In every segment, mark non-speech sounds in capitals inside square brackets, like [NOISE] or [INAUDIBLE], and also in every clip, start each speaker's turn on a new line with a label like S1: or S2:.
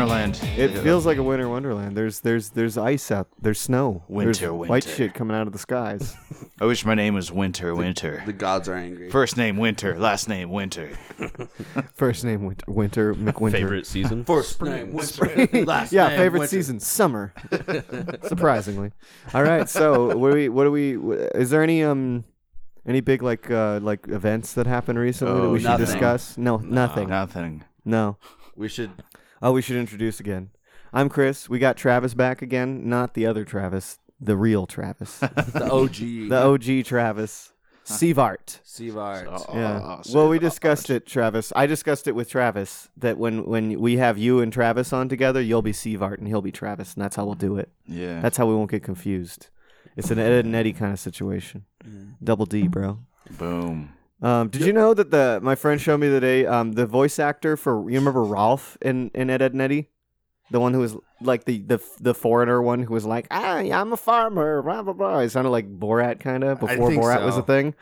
S1: It
S2: Yeah.
S1: feels like a winter wonderland. There's there's there's ice out. There's snow.
S3: Winter,
S1: there's White
S3: winter.
S1: shit coming out of the
S2: [LAUGHS]
S1: skies.
S3: I wish my name was Winter. Winter.
S2: The gods are angry.
S3: First name Winter. Last name [LAUGHS] Winter.
S1: First name Winter, Winter McWinter.
S4: Favorite season?
S2: First name, winter. last
S1: yeah,
S2: name,
S1: favorite
S2: winter.
S1: season
S2: [LAUGHS]
S1: summer. Surprisingly. All right, so what do we what do we wh- is there any um any big like uh like events that happened recently that
S3: Oh,
S1: we should
S2: nothing.
S1: discuss? No, nothing. No.
S3: Nothing.
S2: We should.
S1: Oh, we should introduce again. I'm Chris. We got Travis back again, not the other Travis, the real
S2: [LAUGHS]
S1: Travis.
S2: The OG. [LAUGHS]
S1: the OG Travis. Seavart.
S2: Steve Art.
S1: Yeah.
S3: Oh, so-
S1: well, we discussed it, Travis. I discussed it with Travis that when when we have you and Travis on together, you'll be Seavart and he'll be Travis, and that's how we'll do it.
S3: Yeah.
S1: That's how we won't get confused. It's an Ed and Eddie kind of situation. Double D, bro.
S3: [LAUGHS] Boom.
S1: Um, did you know that the my friend showed me today um, the voice actor for you remember Rolf in, in Ed, Ed and Eddie, the one who was like the the the foreigner one who was like ah, I'm a farmer blah blah blah. He sounded like Borat kind of before
S2: think
S1: Borat
S2: so.
S1: was a thing.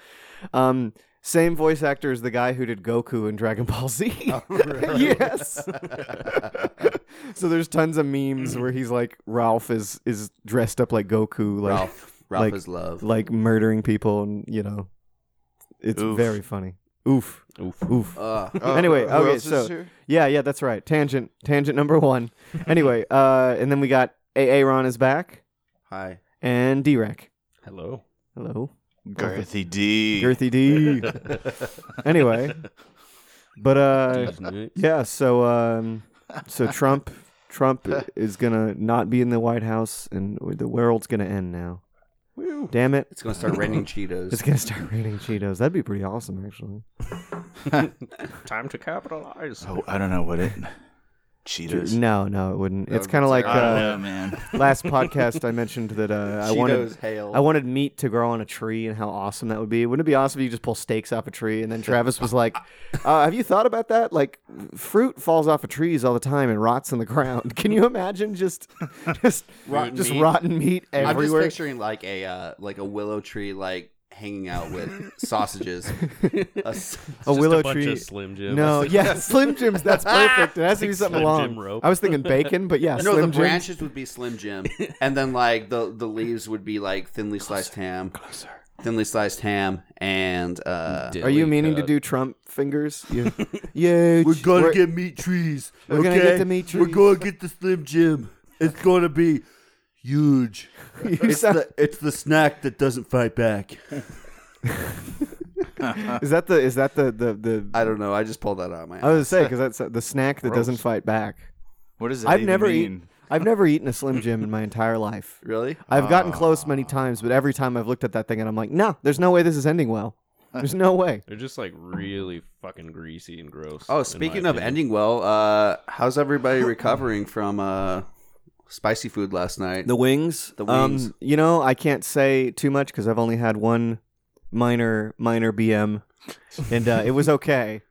S1: Um, same voice actor as the guy who did Goku in Dragon Ball
S2: [LAUGHS]
S1: Z.
S2: Oh,
S1: [LAUGHS] yes. so there's tons of memes where he's like Ralph is is dressed up like Goku, like
S2: Ralph. Ralph
S1: like-
S2: is love.
S1: like murdering people, and you know, it's
S3: Oof.
S1: very funny. Oof.
S4: Oof.
S1: Oof.
S2: uh,
S1: Anyway,
S3: who
S1: okay,
S3: else is
S1: so-
S3: here?
S1: Yeah, yeah, that's right. Tangent, tangent number
S3: [LAUGHS]
S1: one. anyway, uh, and then we got AA Ron is back
S2: hi.
S1: and D-Rec.
S4: Hello.
S1: Hello,
S3: Girthy D.
S1: Girthy D.
S3: [LAUGHS]
S1: anyway, but uh, yeah, so um, so Trump, Trump is gonna not be in the White House, and the world's gonna end now. Damn it!
S2: It's gonna
S1: [LAUGHS]
S2: start raining Cheetos.
S1: It's gonna start raining Cheetos. That'd be pretty awesome, actually.
S4: Time to capitalize.
S3: Oh, I don't know what it. Cheetos.
S1: No, no, it wouldn't. It's
S2: would
S1: kind of
S2: be
S1: like
S3: [LAUGHS] I don't
S1: uh,
S3: know, man.
S1: last podcast I mentioned that
S3: [LAUGHS]
S1: uh, I wanted
S2: Cheetos hail.
S1: I wanted meat to grow on a tree and how awesome that would be. Wouldn't it be awesome if you just pull steaks off a tree? And then Travis was
S3: [LAUGHS]
S1: like, uh, "Have you thought about that? Like, fruit falls off of trees all the time and rots in the ground. [LAUGHS] Can you imagine just [LAUGHS] just
S2: Rotten
S1: just
S2: meat.
S1: rotten meat
S2: I'm just
S1: everywhere?
S2: picturing like a uh, like a willow tree like hanging out
S1: [LAUGHS]
S2: with sausages. A s-
S1: a willow
S4: a bunch
S1: tree."
S4: Of Slim Jim. [LAUGHS]
S1: No, yeah, Slim Jims. That's perfect. It has to be
S4: Like
S1: something
S4: Slim
S1: long.
S4: Jim rope.
S1: I was thinking bacon, but yeah,
S2: no,
S1: Slim
S2: the
S1: Jims.
S2: branches would be Slim
S1: [LAUGHS]
S2: Jim, and then like the the leaves would be like thinly sliced ham, thinly sliced ham, and uh,
S1: Are you meaning to do Trump fingers? You, yeah, we're
S2: get meat trees.
S1: We're gonna get the meat trees.
S2: gonna get the Slim Jim. It's gonna be huge.
S1: [LAUGHS] You sound-
S2: it's the snack that doesn't fight back. Uh.
S1: is that the is that the the the? I,
S2: I don't know. I just pulled that out of my.
S1: was gonna say because that's the snack that doesn't
S3: Gross.
S1: fight back.
S3: What does that
S1: I've
S3: even
S1: never
S3: mean?
S1: eaten. I've never eaten a Slim Jim in my entire life.
S2: really?
S1: I've gotten close many times, but every time I've looked at that thing and I'm like, no, there's no way this is ending well. There's no way.
S4: They're just like really fucking greasy and gross. in
S2: Oh,
S4: my
S2: speaking of
S4: opinion.
S2: ending well, uh, how's everybody recovering from uh, spicy food last night?
S1: wings.
S2: The wings.
S1: Um, you know, I can't say too much because I've only had one minor minor BM, and uh, it was okay.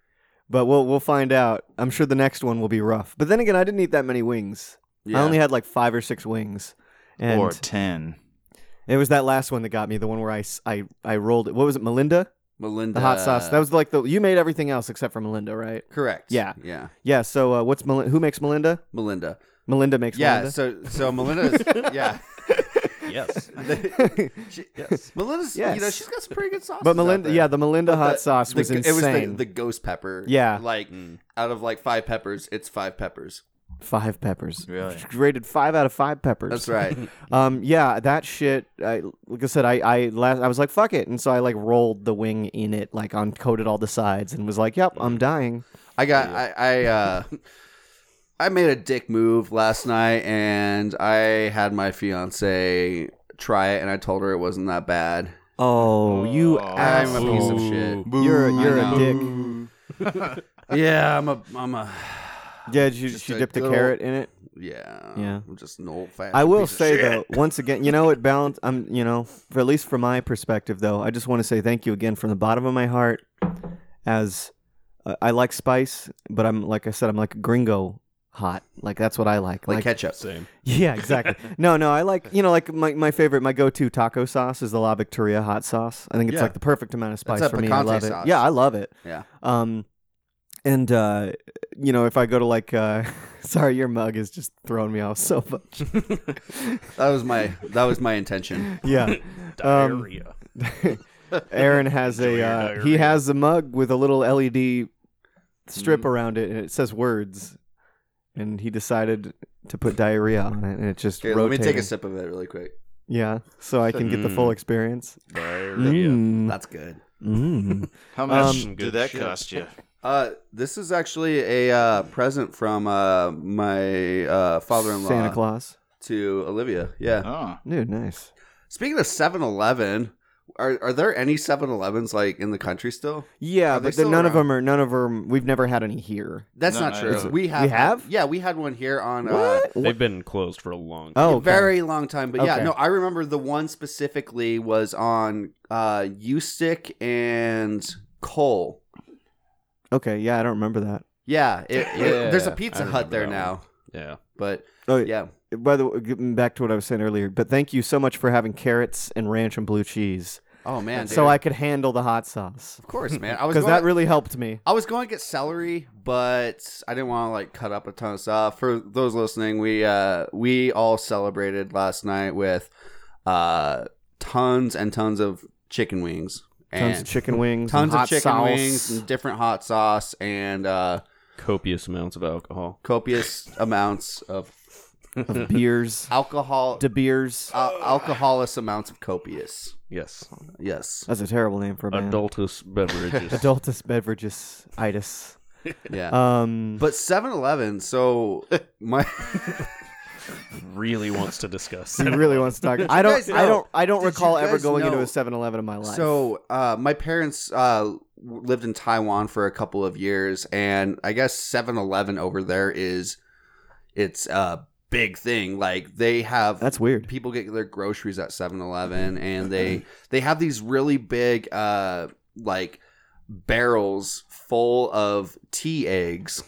S1: But we'll we'll find out. I'm sure the next one will be rough. But then again, I didn't eat that many wings.
S2: Yeah.
S1: I only had like five or six wings. And
S3: Or ten.
S1: it was that last one that got me. The one where I, s- I, I rolled it. What was it, Melinda? The
S2: Melinda
S1: hot
S2: Uh.
S1: sauce. That was like the you made everything else except for Melinda, right?
S2: correct.
S1: Yeah.
S2: yeah,
S1: Yeah. So uh, what's Melinda? Who makes Melinda?
S2: Melinda.
S1: Melinda makes
S2: Yeah,
S1: Melinda.
S2: so so Melinda's
S1: [LAUGHS]
S2: yeah.
S4: [LAUGHS] Yes.
S2: She, Melinda's you know
S1: Yes.
S2: she's got some pretty good sauces.
S1: but Melinda,
S2: out there.
S1: yeah, the Melinda hot
S2: The-
S1: sauce
S2: the
S1: was
S2: g-
S1: insane.
S2: It was the, the ghost pepper.
S1: Yeah.
S2: like
S4: Mm.
S2: out of like five peppers, it's five peppers.
S1: five peppers.
S3: Really?
S1: Rated five out of five peppers.
S2: That's right.
S1: [LAUGHS] Um, yeah, that shit. I, like I said, I I last I was like fuck it, and so I like rolled the wing in it, like uncoated all the sides, and was like, yep, I'm dying.
S2: I got I I uh [LAUGHS] I made a dick move last night and I had my fiance try it and I told her it wasn't that bad.
S1: Oh, you
S2: I'm a piece of
S1: asshole!
S2: shit.
S1: [LAUGHS] You're a, you're
S2: I
S1: a
S2: know.
S1: dick.
S2: Yeah, I'm a I'm a
S1: Yeah, she, she
S2: a
S1: dipped a
S2: good old-
S1: carrot in it.
S2: yeah.
S1: Yeah.
S2: I'm just an old fashioned
S1: I will
S2: piece of
S1: say
S2: shit.
S1: though, once again, you know, it balanced. I'm, you know, for at least from my perspective though, I just want to say thank you again from the bottom of my heart. As uh, I like spice, but I'm like I said, I'm like a gringo hot. Like that's what I like.
S2: like ketchup.
S4: Same.
S1: yeah,
S2: [LAUGHS]
S1: exactly. no, no, I like you know, like my, my favorite, my go to taco sauce is the La Victoria hot sauce. I think it's
S2: Yeah.
S1: like the perfect amount of spice
S2: a
S1: for me. I
S2: picante
S1: love
S2: sauce.
S1: it. Yeah, I love it.
S2: Yeah.
S1: Um, and uh, you know, if I go to like, uh, [LAUGHS] sorry, your mug is just throwing me off so [LAUGHS] much.
S2: That was my that was
S1: [LAUGHS]
S2: my intention. [LAUGHS]
S1: yeah, um,
S4: Diarrhea.
S1: Aaron has a
S4: Enjoy your
S1: uh, he
S4: diarrhea.
S1: has a mug with a little LED
S2: Mm.
S1: strip around it, and it says words. And he decided to put diarrhea on it, and it just
S2: Okay, let me
S1: rotated.
S2: take a sip Mm. of it really quick.
S1: Yeah, so I can get the full experience.
S4: Diarrhea.
S1: Mm.
S2: That's good.
S1: Mm.
S3: How much
S4: Um,
S3: did
S4: good
S3: that
S4: shit.
S3: cost
S4: [LAUGHS]
S3: you?
S2: Uh, this is actually a uh, present from uh, my uh, father-in-law
S1: Santa Claus.
S2: to Olivia. Yeah.
S3: Oh,
S1: Dude, nice.
S2: Speaking of 7-Eleven, are are there any 7-Elevens like in the country still?
S1: Yeah,
S2: Are
S1: but
S2: they
S1: then
S2: still
S1: none of
S2: around?
S1: them are. None of them. We've never had any here.
S2: That's
S3: No,
S2: not
S3: I-
S2: true.
S3: it's-
S2: we have,
S1: You have?
S2: Yeah, we had one here on uh,
S4: They've been closed for a long time.
S1: Oh, okay.
S2: very long time. But yeah,
S1: Okay.
S2: no, I remember the one specifically was on uh, Eustick and Cole.
S1: Okay, yeah, I don't remember that.
S2: Yeah, it, it- there's a
S3: Yeah,
S2: Pizza
S3: I
S2: Hut
S3: remember
S2: there
S3: that
S2: now,
S4: Yeah.
S2: but
S1: Oh, yeah.
S2: yeah,
S1: By the way, getting back to what I was saying earlier, but thank you so much for having carrots and ranch and blue cheese,
S2: oh man, dude.
S1: so I could handle the hot sauce
S2: of course, man, I was
S1: [LAUGHS] because
S2: going,
S1: that really helped me.
S2: I was going to get celery, but I didn't want to like cut up a ton of stuff. For those listening, we uh we all celebrated last night with uh tons and tons of chicken wings. And
S1: Tons of chicken wings, and
S2: tons of
S1: hot
S2: chicken
S1: sauce.
S2: wings and different hot sauce and uh,
S4: Copious amounts of alcohol.
S2: copious amounts of
S1: of [LAUGHS] beers,
S2: alcohol
S1: De Beers.
S2: al- alcoholous amounts of copious
S4: Yes.
S2: yes
S1: That's a terrible name for a band.
S4: Adultus
S1: [LAUGHS]
S4: beverages.
S1: Adultus beverages [LAUGHS] itis.
S2: yeah
S1: Um,
S2: but 7-eleven so
S1: [LAUGHS]
S2: my
S4: really wants to discuss.
S1: he [LAUGHS] really wants to talk. I
S2: you
S1: don't.
S2: guys
S1: I
S2: know-
S1: don't. I don't
S2: did you
S1: recall ever
S2: guys
S1: going into
S2: know-
S1: a 7-Eleven in my life.
S2: so uh, my parents uh, lived in taiwan for a couple of years and i guess 7-eleven over there is it's a big thing like they have
S1: that's Mm-hmm. weird.
S2: people get their groceries at 7-Eleven and they they have these really big uh like barrels full of tea eggs.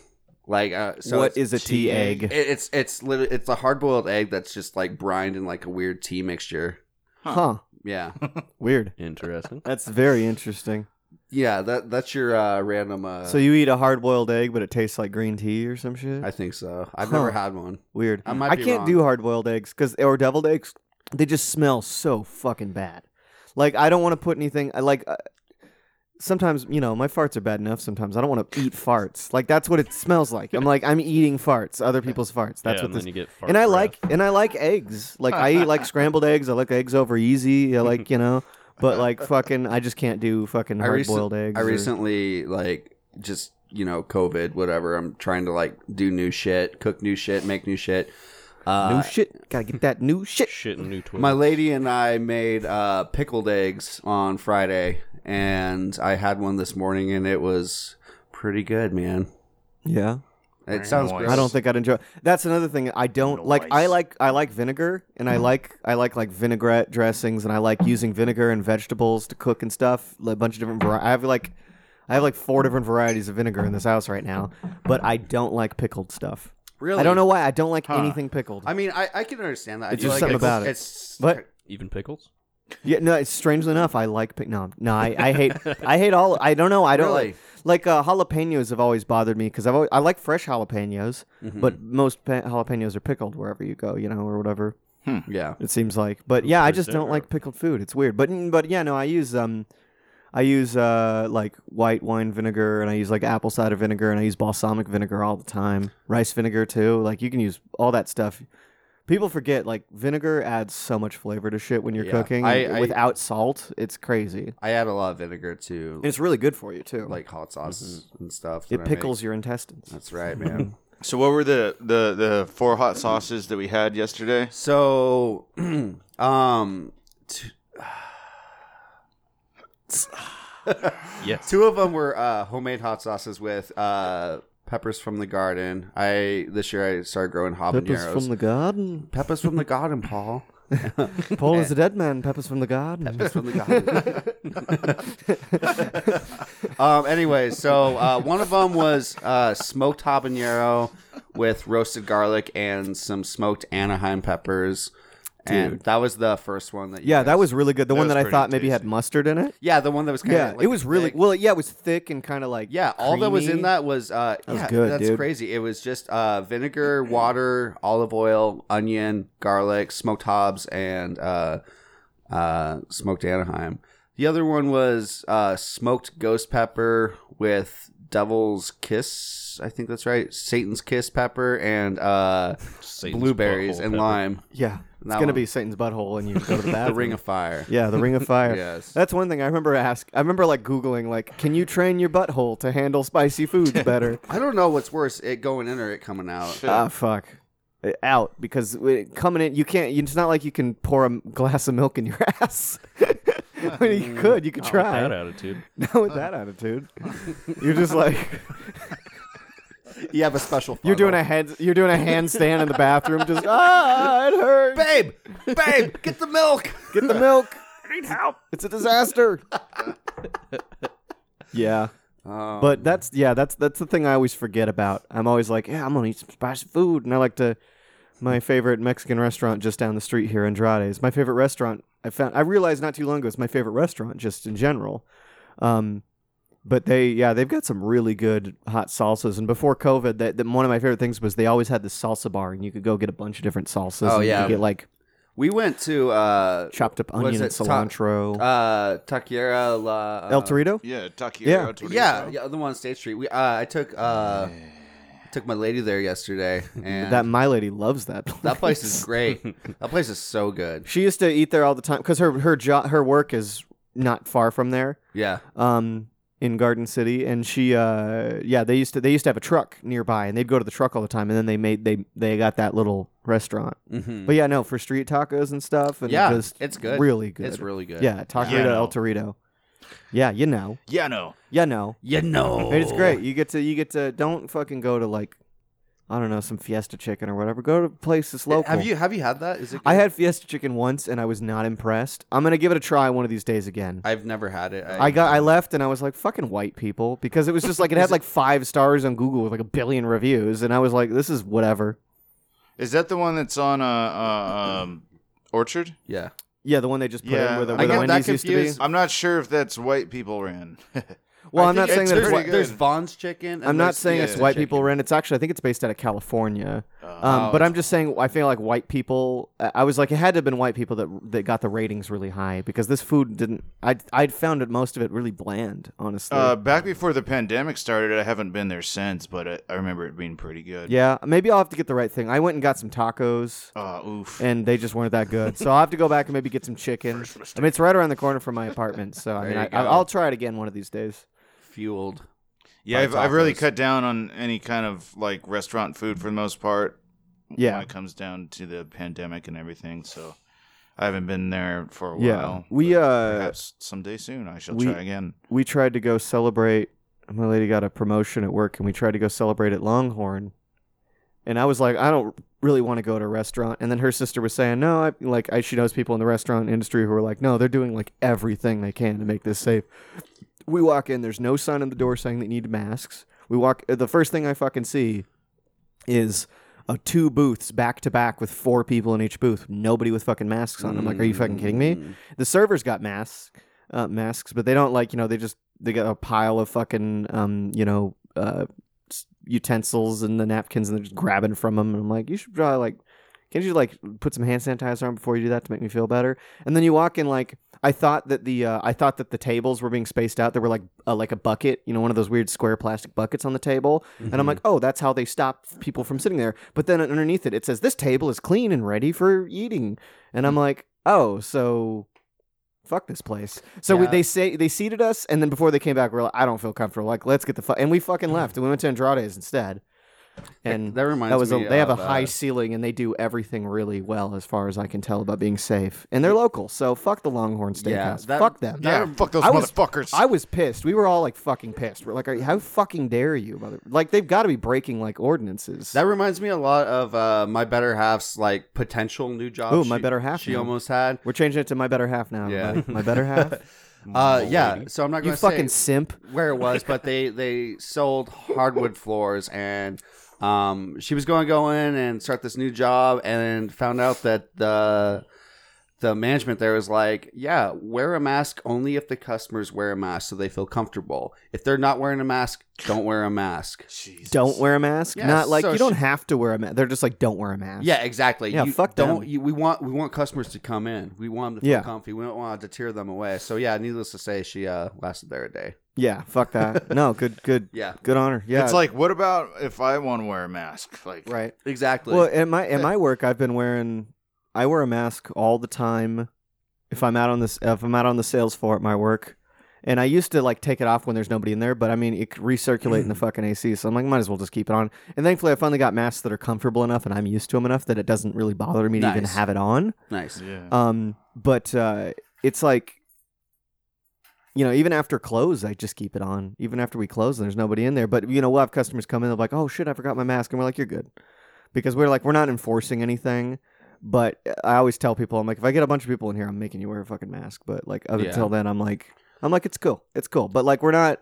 S2: Like uh so
S1: what is
S2: it's,
S1: a tea egg?
S2: it- it's it's literally it's a hard-boiled egg that's just like brined in like a weird tea mixture.
S1: Huh?
S2: Yeah.
S1: Weird.
S4: Interesting.
S1: That's very interesting.
S2: Yeah, that that's your uh random uh
S1: so you eat a hard-boiled egg, but it tastes like green tea or some shit.
S2: I think so. I've
S1: Huh.
S2: never had one.
S1: Weird.
S2: I
S1: I,
S2: might be
S1: can't
S2: wrong.
S1: do hard boiled eggs because or deviled eggs. They just smell so fucking bad. Like I don't want to put anything. I like. Uh, sometimes you know my farts are bad enough. Sometimes I don't want to eat farts. Like that's what it smells like. I'm like I'm eating farts,
S2: [LAUGHS]
S1: other people's farts. That's
S4: yeah,
S1: what
S4: and
S1: this.
S4: then you get fart
S1: And I
S4: breath.
S1: like and I like eggs. Like I eat
S2: [LAUGHS]
S1: like scrambled eggs. I like eggs over easy. I like you know, but
S2: [LAUGHS]
S1: like fucking, I just can't do fucking
S2: I
S1: hard
S2: recent-
S1: boiled eggs.
S2: I
S1: or-
S2: recently like just you know COVID whatever. I'm trying to like do new shit, cook new shit, make new shit. Uh,
S1: new shit. Gotta get that new shit.
S4: shit and new toys.
S2: My lady and I made uh, pickled eggs on Friday, and I had one this morning, and it was pretty good, man.
S1: Yeah.
S2: It sounds
S3: nice.
S2: gross.
S1: I don't think I'd enjoy. That's another thing I don't like. I
S3: Nice.
S1: like I like vinegar, and I
S2: Mm.
S1: like I like like vinaigrette dressings, and I like using vinegar and vegetables to cook and stuff. like, A bunch of different varieties. I have like I have like four different varieties of vinegar in this house right now, but I don't like pickled stuff.
S2: really.
S1: I don't know why. I don't like anything pickled.
S2: I mean, I, I can understand that. I
S1: It's
S2: feel
S1: just
S2: like
S1: something about it.
S2: it's,
S1: But-
S4: even pickles.
S1: yeah, no. it's- Strangely enough, I like pick. No, no. I, I hate I hate all. I don't know. I don't
S2: Really?
S1: like like uh, jalapenos have always bothered me because I've always, I like fresh jalapenos, but most pa- jalapenos are pickled wherever you go, you know, or whatever.
S2: yeah,
S1: It seems like, but yeah, I just don't like pickled food. It's weird, but but yeah, no, I use um, I use uh like white wine vinegar, and I use like apple cider vinegar, and I use balsamic vinegar all the time. Rice vinegar too. Like you can use all that stuff. People forget like vinegar adds so much flavor to shit when you're
S2: Yeah.
S1: cooking
S2: I-
S1: and
S2: I-
S1: without salt. It's crazy.
S2: I add a lot of vinegar to
S1: And it's really good for you too.
S2: like hot sauces and stuff. that
S1: it
S2: I make.
S1: pickles your intestines.
S2: That's right, man.
S3: So what were the, the, the four hot sauces that we had yesterday?
S2: so, [CLEARS THROAT] um, t-
S4: Yes.
S2: Two of them were uh, homemade hot sauces with uh, peppers from the garden. I this year I started growing
S1: Peppers
S2: habaneros.
S1: from the
S2: [LAUGHS]
S1: garden.
S2: peppers from the garden, Paul.
S1: Paul is a dead man. Peppers from the garden.
S2: Peppers from the garden. um, anyway, so uh, one of them was uh, smoked habanero with roasted garlic and some smoked Anaheim peppers. and that was the first one that. you
S1: Yeah,
S2: guys-
S1: that was really good. The
S3: That
S1: one
S3: was
S1: that I
S3: pretty
S1: thought maybe had
S3: tasty.
S1: mustard in it.
S2: Yeah, the one that was kind
S1: Yeah,
S2: of.
S1: it was really well. Yeah, it was thick and kind of like
S2: Yeah, all that was in
S1: creamy.
S2: that was uh
S1: That was
S2: yeah,
S1: good,
S2: that's
S1: dude.
S2: crazy. It was just uh vinegar, water, olive oil, onion, garlic, smoked hobs and uh uh smoked Anaheim. The other one was uh smoked ghost pepper with devil's kiss, I think that's right. Satan's kiss pepper and uh
S4: Satan's
S2: blueberries
S4: butthole
S2: and
S4: pepper.
S2: lime.
S1: Yeah, it's
S2: That
S1: gonna
S2: one.
S1: be Satan's butthole
S2: [LAUGHS]
S1: when you go to the
S2: The
S1: bathroom.
S2: ring of fire.
S1: [LAUGHS] yeah, the ring of fire.
S2: Yes.
S1: That's one thing I remember ask. I remember like googling like, can you train your butthole to handle spicy
S2: [LAUGHS]
S1: foods better?
S2: I don't know what's worse, it going in or it
S1: [LAUGHS]
S2: coming out.
S1: ah, fuck. Uh, Out because uh, coming in, you can't. It's not like you can pour a m- glass of milk in your [LAUGHS] ass. I mean,
S2: Mm,
S1: you could, you could
S4: Not with
S1: try.
S4: that attitude.
S1: [LAUGHS] Not with that attitude. You're just
S2: [LAUGHS]
S1: like
S2: You have a special
S1: you're doing a head. You're doing a handstand in the bathroom.
S2: [LAUGHS]
S1: Just ah, it hurts.
S2: Babe, babe, get the milk.
S1: Get the milk. need help. It's a
S2: [LAUGHS]
S1: disaster. yeah.
S2: Um,
S1: But that's yeah, that's that's the thing I always forget about. I'm always like, yeah, I'm gonna eat some spicy food, and I like to. My favorite Mexican restaurant just down the street here, Andrade, is my favorite restaurant. I found I realized not too long ago it's my favorite restaurant just in general. Um, but they yeah they've got some really good hot salsas. And before COVID, that, that one of my favorite things was they always had the salsa bar, and you could go get a bunch of different salsas.
S2: Oh,
S1: and you
S2: yeah.
S1: could get like
S2: We went to uh
S1: chopped up
S2: Was
S1: onion and
S2: it ta-
S1: cilantro.
S2: uh Taquiera La uh,
S1: El Torito.
S3: Yeah, Taki.
S1: Yeah.
S2: Yeah, yeah, the one on State Street. We uh, I took uh took my lady
S1: [LAUGHS]
S2: there yesterday and
S1: That
S2: that,
S1: my lady loves that.
S2: place is great. that place is so
S1: [LAUGHS]
S2: good.
S1: She used to eat there all the time because her her jo- her work is not far from there,
S2: Yeah.
S1: um, in Garden City, and she uh, yeah they used to they used to have a truck nearby, and they'd go to the truck all the time, and then they made they they got that little restaurant.
S2: Mhm.
S1: But yeah, no, for street tacos and stuff, and
S2: yeah,
S1: just
S2: it's good.
S1: really good.
S2: It's really good.
S1: yeah, Taquerito
S4: Yeah, no.
S1: El Torito. Yeah, you know,
S3: Yeah, no.
S1: you know,
S2: You know.
S1: And it's great. You get to you get to don't fucking go to like I don't know some Fiesta Chicken or whatever. Go to places local.
S2: Have you have you had that? Is it
S1: I
S2: good?
S1: had Fiesta chicken once and I was not impressed. I'm gonna give it a try one of these days again. I,
S2: I've never had it.
S1: got I left and I was like fucking white people because it was just like it had like five stars on Google with like a billion reviews and I was like this is whatever.
S3: Is that the one that's on uh, uh um Orchard?
S2: Yeah.
S1: Yeah, the one they just put in
S3: Yeah,
S1: where the,
S3: I
S1: where the
S2: got that
S1: Wendy's used to be.
S2: confused.
S3: I'm not sure if that's white people ran. [LAUGHS]
S1: Well,
S2: I
S1: I'm not saying
S2: think it's-
S1: that it's
S2: there's,
S3: pretty
S1: white.
S3: good.
S2: there's Vaughn's chicken. And
S1: I'm not
S2: there's
S1: saying
S2: Fiesta
S1: it's white
S2: chicken.
S1: people rent. It's actually I think it's based out of California. Um,
S2: Oh,
S1: but I'm just saying I feel like white people. I I was like it had to have been white people that that got the ratings really high because this food didn't. I I'd found it most of it really bland, honestly.
S3: uh, back before the pandemic started, I haven't been there since, but I, I remember it being pretty good.
S1: Yeah, maybe I'll have to get the right thing. I went and got some tacos,
S3: Uh, oof.
S1: and they just weren't that good. so I'll have to go back and maybe get
S2: [LAUGHS]
S1: some chicken. I mean, it's right around the corner from my apartment, so I mean,
S2: There
S1: I,
S2: you go.
S1: I'll try it again one of these days.
S2: fueled.
S3: yeah,
S2: by
S3: I've, I've really
S2: tacos.
S3: cut down on any kind of like restaurant food for the most part.
S1: Yeah.
S3: when it comes down to the pandemic and everything, so I haven't been there for a while.
S1: Yeah. We,
S3: but
S1: uh,
S3: perhaps someday soon I shall
S1: we-
S3: try again.
S1: We tried to go celebrate. My lady got a promotion at work, and we tried to go celebrate at Longhorn. And I was like, I don't really want to go to a restaurant. And then her sister was saying, No, I like I, she knows people in the restaurant industry who are like, No, they're doing like everything they can to make this safe. We walk in. There's no sign on the door saying they need masks. We walk. The first thing I fucking see is uh, two booths back to back with four people in each booth. Nobody with fucking masks on. I'm like, are you fucking kidding me? The servers got masks, uh, masks, but they don't like you know they just they got a pile of fucking um you know uh s- utensils and the napkins and they're just grabbing from them. And I'm like, you should probably like. Can't you like put some hand sanitizer on before you do that to make me feel better? And then you walk in like I thought that the uh, I thought that the tables were being spaced out. There were like uh, like a bucket, you know, one of those weird square plastic buckets on the table. And I'm
S2: Mm-hmm.
S1: like, oh, that's how they stop people from sitting there. But then underneath it, it says this table is clean and ready for eating. And
S2: Hmm.
S1: I'm like, oh, so fuck this place. So we,
S2: Yeah.
S1: they say they seated us, and then before they came back, we're like, I don't feel comfortable. Like, let's get the fuck, and we fucking
S2: [LAUGHS]
S1: left, and we went to Andrade's instead. And
S2: that reminds
S1: that was a,
S2: me
S1: they have a
S2: of, uh,
S1: high ceiling and they do everything really well as far as I can tell about being safe. And they're local, so fuck the Longhorn Steakhouse.
S2: Yeah, that-
S1: fuck them.
S3: Yeah,
S1: That-
S3: fuck those
S1: I was-
S3: motherfuckers.
S1: I was pissed. We were all like fucking pissed. We're like, Are, how fucking dare you, mother? Like they've got to be breaking like ordinances.
S2: That reminds me a lot of uh, my better half's like potential new job.
S1: Ooh, my
S2: she-
S1: better half
S2: She
S1: now.
S2: almost had.
S1: we're changing it to my better half now.
S2: Yeah.
S1: everybody. my better [LAUGHS] half.
S2: Uh, yeah. So I'm not
S1: you
S2: going to
S1: fucking
S2: say
S1: simp. [LAUGHS]
S2: where it was, but they they sold hardwood floors and Um, she was going to go in and start this new job, and found out that the the management there was like, "Yeah, wear a mask only if the customers wear a mask, so they feel comfortable. If they're not wearing a mask, don't wear a mask."
S3: Jesus.
S1: Don't wear a mask.
S2: Yeah,
S1: Not like
S2: so
S1: you don't
S2: sh-
S1: have to wear a mask. They're just like don't wear a mask.
S2: Yeah, exactly.
S1: Yeah,
S2: you
S1: fuck
S2: don't.
S1: them.
S2: You, we want we want customers to come in. We want them to feel
S1: Yeah.
S2: comfy. We don't want to deter them away. So yeah, needless to say, she uh, lasted there a day.
S1: Yeah. Fuck that. no. Good. Good.
S2: Yeah,
S1: Good honor. Yeah.
S3: It's like, what about if I want to wear a mask? Like,
S1: right.
S2: exactly. Eh.
S1: Well, at my at my work, I've been wearing I wear a mask all the time if I'm out on this if I'm out on the sales floor at my work, and I used to like take it off when there's nobody in there, but I mean it could recirculate in
S2: [CLEARS THROAT]
S1: the fucking AC, so I'm like might as well just keep it on. And thankfully, I finally got masks that are comfortable enough, and I'm used to them enough that it doesn't really bother me to even
S2: Nice.
S1: have it on.
S2: nice.
S3: Yeah.
S1: Um, but uh, it's like. You know, even after close, I just keep it on. Even after we close and there's nobody in there. But, you know, we'll have customers come in, they'll be like, oh shit, I forgot my mask. And we're like, you're good because we're like we're not enforcing anything. But I always tell people I'm like if I get a bunch of people in here, I'm making you wear a fucking mask. But like up
S2: Yeah.
S1: until then, I'm like I'm like it's cool, it's cool. But like we're not.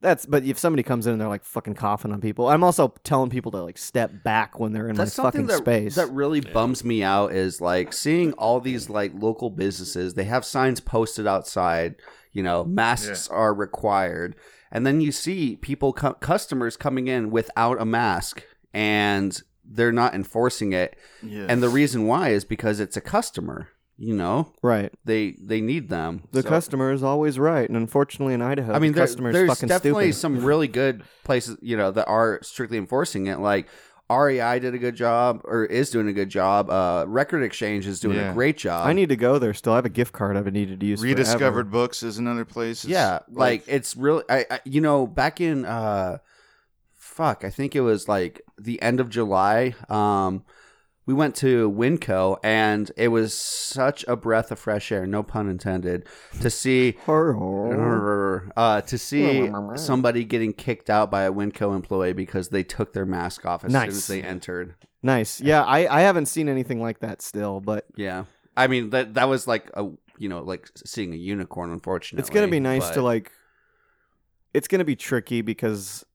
S1: That's but if somebody comes in and they're like fucking coughing on people, I'm also telling people to like step back when they're in
S2: That's
S1: my fucking
S2: something that,
S1: space.
S2: that really bums me out is like seeing all these like local businesses, they have signs posted outside, you know, masks are required. And then you see people, cu- customers coming in without a mask and they're not enforcing it.
S3: yeah.
S2: And the reason why is because it's a customer, you know,
S1: right.
S2: they, they need them.
S1: The
S2: So-
S1: customer is always right, and unfortunately in Idaho,
S2: I mean,
S1: the
S2: there,
S1: customer is
S2: there's
S1: fucking
S2: definitely
S1: stupid.
S2: some really good places, you know, that are strictly enforcing it. Like REI did a good job, or is doing a good job. Uh, Record Exchange is doing
S3: Yeah.
S2: a great job.
S1: I need to go there still. I have a gift card I've needed to use. forever.
S3: Rediscovered books is another place. It's
S2: yeah, like, it's really, I, I, you know, back in, uh, fuck, I think it was like the end of July. Um, we went to Winco, and it was such a breath of fresh air, no pun intended, to see
S1: Horror.
S2: uh, to see somebody getting kicked out by a Winco employee because they took their mask off as
S1: Nice.
S2: soon as they entered.
S1: Nice. Yeah, I, I haven't seen anything like that still, but
S2: Yeah, I mean that that was like a you know like seeing a unicorn. Unfortunately,
S1: It's gonna be nice to
S2: but-
S1: like. It's gonna be tricky because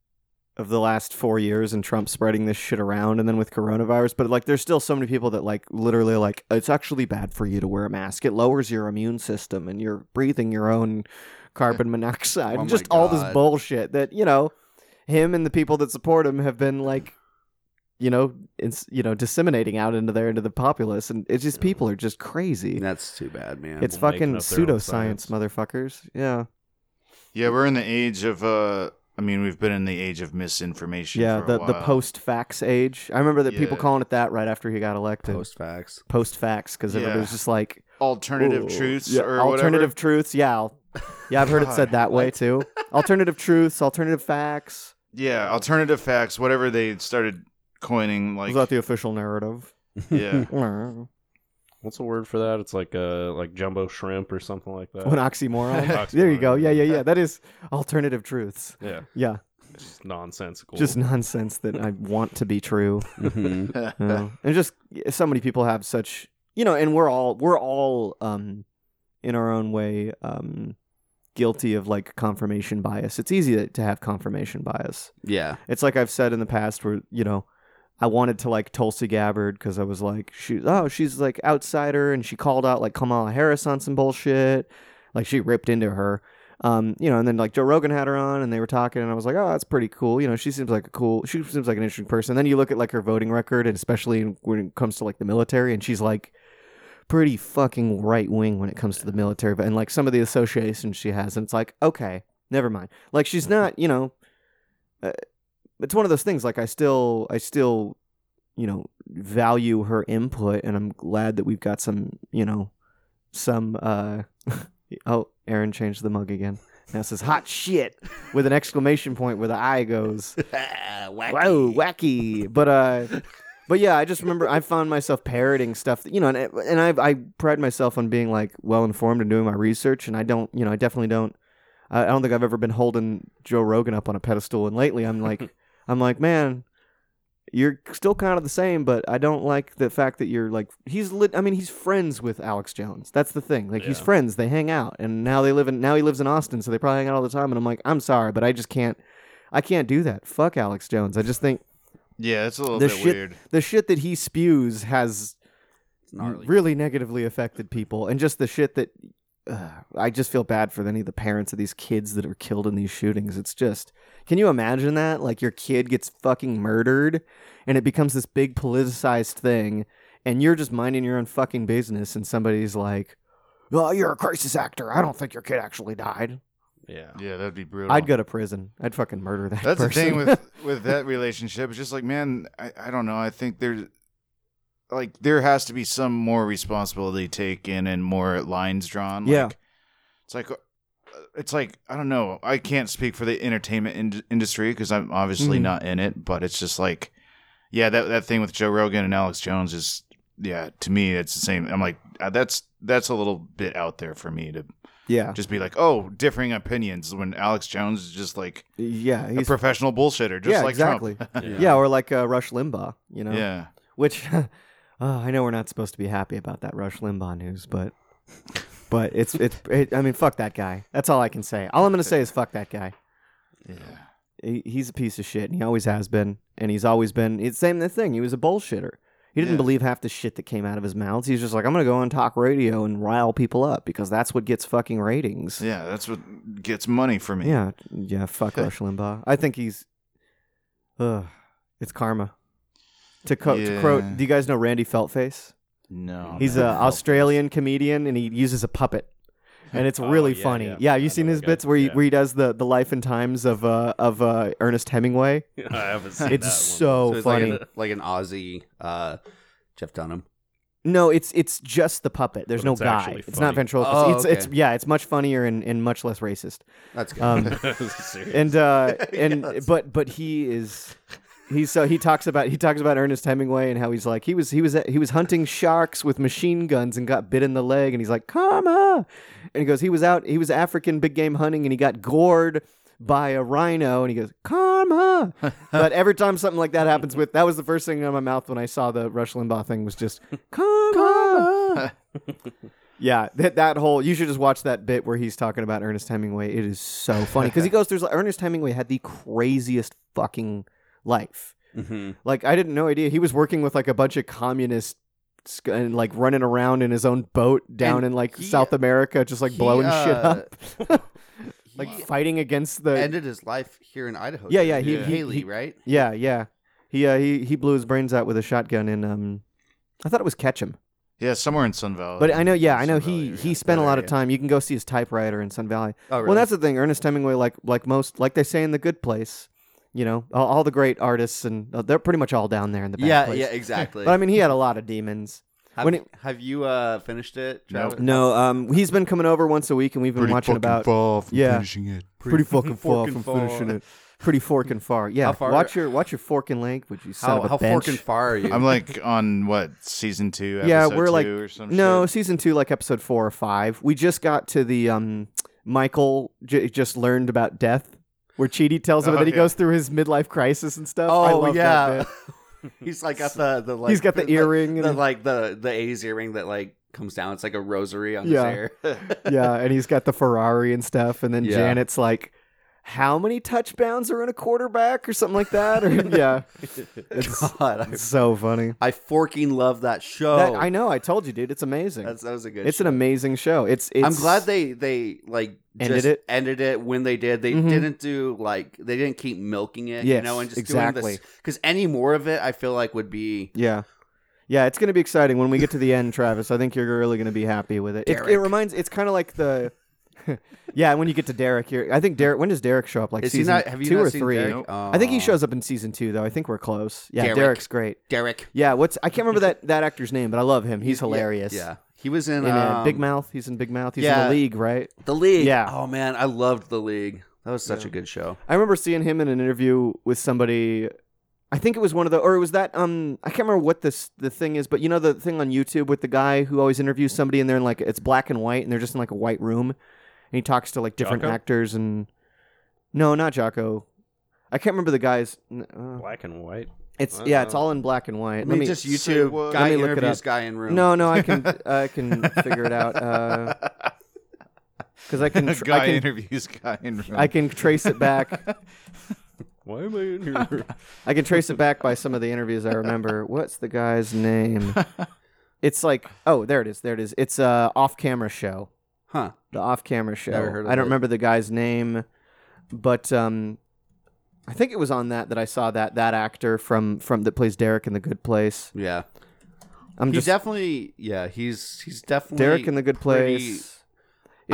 S1: of the last four years and Trump spreading this shit around, and then with coronavirus. But like, there's still so many people that like literally like it's actually bad for you to wear a mask. It lowers your immune system, and you're breathing your own carbon
S4: [LAUGHS]
S1: monoxide,
S2: Oh
S1: and
S2: my
S1: just all this
S2: God.
S1: bullshit that you know him and the people that support him have been like. You know, it's you know disseminating out into there into the populace, and it's just people are just crazy.
S2: That's too bad, man.
S1: It's
S4: People making
S1: fucking
S4: up their own
S1: pseudoscience,
S4: science.
S1: motherfuckers. Yeah.
S3: Yeah, we're in the age of. uh I mean, we've been in the age of misinformation.
S1: Yeah,
S3: for a
S1: the, the
S3: while.
S1: post fax age. I remember that people
S3: Yeah.
S1: calling it that right after he got elected.
S2: post facts.
S1: Post fax because
S3: Yeah.
S1: everybody's just like
S3: alternative
S1: "Ooh,
S3: truths
S1: yeah,
S3: or
S1: alternative truths. Yeah, I'll- yeah, I've heard it
S3: [LAUGHS]
S1: said
S3: God,
S1: that way too. Alternative truths, alternative facts.
S3: whatever. Yeah, alternative facts. Whatever they started coining, like
S1: Was that the official narrative? [LAUGHS]
S3: yeah,
S1: Mm.
S4: What's the word for that? It's like uh like jumbo shrimp or something like that.
S1: An oxymoron.
S3: [LAUGHS]
S4: Oxymoron,
S1: there you go. Yeah,
S4: yeah.
S1: yeah, yeah. That is alternative truths.
S4: yeah,
S1: Yeah,
S4: it's just nonsensical.
S1: just nonsense that I want to be true. [LAUGHS]
S2: Mhm.
S1: Yeah. and just eh, so many people have such you know and we're all we're all um in our own way um guilty of like confirmation bias it's easy to- to have confirmation bias
S2: yeah,
S1: [LAUGHS] it's like i've said in the past where you know i wanted to like tulsi gabbard because i was like she oh she's like outsider and she called out like kamala harris on some bullshit like she ripped into her um, you know, and then like Joe Rogan had her on, and they were talking, and I was like, oh, that's pretty cool. You know, she seems like a cool, she seems like an interesting person. Then you look at like her voting record, and especially in- when it comes to like the military, and she's like pretty fucking right wing when it comes to the military, but and like some of the associations she has, and it's like, okay, never mind. Like she's not, you know, uh, it's one of those things. Like I still, I still, you know, value her input, and I'm glad that we've got some, you know, some. uh [LAUGHS] Oh, Aaron changed the mug again. Now it says hot shit with an exclamation point where the eye goes. Ah,
S2: wacky.
S1: Wow, wacky. But uh but yeah, I just remember I found myself parroting stuff, that, you know, and it- and I I pride myself on being like well informed and doing my research and I don't, you know, I definitely don't I I don't think I've ever been holding Joe Rogan up on a pedestal and lately I'm like I'm like, man, you're still kind of the same, but I don't like the fact that you're like he's lit. I mean, he's friends with Alex Jones. That's the thing. Like he's
S4: Yeah.
S1: friends. They hang out, and now they live in now he lives in Austin, so they probably hang out all the time. And I'm like, I'm sorry, but I just can't. I can't do that. Fuck Alex Jones. I just think
S3: Yeah, it's a little
S1: The
S3: bit
S1: shit-
S3: weird.
S1: The shit that he spews has
S2: It's gnarly.
S1: really negatively affected people, and just the shit that uh, I just feel bad for any of the parents of these kids that are killed in these shootings. It's just, can you imagine that? Like your kid gets fucking murdered, and it becomes this big politicized thing, and you're just minding your own fucking business, and somebody's like, "Oh, you're a crisis actor. I don't think your kid actually died." [LAUGHS]
S4: Yeah.
S3: Yeah, that'd be brutal.
S1: I'd go to prison. I'd fucking murder that.
S3: That's
S1: person.
S3: the thing with with that relationship. It's just like, man, I, I don't know. I think there's like there has to be some more responsibility taken and more lines drawn. Like,
S1: Yeah.
S3: it's like uh, it's like I don't know. I can't speak for the entertainment in- industry because I'm obviously
S1: Mhm.
S3: not in it. But it's just like, yeah, that that thing with Joe Rogan and Alex Jones is yeah. To me, it's the same. I'm like, uh, that's that's a little bit out there for me to
S1: [LAUGHS] yeah,
S3: just be like, oh, differing opinions when Alex Jones is just like
S1: yeah,
S3: a
S1: he's
S3: professional bullshitter, just
S1: yeah,
S3: like
S1: exactly.
S3: [LAUGHS] Trump.
S1: yeah. or like uh, Rush Limbaugh, you know.
S3: yeah.
S1: Which [LAUGHS] oh, I know we're not supposed to be happy about that Rush Limbaugh news, but but it's it's it, I mean fuck that guy. That's all I can say. All I'm gonna say is fuck that guy.
S3: Yeah.
S1: He, he's a piece of shit, and he always has been, and he's always been. It's the same thing. He was a bullshitter. He didn't
S3: Yeah.
S1: believe half the shit that came out of his mouth. He's just like, I'm gonna go on talk radio and rile people up because that's what gets fucking ratings.
S3: Yeah, that's what gets money for me.
S1: Yeah, yeah. Fuck Rush Limbaugh. I think he's. Ugh, it's karma. To, co- to
S3: Yeah.
S1: quote, do you guys know Randy Feltface?
S3: No.
S1: He's uh,
S3: man.
S4: [LAUGHS]
S1: an Australian comedian, and he uses a puppet, and it's
S4: [LAUGHS] Oh,
S1: really
S4: yeah,
S1: funny. Yeah,
S4: yeah.
S1: you
S4: I
S1: seen
S4: know
S1: his
S4: that guy.
S1: bits where he
S4: Yeah.
S1: where he does the the life and times of uh of uh Ernest Hemingway.
S4: I haven't seen
S1: It's
S4: [LAUGHS] that one.
S1: so
S2: So it's like
S1: funny.
S2: an, like an Aussie uh, Jeff Dunham.
S1: no, it's it's just the puppet. There's
S4: But
S1: no
S4: it's
S1: guy.
S4: actually
S1: It's not
S4: funny.
S1: ventriloquist.
S2: Oh,
S1: it's it's
S2: okay.
S1: yeah, it's much funnier and, and much less racist.
S2: That's good. [LAUGHS]
S4: [LAUGHS]
S1: Um,
S4: [LAUGHS] Seriously.
S1: and uh and
S2: Yes.
S1: but but he is he so he talks about he talks about Ernest Hemingway and how he's like he was he was he was hunting sharks with machine guns and got bit in the leg and he's like karma and he goes he was out he was African big game hunting and he got gored by a rhino and he goes karma but every time something like that happens with that was the first thing out of my mouth when I saw the Rush Limbaugh thing was just karma yeah, that that whole you should just watch that bit where he's talking about Ernest Hemingway. It is so funny because
S2: [LAUGHS]
S1: he goes through Ernest Hemingway had the craziest fucking life.
S2: Mhm.
S1: Like I didn't no idea he was working with like a bunch of communists sc- and like running around in his own boat down
S2: And
S1: in like
S2: he-
S1: South America, just like
S2: he,
S1: blowing
S2: uh,
S1: shit
S2: [LAUGHS]
S1: up, [LAUGHS] [LAUGHS] like
S2: he
S1: fighting against the
S2: ended his life here in Idaho.
S1: Yeah,
S2: didn't
S1: yeah,
S3: he-
S2: He,
S1: he-
S2: Haley,
S1: he-
S2: right?
S1: yeah yeah he uh, he he blew his brains out with a shotgun in um I thought it was Ketchum.
S3: yeah, somewhere in Sun Valley.
S1: But I know, yeah, I know
S3: Sun Valley
S1: he
S3: area.
S1: he spent a
S3: That
S1: lot of
S3: area.
S1: time. You can go see his typewriter in Sun Valley.
S2: Oh, really?
S1: Well, that's the thing. Ernest Hemingway, like like most, like they say in the Good Place, you know, all, all the great artists, and uh, they're pretty much all down there in the bad
S2: yeah,
S1: place.
S2: yeah, [LAUGHS] exactly.
S1: But I mean, he had a lot of demons.
S2: have,
S1: when it-
S2: have you uh, finished it?
S3: Nope.
S2: Travis?
S1: No, um, he's been coming over once a week, and we've been
S3: Pretty
S1: watching
S3: fucking
S1: about
S3: far from
S1: yeah.
S3: finishing it.
S1: [LAUGHS] pretty fucking far
S2: fork
S1: from
S2: and far.
S1: finishing it. Pretty fork and far. Yeah,
S2: How far-
S1: watch your watch your fork and language. You son
S2: How,
S1: of a
S2: how
S1: bench.
S2: fork and far are you?
S3: I'm like on what season two?
S1: Yeah,
S3: episode
S1: we're
S3: two
S1: like-
S3: or some
S1: No,
S3: shit?
S1: season two, like episode four or five. We just got to the um, Michael j- just learned about death, where Chidi tells him,
S3: Oh,
S1: and then he
S3: yeah.
S1: goes through his midlife crisis and stuff. I
S2: oh
S1: love that
S2: yeah,
S1: bit.
S2: [LAUGHS] he's like got the the [LAUGHS] like
S1: he's got the earring
S2: the,
S1: and
S2: like the the 80s earring that like comes down. It's like a rosary on
S1: Yeah.
S2: his hair. [LAUGHS]
S1: yeah, and he's got the Ferrari and stuff. And then
S2: Yeah.
S1: Janet's like, "How many touchdowns are in a quarterback or something like that?" [LAUGHS] Or
S2: [LAUGHS]
S1: yeah, it's,
S2: God, I
S1: it's so funny.
S2: I forking love that show.
S1: That- I know. I told you, dude. It's amazing.
S2: Oh. That's, that was a good.
S1: it's
S2: show.
S1: an amazing show. It's. it's
S2: I'm glad they they like
S1: Ended
S2: just
S1: it?
S2: Ended it when they did. They
S1: Mhm.
S2: didn't do like they didn't keep milking it. you
S1: Yes,
S2: know, and just doing
S1: exactly.
S2: this because any more of it, I feel like would be
S1: Yeah. Yeah, it's going to be exciting when we get to the end, Travis. I think you're really going to be happy with it. It, it
S2: Derek.
S1: reminds. It's kind of like the. [LAUGHS] yeah, when you get to Derek, you're, I think Derek. When does Derek show up? Like
S2: Is he
S1: season
S2: not- have you
S1: two
S2: not
S1: or
S2: seen
S1: three?
S2: Derek?
S3: Nope.
S1: I think he
S2: Aw.
S1: shows up in season two, though. I think we're close. Yeah,
S2: Derek.
S1: Derek's great.
S2: Derek.
S1: Yeah, what's I can't remember that that actor's name, but I love him. He's
S2: Yeah,
S1: hilarious.
S2: Yeah, he was in,
S1: In uh,
S2: um,
S1: Big Mouth, he's in Big Mouth. He's in
S2: yeah.
S1: the league, right?
S2: The League.
S1: Yeah.
S2: Oh man, I loved The League. That was such a good show.
S1: I remember seeing him in an interview with somebody. I think it was one of the, or it was that. Um, I can't remember what this the thing is, but you know the thing on YouTube with the guy who always interviews somebody and they're in like it's black and white and they're just in like a white room, and he talks to like different
S4: Jocko?
S1: actors and no, not Jocko. I can't remember the guy's. n- Uh,
S4: Black and white.
S1: it's
S4: I
S1: yeah,
S4: don't
S1: it's
S4: know.
S1: all in black and white.
S2: uh, I
S1: Let
S2: mean,
S1: me
S2: just
S3: say
S2: YouTube
S3: what-
S2: guy
S1: Let me look it
S2: interviews
S1: up.
S2: guy in room.
S1: No, no, I
S2: [LAUGHS]
S1: can I can figure it out because I can tr-
S3: [LAUGHS]
S1: [LAUGHS]
S3: guy
S1: I can [LAUGHS]
S3: interviews guy in room.
S1: I can trace it back.
S4: Why am I in
S1: [LAUGHS]
S4: here?
S1: I can trace it back by some of the interviews I remember. What's the guy's name? It's like, oh, there it is. There it is. It's a off-camera show.
S2: Huh.
S1: The off-camera show.
S2: Never heard
S1: I
S2: of
S1: don't
S2: it.
S1: remember the guy's name, but um, I think it was on that that I saw that that actor from from that plays Derek in The Good Place.
S2: Yeah.
S1: I'm
S2: he
S1: just
S2: definitely yeah, he's he's definitely
S1: Derek in The Good Place.
S2: pretty-
S1: is-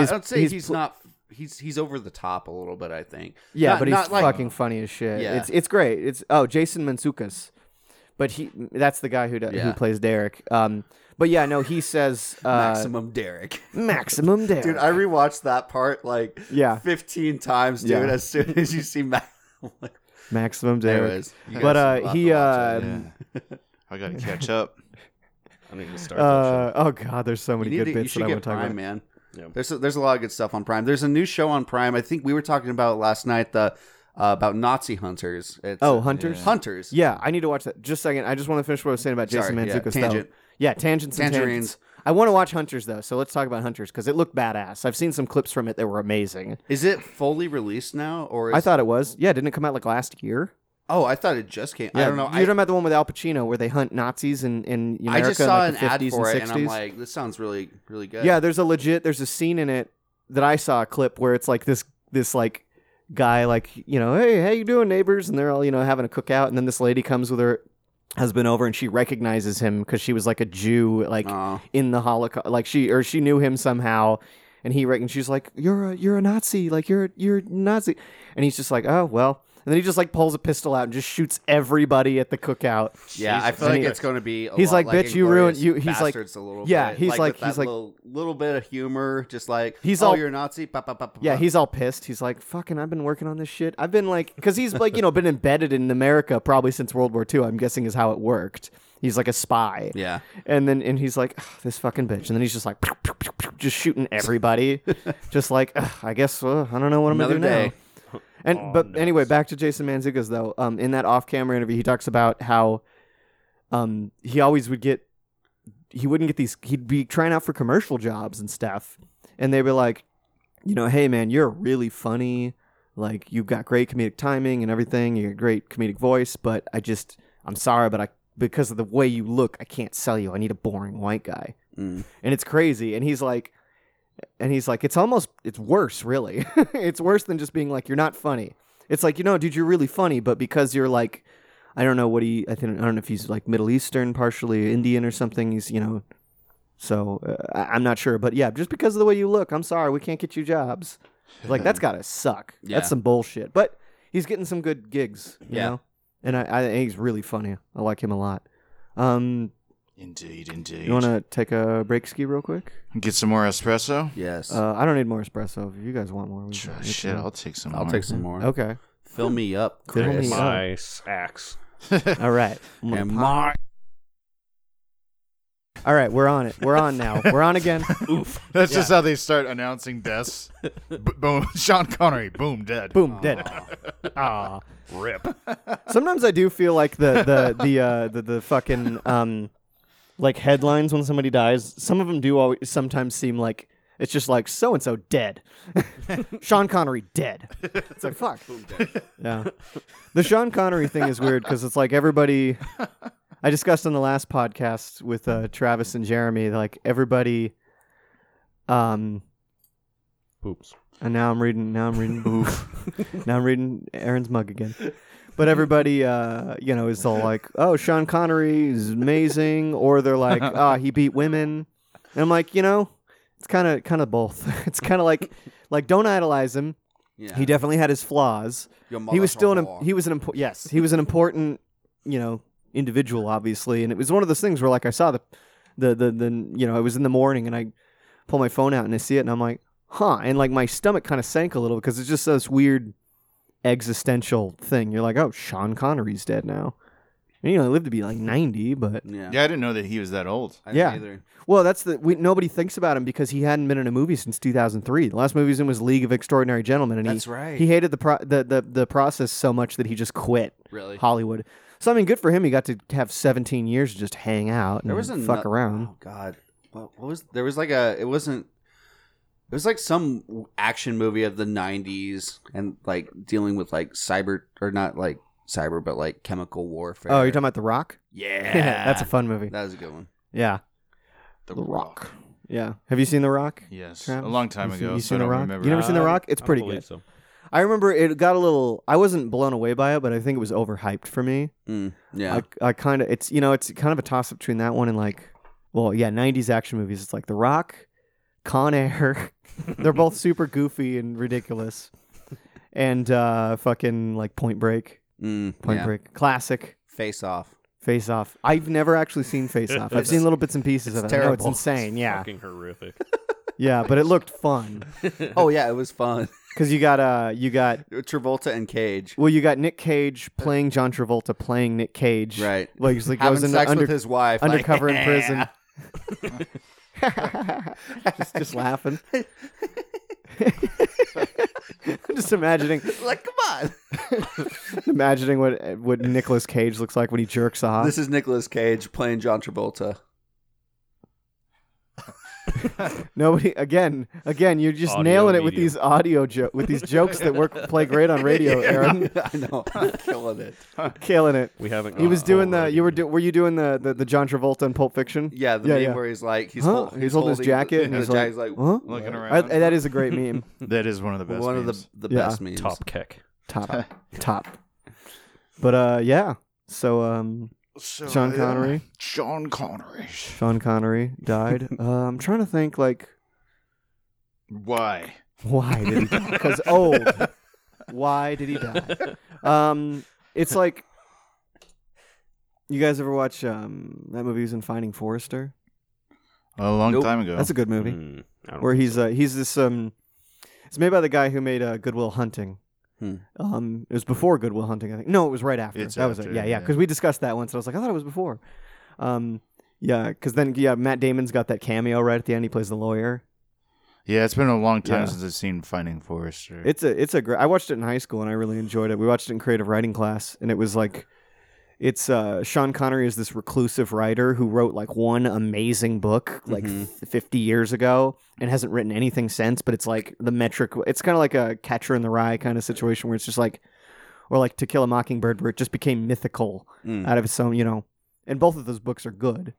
S2: I don't say he's,
S1: pl-
S2: not he's he's over the top a little bit, I think.
S1: Yeah,
S2: Not-
S1: but he's
S2: not like-
S1: fucking funny as shit.
S2: Yeah.
S1: It's it's great. It's oh Jason Mansukas, but he that's the guy who do,
S2: Yeah.
S1: who plays Derek. Um, but yeah, no, he says uh,
S2: Maximum Derek.
S1: maximum Derek.
S2: Dude, I rewatched that part like
S1: Yeah.
S2: 15 times, dude,
S1: Yeah.
S2: as soon as you see [LAUGHS] Max.
S1: maximum Derek.
S2: Anyways, you
S1: But,
S2: guys
S1: uh,
S2: will have
S1: he,
S2: to watch it.
S1: um, [LAUGHS]
S3: I gotta catch up.
S4: I need to start
S1: Uh, oh god, there's so
S2: you
S1: many
S2: need
S1: good
S2: to, you
S1: bits
S2: should
S1: that I
S2: get
S1: want to talk
S2: Prime,
S1: about.
S2: man.
S4: Yeah.
S2: There's a, there's a lot of good stuff on Prime. There's a new show on Prime. I think we were talking about it last night the uh, about Nazi hunters. It's,
S1: Oh,
S2: uh,
S1: Hunters?
S2: Hunters.
S1: Yeah, I need to watch that. Just a second, I just want to finish what I was saying about Jason
S2: Sorry, yeah,
S1: Mantzoukas.
S2: tangent.
S1: Though. Yeah, tangents and
S2: Tangerines.
S1: tangents. I want to watch Hunters though, so let's talk about Hunters because it looked badass. I've seen some clips from it that were amazing.
S2: Is it fully released now, or is
S1: I thought it was. Yeah, didn't it come out like last year?
S2: Oh, I thought it just came. I don't know.
S1: You're
S2: I,
S1: talking about the one with Al Pacino where they hunt Nazis in in
S2: I
S1: America
S2: just saw
S1: in like
S2: an
S1: the 50s
S2: ad for
S1: and 60s.
S2: it, and I'm like, uh, this sounds really, really good.
S1: yeah, there's a legit there's a scene in it that I saw a clip where it's like this this like guy like you know hey how you doing neighbors and they're all you know having a cookout and then this lady comes with her husband over and she recognizes him because she was like a Jew like
S2: Aw.
S1: in the Holocaust like she or she knew him somehow. And he rec- and she's like, "You're a you're a Nazi, like you're a- you're a Nazi," and he's just like, "Oh well," and then he just like pulls a pistol out and just shoots everybody at the cookout.
S2: yeah. I feel
S1: And
S2: like
S1: he-
S2: it's going to be. A
S1: he's
S2: lot
S1: like, bitch, you ruined-
S2: Inglourious
S1: you- he's like-
S2: Bastards a little
S1: yeah,
S2: bit.
S1: he's like-
S2: with
S1: he's
S2: that
S1: like-
S2: little, little bit of humor, just like
S1: He's
S2: oh,
S1: all-
S2: you're a Nazi. Ba, ba, ba, ba,
S1: Yeah,
S2: ba.
S1: he's all pissed. He's like, "Fucking, I've been working on this shit. I've been like, because he's like, you know, been embedded in America probably since World War II. I'm guessing is how it worked. He's like a spy.
S2: yeah.
S1: And then and he's like, "Ugh, this fucking bitch. And then he's just like, pew, pew, pew, pew, just
S2: [LAUGHS]
S1: shooting everybody, just like, "Ugh, I guess uh, I don't know what I'm
S2: Another
S1: gonna do
S2: day. Oh,
S1: now. And but anyway, back to Jason Manzukas though. Um, in that off-camera interview, he talks about how, um, he always would get, he wouldn't get these. He'd be trying out for commercial jobs and stuff, and they'd be like, you know, hey man, you're really funny. Like you've got great comedic timing and everything. You got great comedic voice, but I just, I'm sorry, but I because of the way you look, I can't sell you. I need a boring white guy,
S2: Mm.
S1: and it's crazy. And he's like. And he's like, it's almost, it's worse, really. [LAUGHS] it's worse than just being like, you're not funny. It's like, you know, dude, you're really funny, but because you're like, I don't know what he, I think, I don't know if he's like Middle Eastern, partially Indian or something. He's, you know, so uh, I- I'm not sure. But yeah, just because of the way you look, I'm sorry, we can't get you jobs. Like,
S2: [LAUGHS]
S1: that's got to suck.
S2: Yeah.
S1: That's some bullshit. But he's getting some good gigs, you
S2: Yeah.
S1: know? And I, I, he's really funny. I like him a lot. Um,
S3: Indeed, indeed.
S1: you want to take a break ski real quick?
S3: get some more espresso?
S2: Yes.
S1: Uh, I don't need more espresso. If you guys want more, we
S3: Sure,
S1: can- we
S3: shit,
S1: can-
S3: I'll take some.
S2: I'll
S3: more.
S2: take some more.
S1: Okay.
S2: Fill me up,
S1: oh. Fill me
S2: Chris.
S1: up.
S4: my axe.
S1: All right. I'm gonna
S2: And
S1: pop-
S2: my
S1: All right, we're on it. We're on now. We're on
S3: [LAUGHS]
S1: again.
S4: Oof.
S3: That's just how they start announcing deaths. B- boom, [LAUGHS] Sean Connery, boom, dead.
S1: Boom, dead. Aw.
S4: Rip.
S1: Sometimes I do feel like the the the uh, the, the fucking um, like headlines when somebody dies. Some of them do always sometimes seem like it's just like so and so dead, [LAUGHS] Sean Connery dead. It's like fuck. Yeah, the Sean Connery thing is weird because it's like everybody. I discussed on the last podcast with uh, Travis and Jeremy, like everybody. Um,
S4: Poops.
S1: And now I'm reading. Now I'm reading. now I'm reading Aaron's mug again. But everybody, uh, you know, is all like, "Oh, Sean Connery is amazing," or they're like, "Ah, he beat women." And I'm like, you know, it's kind of kind of both. [LAUGHS] it's kind of like like don't idolize him.
S2: Yeah.
S1: He definitely had his flaws.
S2: Your
S1: He was
S2: mother's
S1: still an
S2: a
S1: im-
S2: whore.
S1: he was an important yes he was an important you know individual obviously and it was one of those things where like I saw the the the, the you know it was in the morning and I pull my phone out and I see it and I'm like huh and like my stomach kind of sank a little because it's just this weird existential thing you're like oh Sean Connery's dead now and, you know he lived to be like 90 but
S2: Yeah.
S3: Yeah, I didn't know that he was that old.
S2: I didn't
S1: Yeah.
S2: either.
S1: well, that's the we, nobody thinks about him because he hadn't been in a movie since 2003. The last movie he was in was League of Extraordinary Gentlemen, and
S2: That's
S1: he
S2: right.
S1: he hated the, pro, the the the process so much that he just quit
S2: Really?
S1: Hollywood. So I mean, good for him. He got to have 17 years to just hang out and
S2: There was a
S1: fuck
S2: nu-
S1: around.
S2: Oh God, what, what was there was like a it wasn't It was like some action movie of the '90s, and like dealing with like cyber or not like cyber, but like chemical warfare.
S1: Oh, you're talking about The Rock? [LAUGHS]
S2: yeah,
S1: That's a fun movie.
S2: that was a good one.
S1: Yeah.
S3: The
S1: Yeah. Have you seen The Rock?
S3: Yes,
S1: Travis?
S3: a long time
S1: You seen-
S3: ago.
S1: you
S3: so
S1: seen
S3: I
S1: The
S3: don't
S1: Rock?
S3: Remember
S1: You never
S3: it.
S1: seen The Rock? It's
S4: I
S1: pretty
S4: believe
S1: good.
S4: so.
S1: I remember it got a little. I wasn't blown away by it, but I think it was overhyped for me.
S2: Mm, yeah,
S1: I, I kind of. It's you know, it's kind of a toss up between that one and like, well, yeah, '90s action movies. It's like The Rock, Con Air. [LAUGHS] They're both super goofy and ridiculous, and uh, fucking like Point Break.
S2: mm,
S1: Point
S2: yeah.
S1: Break, classic.
S2: Face
S1: [LAUGHS]
S2: Off.
S1: Face Off. I've never actually seen Face Off. I've
S2: [LAUGHS]
S4: It's-
S1: seen little bits and pieces
S2: it's
S1: of it. I know it's
S2: terrible.
S1: insane. Yeah,
S4: Fucking horrific.
S1: yeah, but it looked fun
S2: Oh yeah, it was fun. [LAUGHS]
S1: because you got uh, you got
S2: Travolta and Cage.
S1: Well, you got Nick Cage playing John Travolta playing Nick Cage.
S2: Right.
S1: Like he's like
S2: Having
S1: goes in
S2: sex
S1: under,
S2: with his wife. like,
S1: undercover in prison. [LAUGHS] just, just laughing. [LAUGHS] I'm just imagining
S2: [LAUGHS] like, come on.
S1: imagining what what Nicolas Cage looks like when he jerks off.
S2: This is Nicolas Cage playing John Travolta.
S1: Nobody again, again, you're just
S4: Audio
S1: nailing it with
S4: medium.
S1: these audio jo- with these jokes that work play great on
S2: [LAUGHS]
S1: radio, Aaron.
S2: I know. I'm killing it.
S1: Killing it.
S4: We haven't.
S1: He was
S4: gone
S1: doing the
S4: already.
S1: you were do, were you doing the, the the John Travolta in Pulp Fiction?
S2: Yeah, the
S1: Yeah,
S2: meme
S1: yeah.
S2: where he's like, he's,
S1: Huh?
S2: hol-
S1: He's holding his jacket and he's
S2: jacket's
S1: like,
S2: like,
S1: huh?
S3: Looking
S1: I,
S3: around.
S1: that is a great meme.
S3: that is one of the best.
S2: one
S3: memes.
S2: of the, the
S1: Yeah.
S2: best memes.
S4: top kick.
S1: top top but uh yeah so um
S3: So, uh,
S1: Sean
S3: yeah.
S1: Connery.
S3: Sean Connery.
S1: sean connery died uh, i'm trying to think like
S3: Why?
S1: why did he because oh why did he die um it's like you guys ever watch um that movie was in finding forrester
S3: A long
S2: Nope.
S3: time ago.
S1: that's a good movie
S4: Mm, I don't
S1: where he's uh, he's this um it's made by the guy who made uh, Goodwill Hunting.
S2: Hmm.
S1: Um, it was before Goodwill Hunting, I think. No, it was right after.
S3: It's
S1: that was it.
S3: after,
S1: Yeah, yeah.
S3: yeah.
S1: Because we discussed that once. And I was like, I thought it was before. Um, yeah. Because then, yeah, Matt Damon's got that cameo right at the end. He plays the lawyer.
S3: yeah, it's been a long time
S1: Yeah.
S3: since I've seen Finding Forrester.
S1: It's a it's a great. I watched it in high school and I really enjoyed it. We watched it in creative writing class, and it was like, it's uh, Sean Connery is this reclusive writer who wrote like one amazing book like
S2: Mhm.
S1: f- fifty years ago and hasn't written anything since. But it's like the metric. It's kind of like a Catcher in the Rye kind of situation where it's just like, or like To Kill a Mockingbird, where it just became mythical
S2: Mm.
S1: out of its own. You know, and both of those books are good,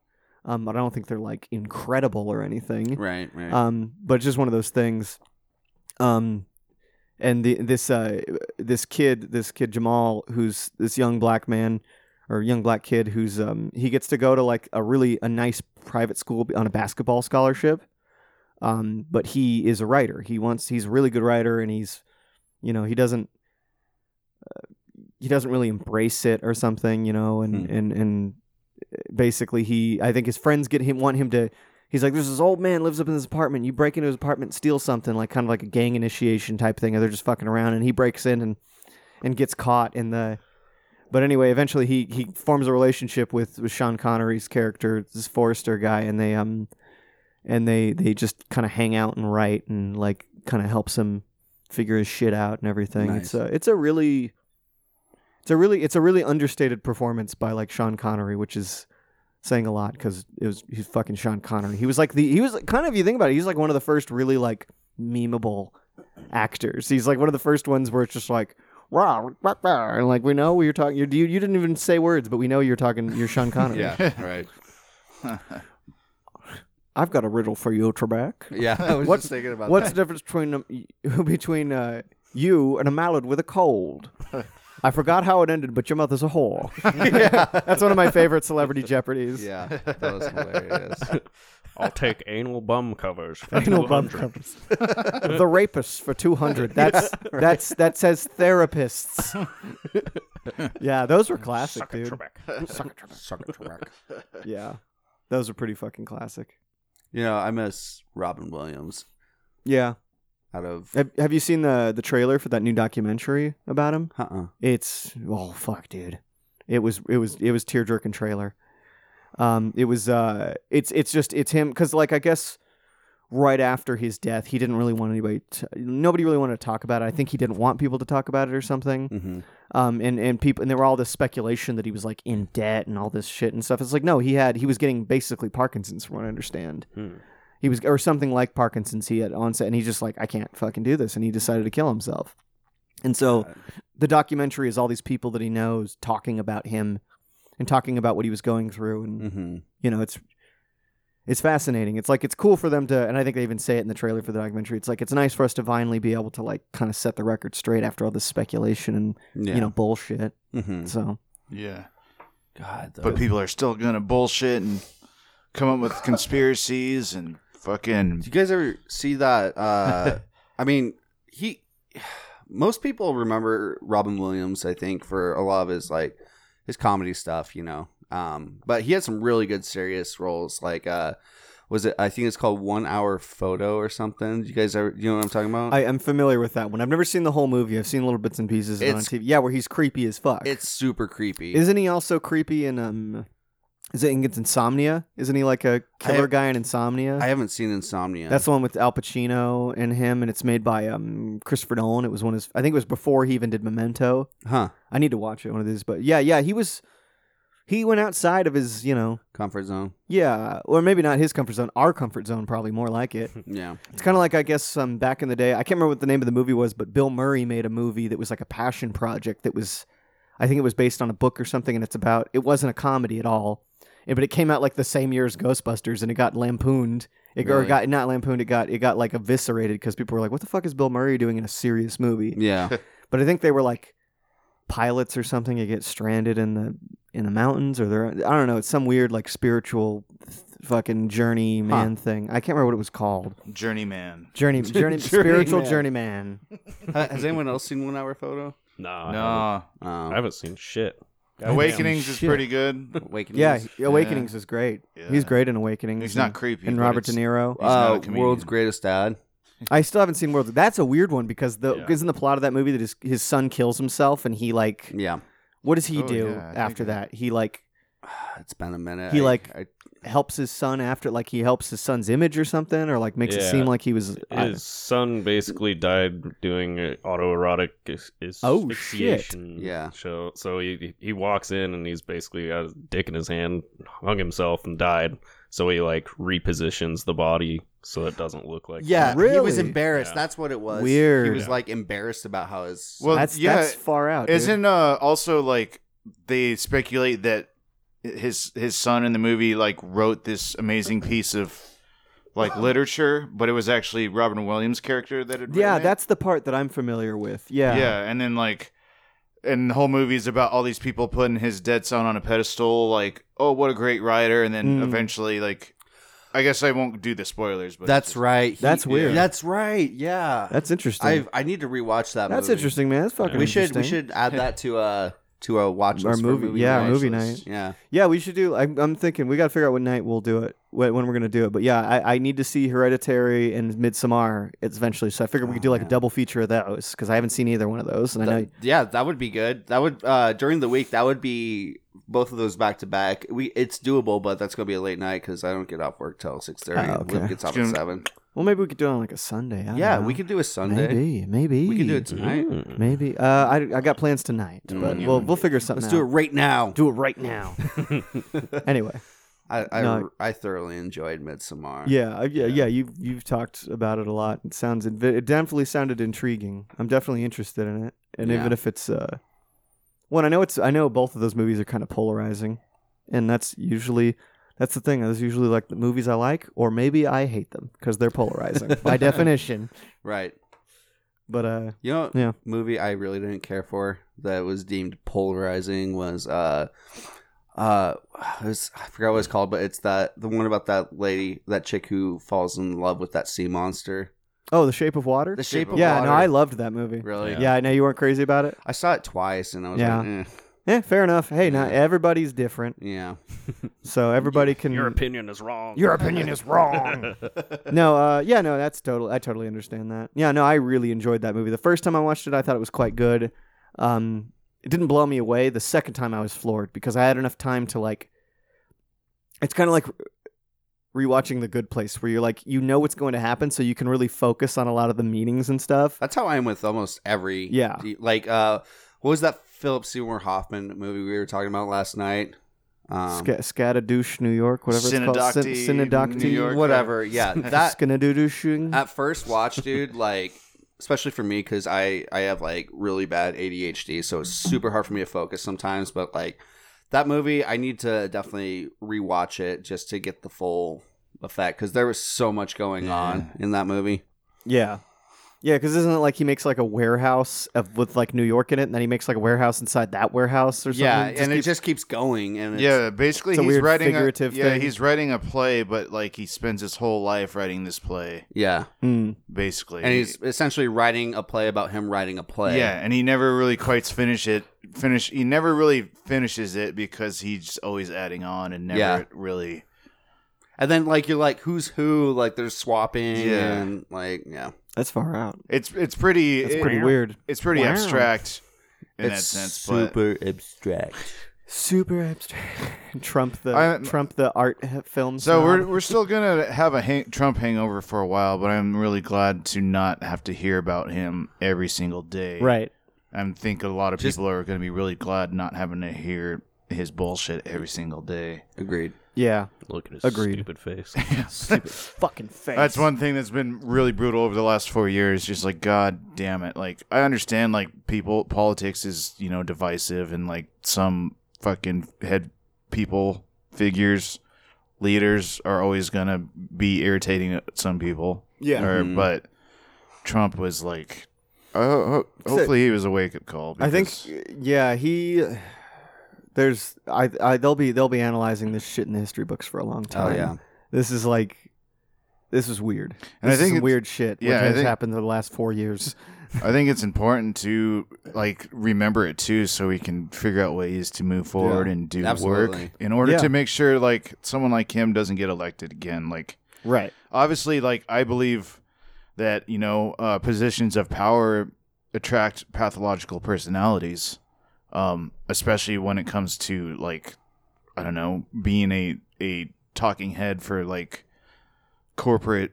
S1: um, but I don't think they're like incredible or anything
S2: Right, right.
S1: um but it's just one of those things um and the this uh this kid this kid Jamal who's this young black man or young black kid who's um he gets to go to like a really a nice private school on a basketball scholarship um but he is a writer he wants he's a really good writer and he's you know he doesn't uh, he doesn't really embrace it or something you know and
S2: Hmm.
S1: and and basically he i think his friends get him want him to he's like there's this old man lives up in this apartment you break into his apartment steal something like kind of like a gang initiation type thing and they're just fucking around and he breaks in and and gets caught in the but anyway eventually he he forms a relationship with with sean connery's character this forrester guy and they um and they they just kind of hang out and write and like kind of helps him figure his shit out and everything it's a
S2: Nice.
S1: it's a really it's a really it's a really understated performance by like sean connery which is saying a lot because it was he's fucking Sean Connery. He was like the he was kind of if you think about it, he's like one of the first really like memeable actors. He's like one of the first ones where it's just like wow, rah, rah," and like we know you're talking. You're, you you didn't even say words, but we know you're talking. You're
S2: [LAUGHS]
S1: Sean Connery.
S3: [LAUGHS]
S2: yeah, right.
S1: I've got a riddle for you, Trebek. [LAUGHS]
S2: Yeah, I was
S1: What's-
S2: just thinking about
S1: What's
S2: that.
S1: the difference between um, [LAUGHS] between uh, you and a mallard with a
S2: [LAUGHS]
S1: cold? I forgot how it ended, but your mother's a whore. [LAUGHS] That's one of my favorite celebrity Jeopardies.
S2: Yeah, that was hilarious.
S4: I'll take anal
S1: [LAUGHS]
S4: bum covers.
S1: [LAUGHS]
S4: for
S1: Anal bum
S2: [LAUGHS]
S4: 200.
S1: covers. the rapists for two hundred. That's that's that says
S2: [LAUGHS]
S1: therapists. yeah, those were classic,
S4: Suck it,
S1: dude.
S4: Trebek.
S2: Suck it, Trebek.
S1: [LAUGHS] Yeah, those are pretty fucking classic.
S2: You know, I miss Robin Williams
S1: Yeah.
S2: out of.
S1: Have, have you seen the the trailer for that new documentary about him?
S2: Uh-uh.
S1: It's oh fuck, dude. It was it was it was tear jerking trailer. Um, it was uh, it's it's just it's him because like I guess right after his death, he didn't really want anybody. To, nobody really wanted to talk about it. I think he didn't want people to talk about it or something.
S2: Mm-hmm.
S1: um, and and people and there were all this speculation that he was like in debt and all this shit and stuff. It's like no, he had he was getting basically Parkinson's from what I understand.
S4: Hmm.
S1: He he was or something like Parkinson's. He had onset, and he's just like, I can't fucking do this, and he decided to kill himself. And so the documentary is all these people that he knows talking about him and talking about what he was going through, and
S2: Mm-hmm.
S1: you know, it's it's fascinating. It's like it's cool for them to, and I think they even say it in the trailer for the documentary. It's like it's nice for us to finally be able to like kind of set the record straight after all this speculation and
S2: Yeah.
S1: you know bullshit.
S2: hmm
S1: So
S3: Yeah.
S2: God, though.
S3: But people are still gonna bullshit and come up with conspiracies and fucking
S2: Do you guys ever see that? Uh, I mean, he. Most people remember Robin Williams, I think, for a lot of his like his comedy stuff, you know. Um, but he had some really good serious roles. Like, uh, was it? I think it's called One Hour Photo or something. Do you guys ever? You know what I'm talking about?
S1: I am familiar with that one. I've never seen the whole movie. I've seen little bits and pieces of it on
S2: It's-
S1: TV. Yeah, where he's creepy as fuck.
S2: it's super creepy.
S1: Isn't he also creepy in um? Is it in it's Insomnia? Isn't he like a killer
S2: I-
S1: guy in Insomnia?
S2: I haven't seen Insomnia.
S1: That's the one with Al Pacino and him, and it's made by um Christopher Nolan. It was one of his, I think it was before he even did Memento.
S2: huh?
S1: I need to watch it one of these, but yeah, yeah, he was he went outside of his, you know,
S2: Comfort zone.
S1: yeah, or maybe not his comfort zone, our comfort zone, probably more like it.
S2: Yeah.
S1: It's kind of like I guess um, back in the day, I can't remember what the name of the movie was, but Bill Murray made a movie that was like a passion project that was, I think it was based on a book or something, and it's about it wasn't a comedy at all, eh, but it came out like the same year as Ghostbusters, and it got lampooned. It got- or
S2: Really?
S1: got not lampooned. It got it got like eviscerated because people were like, "What the fuck is Bill Murray doing in a serious movie?"
S2: Yeah.
S1: but I think they were like pilots or something. You get stranded in the in the mountains, or they're I don't know. It's some weird like spiritual th- fucking journey man thing. I can't remember what it was called.
S3: journeyman. [LAUGHS]
S1: Journey, journey, spiritual journeyman.
S2: Ha- Has anyone else seen One Hour Photo?
S4: Nah, I
S3: No.
S4: haven't,
S2: Um,
S4: I haven't seen shit.
S3: Awakenings is
S1: shit.
S3: pretty good.
S2: Awakening.
S1: Yeah, Awakenings is great.
S3: Yeah.
S1: He's great in Awakenings.
S3: He's
S1: and-
S3: not creepy.
S1: And
S3: but
S1: Robert De
S3: it's-
S1: Niro.
S3: He's not a
S2: Uh,
S3: comedian.
S2: world's greatest dad.
S1: I still haven't seen World. That's a weird one because the
S4: Yeah.
S1: isn't the plot of that movie that his his son kills himself and he like
S2: Yeah,
S1: what does he
S3: Oh,
S1: do
S3: yeah, I think
S1: after
S3: I-
S1: that? He like
S2: it's been a minute.
S1: He,
S2: I-
S1: like-
S2: I-
S1: helps his son after like he helps his son's image or something or like makes it
S4: Yeah.
S1: seem like he was I-
S4: His son basically died doing a autoerotic as- as-
S1: Oh,
S4: asphyxiation
S2: Yeah.
S4: show. So he he walks in and he's basically got his dick in his hand, hung himself and died. So he like repositions the body so it doesn't look like
S2: yeah, he was
S1: Really?
S2: embarrassed.
S4: Yeah.
S2: That's what it was.
S1: Weird.
S2: He was
S4: Yeah.
S2: like embarrassed about how his.
S3: Well,
S1: that's
S3: yeah.
S1: that's far out. dude.
S3: Isn't uh also like they speculate that his his son in the movie like wrote this amazing piece of like literature, but it was actually Robin Williams' character that had
S1: Yeah,
S3: written it?
S1: that's the part that I'm familiar with. Yeah.
S3: yeah. and then like and the whole movie is about all these people putting his dead son on a pedestal, like oh what a great writer, and then
S1: Mm.
S3: eventually like I guess I won't do the spoilers, but
S2: that's right. He-
S1: That's weird.
S2: That's right. Yeah,
S1: That's interesting.
S2: I I need to rewatch that.
S1: that's
S2: movie.
S1: interesting, man. That's fucking
S2: We should we
S1: interesting.
S2: should add that to uh to a watch
S1: Our
S2: list for
S1: movie- yeah,
S2: night.
S1: movie
S2: Watch list. Yeah,
S1: Yeah, we should do. I'm, I'm thinking we got to figure out what night we'll do it, wh- when we're gonna do it. But yeah, I, I need to see Hereditary and Midsommar. It's eventually, so I figured we could do like a double feature of those because I haven't seen either one of those, and I know
S2: Oh, That- yeah, that would be good. That would uh during the week that would be both of those back to back. We it's doable, but that's gonna be a late night because I don't get off work till six thirty.
S1: Oh, okay.
S2: Luke gets off at
S3: June-
S2: seven.
S1: Well, maybe we could do it on like a Sunday. I don't
S2: Yeah,
S1: know.
S2: we could do a Sunday.
S1: Maybe, maybe
S2: We could do it tonight.
S4: Mm.
S1: Maybe. Uh, I, I got plans tonight, but we'll we'll figure something
S2: Let's
S1: out.
S2: do it
S1: [LAUGHS]
S2: right now.
S1: do it right now. anyway,
S2: I I,
S1: No.
S2: I thoroughly enjoyed Midsommar.
S1: yeah, uh, yeah, yeah. You you've talked about it a lot. It sounds invi- it definitely sounded intriguing. I'm definitely interested in it, and
S2: Yeah.
S1: even if it's uh, one I know it's I know both of those movies are kind of polarizing, and that's usually that's the thing. That's usually like the movies I like, or maybe I hate them because they're polarizing
S2: [LAUGHS]
S1: by definition.
S2: Right.
S1: But uh,
S2: You know,
S1: Yeah.
S2: movie I really didn't care for that was deemed polarizing was uh uh it was, I forgot what it's called, but it's that the one about that lady, that chick who falls in love with that sea monster.
S1: oh, The Shape of Water.
S2: The Shape of
S1: yeah,
S2: Water.
S1: no, I loved that movie.
S2: really.
S1: Yeah, I know you weren't crazy about it.
S2: I saw it twice and I was
S1: Yeah.
S2: like, eh,
S1: Yeah, fair enough. Hey, now
S2: Yeah.
S1: everybody's different,
S2: yeah.
S1: so everybody can.
S4: Your opinion is wrong.
S1: Your opinion
S4: [LAUGHS]
S1: is
S2: [LAUGHS]
S1: wrong. no, uh, yeah, no, that's total. I totally understand that. Yeah, no, I really enjoyed that movie. The first time I watched it, I thought it was quite good. Um, it didn't blow me away. The second time, I was floored because I had enough time to like. It's kind of like rewatching The Good Place, where you're like, you know what's going to happen, so you can really focus on a lot of the meanings and stuff.
S2: That's how I am with almost every
S1: Yeah.
S2: like uh what was that Philip Seymour Hoffman movie we were talking about last night? Um,
S1: Sca- Scatadoosh, New York, whatever it's called. Sin-
S3: Synodocty,
S1: Synodocty,
S3: New York.
S1: [LAUGHS]
S2: whatever. Yeah, that
S1: Skinadoodooshing.
S2: at first watch, dude, like especially for me because I I have like really bad ADHD, so it's super hard for me to focus sometimes. But like that movie, I need to definitely rewatch it just to get the full effect because there was so much going on in that movie.
S1: Yeah. Yeah, because isn't it like he makes like a warehouse of, with like New York in it, and then he makes like a warehouse inside that warehouse or something?
S2: yeah,
S1: Just
S2: and
S1: keeps-
S2: it just keeps going. And it's,
S3: Yeah, basically
S1: it's a
S3: he's
S1: weird
S3: writing
S1: figurative
S3: a, yeah,
S1: thing.
S3: he's writing a play, but like he spends his whole life writing this play,
S2: yeah,
S1: Mm.
S3: basically.
S2: and he's essentially writing a play about him writing a play.
S3: yeah, and he never really quite finish it. Finish. He never really finishes it because he's always adding on and never
S2: Yeah.
S3: really.
S2: and then like you're like, who's who? Like there's swapping
S3: Yeah.
S2: and like yeah,
S1: That's far out.
S3: It's it's pretty.
S1: That's
S3: it-
S1: pretty weird.
S3: It's pretty
S1: Wow.
S3: abstract in that
S2: It's
S3: sense.
S2: abstract.
S1: Super abstract. [LAUGHS] Trump the
S3: I-
S1: Trump the art he- film.
S3: But so we're
S1: snob.
S3: we're still gonna have a hang- Trump hangover for a while, but I'm really glad to not have to hear about him every single day.
S1: right.
S3: I think a lot of
S2: Just-
S3: people are going to be really glad not having to hear his bullshit every single day.
S2: Agreed.
S1: Yeah.
S4: Look at his
S1: Agreed. [LAUGHS]
S4: stupid face.
S1: Stupid fucking face.
S3: That's one thing that's been really brutal over the last four years. Just like, god damn it! Like, I understand like people politics is you know divisive and like some fucking head people figures leaders are always going to be irritating to some people.
S1: Yeah.
S3: Or,
S2: Mhm.
S3: but Trump was like, oh, ho-
S1: So-
S3: hopefully he was a wake up call.
S1: I think.
S3: because-
S1: Yeah, he. There's I I they'll be they'll be analyzing this shit in the history books for a long
S2: Oh
S1: time.
S2: yeah.
S1: This is like. This is weird.
S3: And I
S1: This is
S3: think
S1: some
S3: it's-
S1: weird shit which
S3: yeah, I
S1: has
S3: think-
S1: happened in the last four years.
S3: [LAUGHS] I think it's important to like remember it too, so we can figure out ways to move forward and do
S2: absolutely.
S3: work in order
S1: Yeah.
S3: to make sure like someone like him doesn't get elected again. Like
S1: Right.
S3: obviously, like I believe that you know uh, positions of power attract pathological personalities, um, especially when it comes to like I don't know being a a talking head for like corporate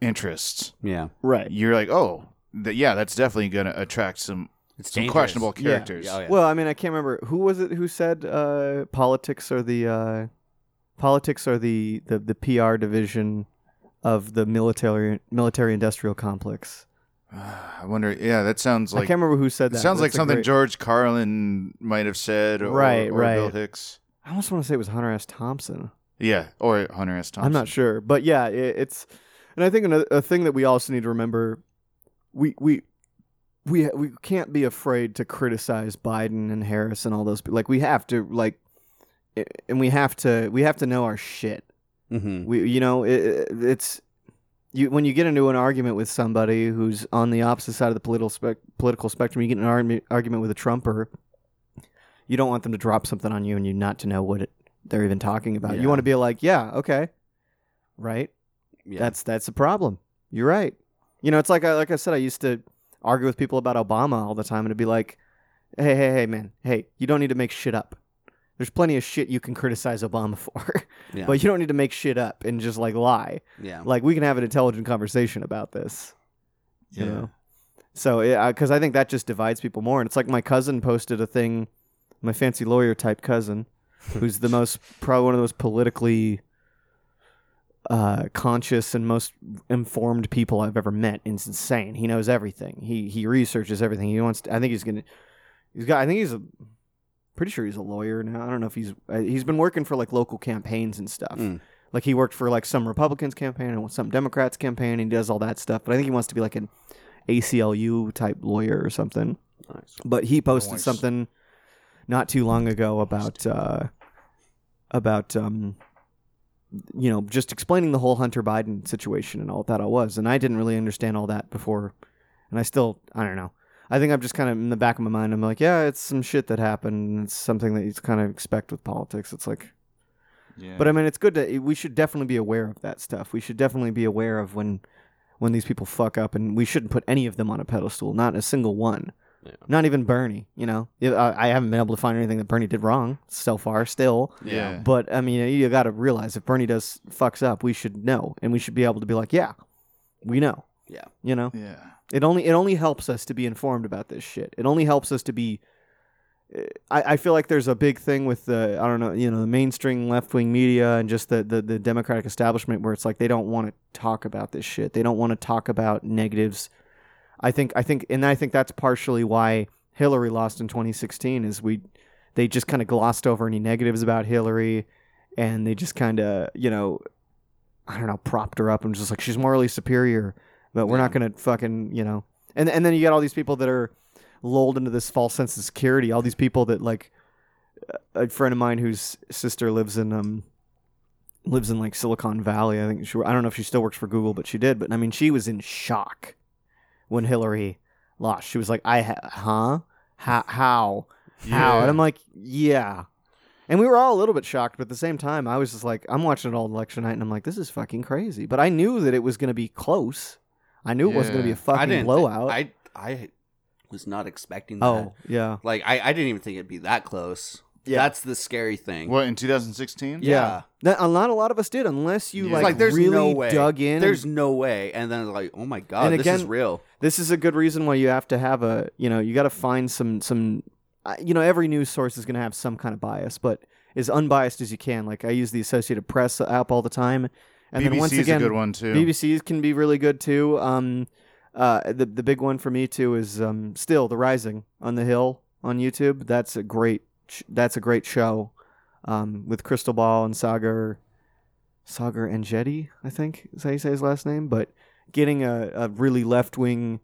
S3: interests
S2: Yeah.
S1: Right.
S3: you're like, oh, th- yeah, that's definitely going to attract some,
S2: It's
S3: some
S2: dangerous.
S3: questionable
S1: Yeah.
S3: characters.
S2: Yeah, oh, yeah.
S1: Well, I mean, I can't remember who was it who said uh, politics are the uh, politics are the, the, the PR division of the military military industrial complex.
S3: [SIGHS] I wonder. Yeah, that sounds
S1: I
S3: like
S1: can't remember who said
S3: it
S1: that.
S3: sounds
S1: but
S3: like
S1: it's a
S3: something
S1: great-
S3: George Carlin might have said, or,
S1: Right,
S3: or Bill
S1: right.
S3: Hicks.
S1: I almost want to say it was Hunter S. Thompson.
S3: Yeah, or Hunter S. Thompson.
S1: I'm not sure, but yeah, it, it's and I think another, a thing that we also need to remember we we. We, we can't be afraid to criticize Biden and Harris and all those pe- like we have to like i- and we have to we have to know our shit
S2: Mm-hmm.
S1: we you know it, it's you when you get into an argument with somebody who's on the opposite side of the political spec, political spectrum you get in an argu- argument with a trumper you don't want them to drop something on you and you not to know what it, they're even talking about
S2: Yeah.
S1: you want to be like yeah okay right
S2: Yeah.
S1: that's that's a problem you're right you know it's like I, like i said i used to argue with people about obama all the time and it'd be like hey hey hey man hey you don't need to make shit up there's plenty of shit you can criticize obama [LAUGHS] for
S2: yeah.
S1: but you don't need to make shit up and just like lie.
S2: yeah.
S1: Like we can have an intelligent conversation about this.
S3: Yeah.
S1: You know? So because I think that just divides people more, and it's like my cousin posted a thing, my fancy lawyer type cousin, who's the most probably one of those politically uh, conscious and most informed people I've ever met. And it's insane. He knows everything. He he researches everything. He wants. To, I think he's gonna. He's got. I think he's a. Pretty sure he's a lawyer now. I don't know if he's. uh, He's been working for like local campaigns and stuff.
S2: Mm.
S1: Like he worked for like some Republicans campaign and some Democrats campaign. And he does all that stuff. But I think he wants to be like an ACLU type lawyer or something.
S4: Nice.
S1: But he posted
S3: Nice.
S1: something not too long ago about uh, about um, you know just explaining the whole Hunter Biden situation and all that all was, and I didn't really understand all that before, and I still I don't know. I think I'm just kind of in the back of my mind. I'm like, yeah, it's some shit that happened. and It's something that you kind of expect with politics. It's like,
S3: Yeah.
S1: but I mean, it's good to. We should definitely be aware of that stuff. We should definitely be aware of when, when these people fuck up, and we shouldn't put any of them on a pedestal. Not a single one.
S4: Yeah.
S1: Not even Bernie. You know, Yeah, I, I haven't been able to find anything that Bernie did wrong so far. Still,
S3: yeah.
S1: but I mean, you got to realize if Bernie does fucks up, we should know, and we should be able to be like, yeah, we know.
S2: Yeah.
S1: You know,
S3: yeah.
S1: it only it only helps us to be informed about this shit. It only helps us to be I, I feel like there's a big thing with the I don't know you know the mainstream left wing media and just the, the the Democratic establishment where it's like they don't want to talk about this shit. They don't want to talk about negatives. I think I think and I think that's partially why Hillary lost in 2016 is we they just kind of glossed over any negatives about Hillary and they just kind of you know I don't know propped her up and just like she's morally superior, but we're not gonna fucking you know and and then you got all these people that are lulled into this false sense of security. All these people that like a friend of mine whose sister lives in um lives in like Silicon Valley. I think she I don't know if she still works for Google, but she did. But I mean, she was in shock when Hillary lost. She was like, "I ha- huh? How? How? How?" And I'm like, "Yeah." And we were all a little bit shocked, but at the same time, I was just like, I'm watching it all election night, and I'm like, this is fucking crazy. But I knew that it was going to be close. I knew it wasn't going to be a
S3: Yeah.
S1: fucking
S2: I didn't.
S1: blowout.
S2: I I was not expecting that.
S1: oh yeah,
S2: Like I, I didn't even think it'd be that close.
S1: Yeah.
S2: That's the scary thing.
S3: What in 2016?
S2: Yeah.
S1: That, a lot, a lot of us did, unless you
S3: Yeah.
S1: like,
S3: It's
S2: like, there's
S1: really
S2: no way.
S1: dug in.
S2: There's no way. And then like, oh my god,
S1: And
S2: this is
S1: again-
S2: real.
S1: this is a good reason why you have to have a, you know, you got to find some, some, I- you know, every news source is going to have some kind of bias, but as unbiased as you can. Like I use the Associated Press app all the time, and
S3: BBC's
S1: then once again,
S3: a good one too.
S1: BBC can be really good too. Um, uh, the the big one for me too is um, still The Rising on the Hill on YouTube. That's a great sh- that's a great show um, with Crystal Ball and Sagar Sagar and Jetty, I think is how you say his last name. But getting a, a really left wing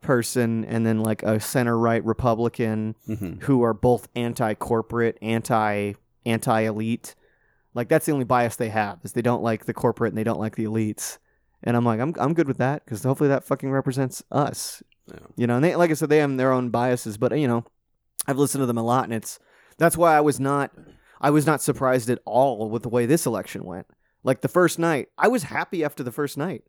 S1: person and then like a center right Republican
S2: Mm-hmm.
S1: who are both anti corporate, anti anti elite. Like that's the only bias they have is they don't like the corporate and they don't like the elites. And I'm like, I'm I'm good with that because hopefully that fucking represents us.
S2: Yeah.
S1: You know, and they like I said, they have their own biases, but uh, you know, I've listened to them a lot, and it's that's why I was not I was not surprised at all with the way this election went. Like the first night, I was happy after the first night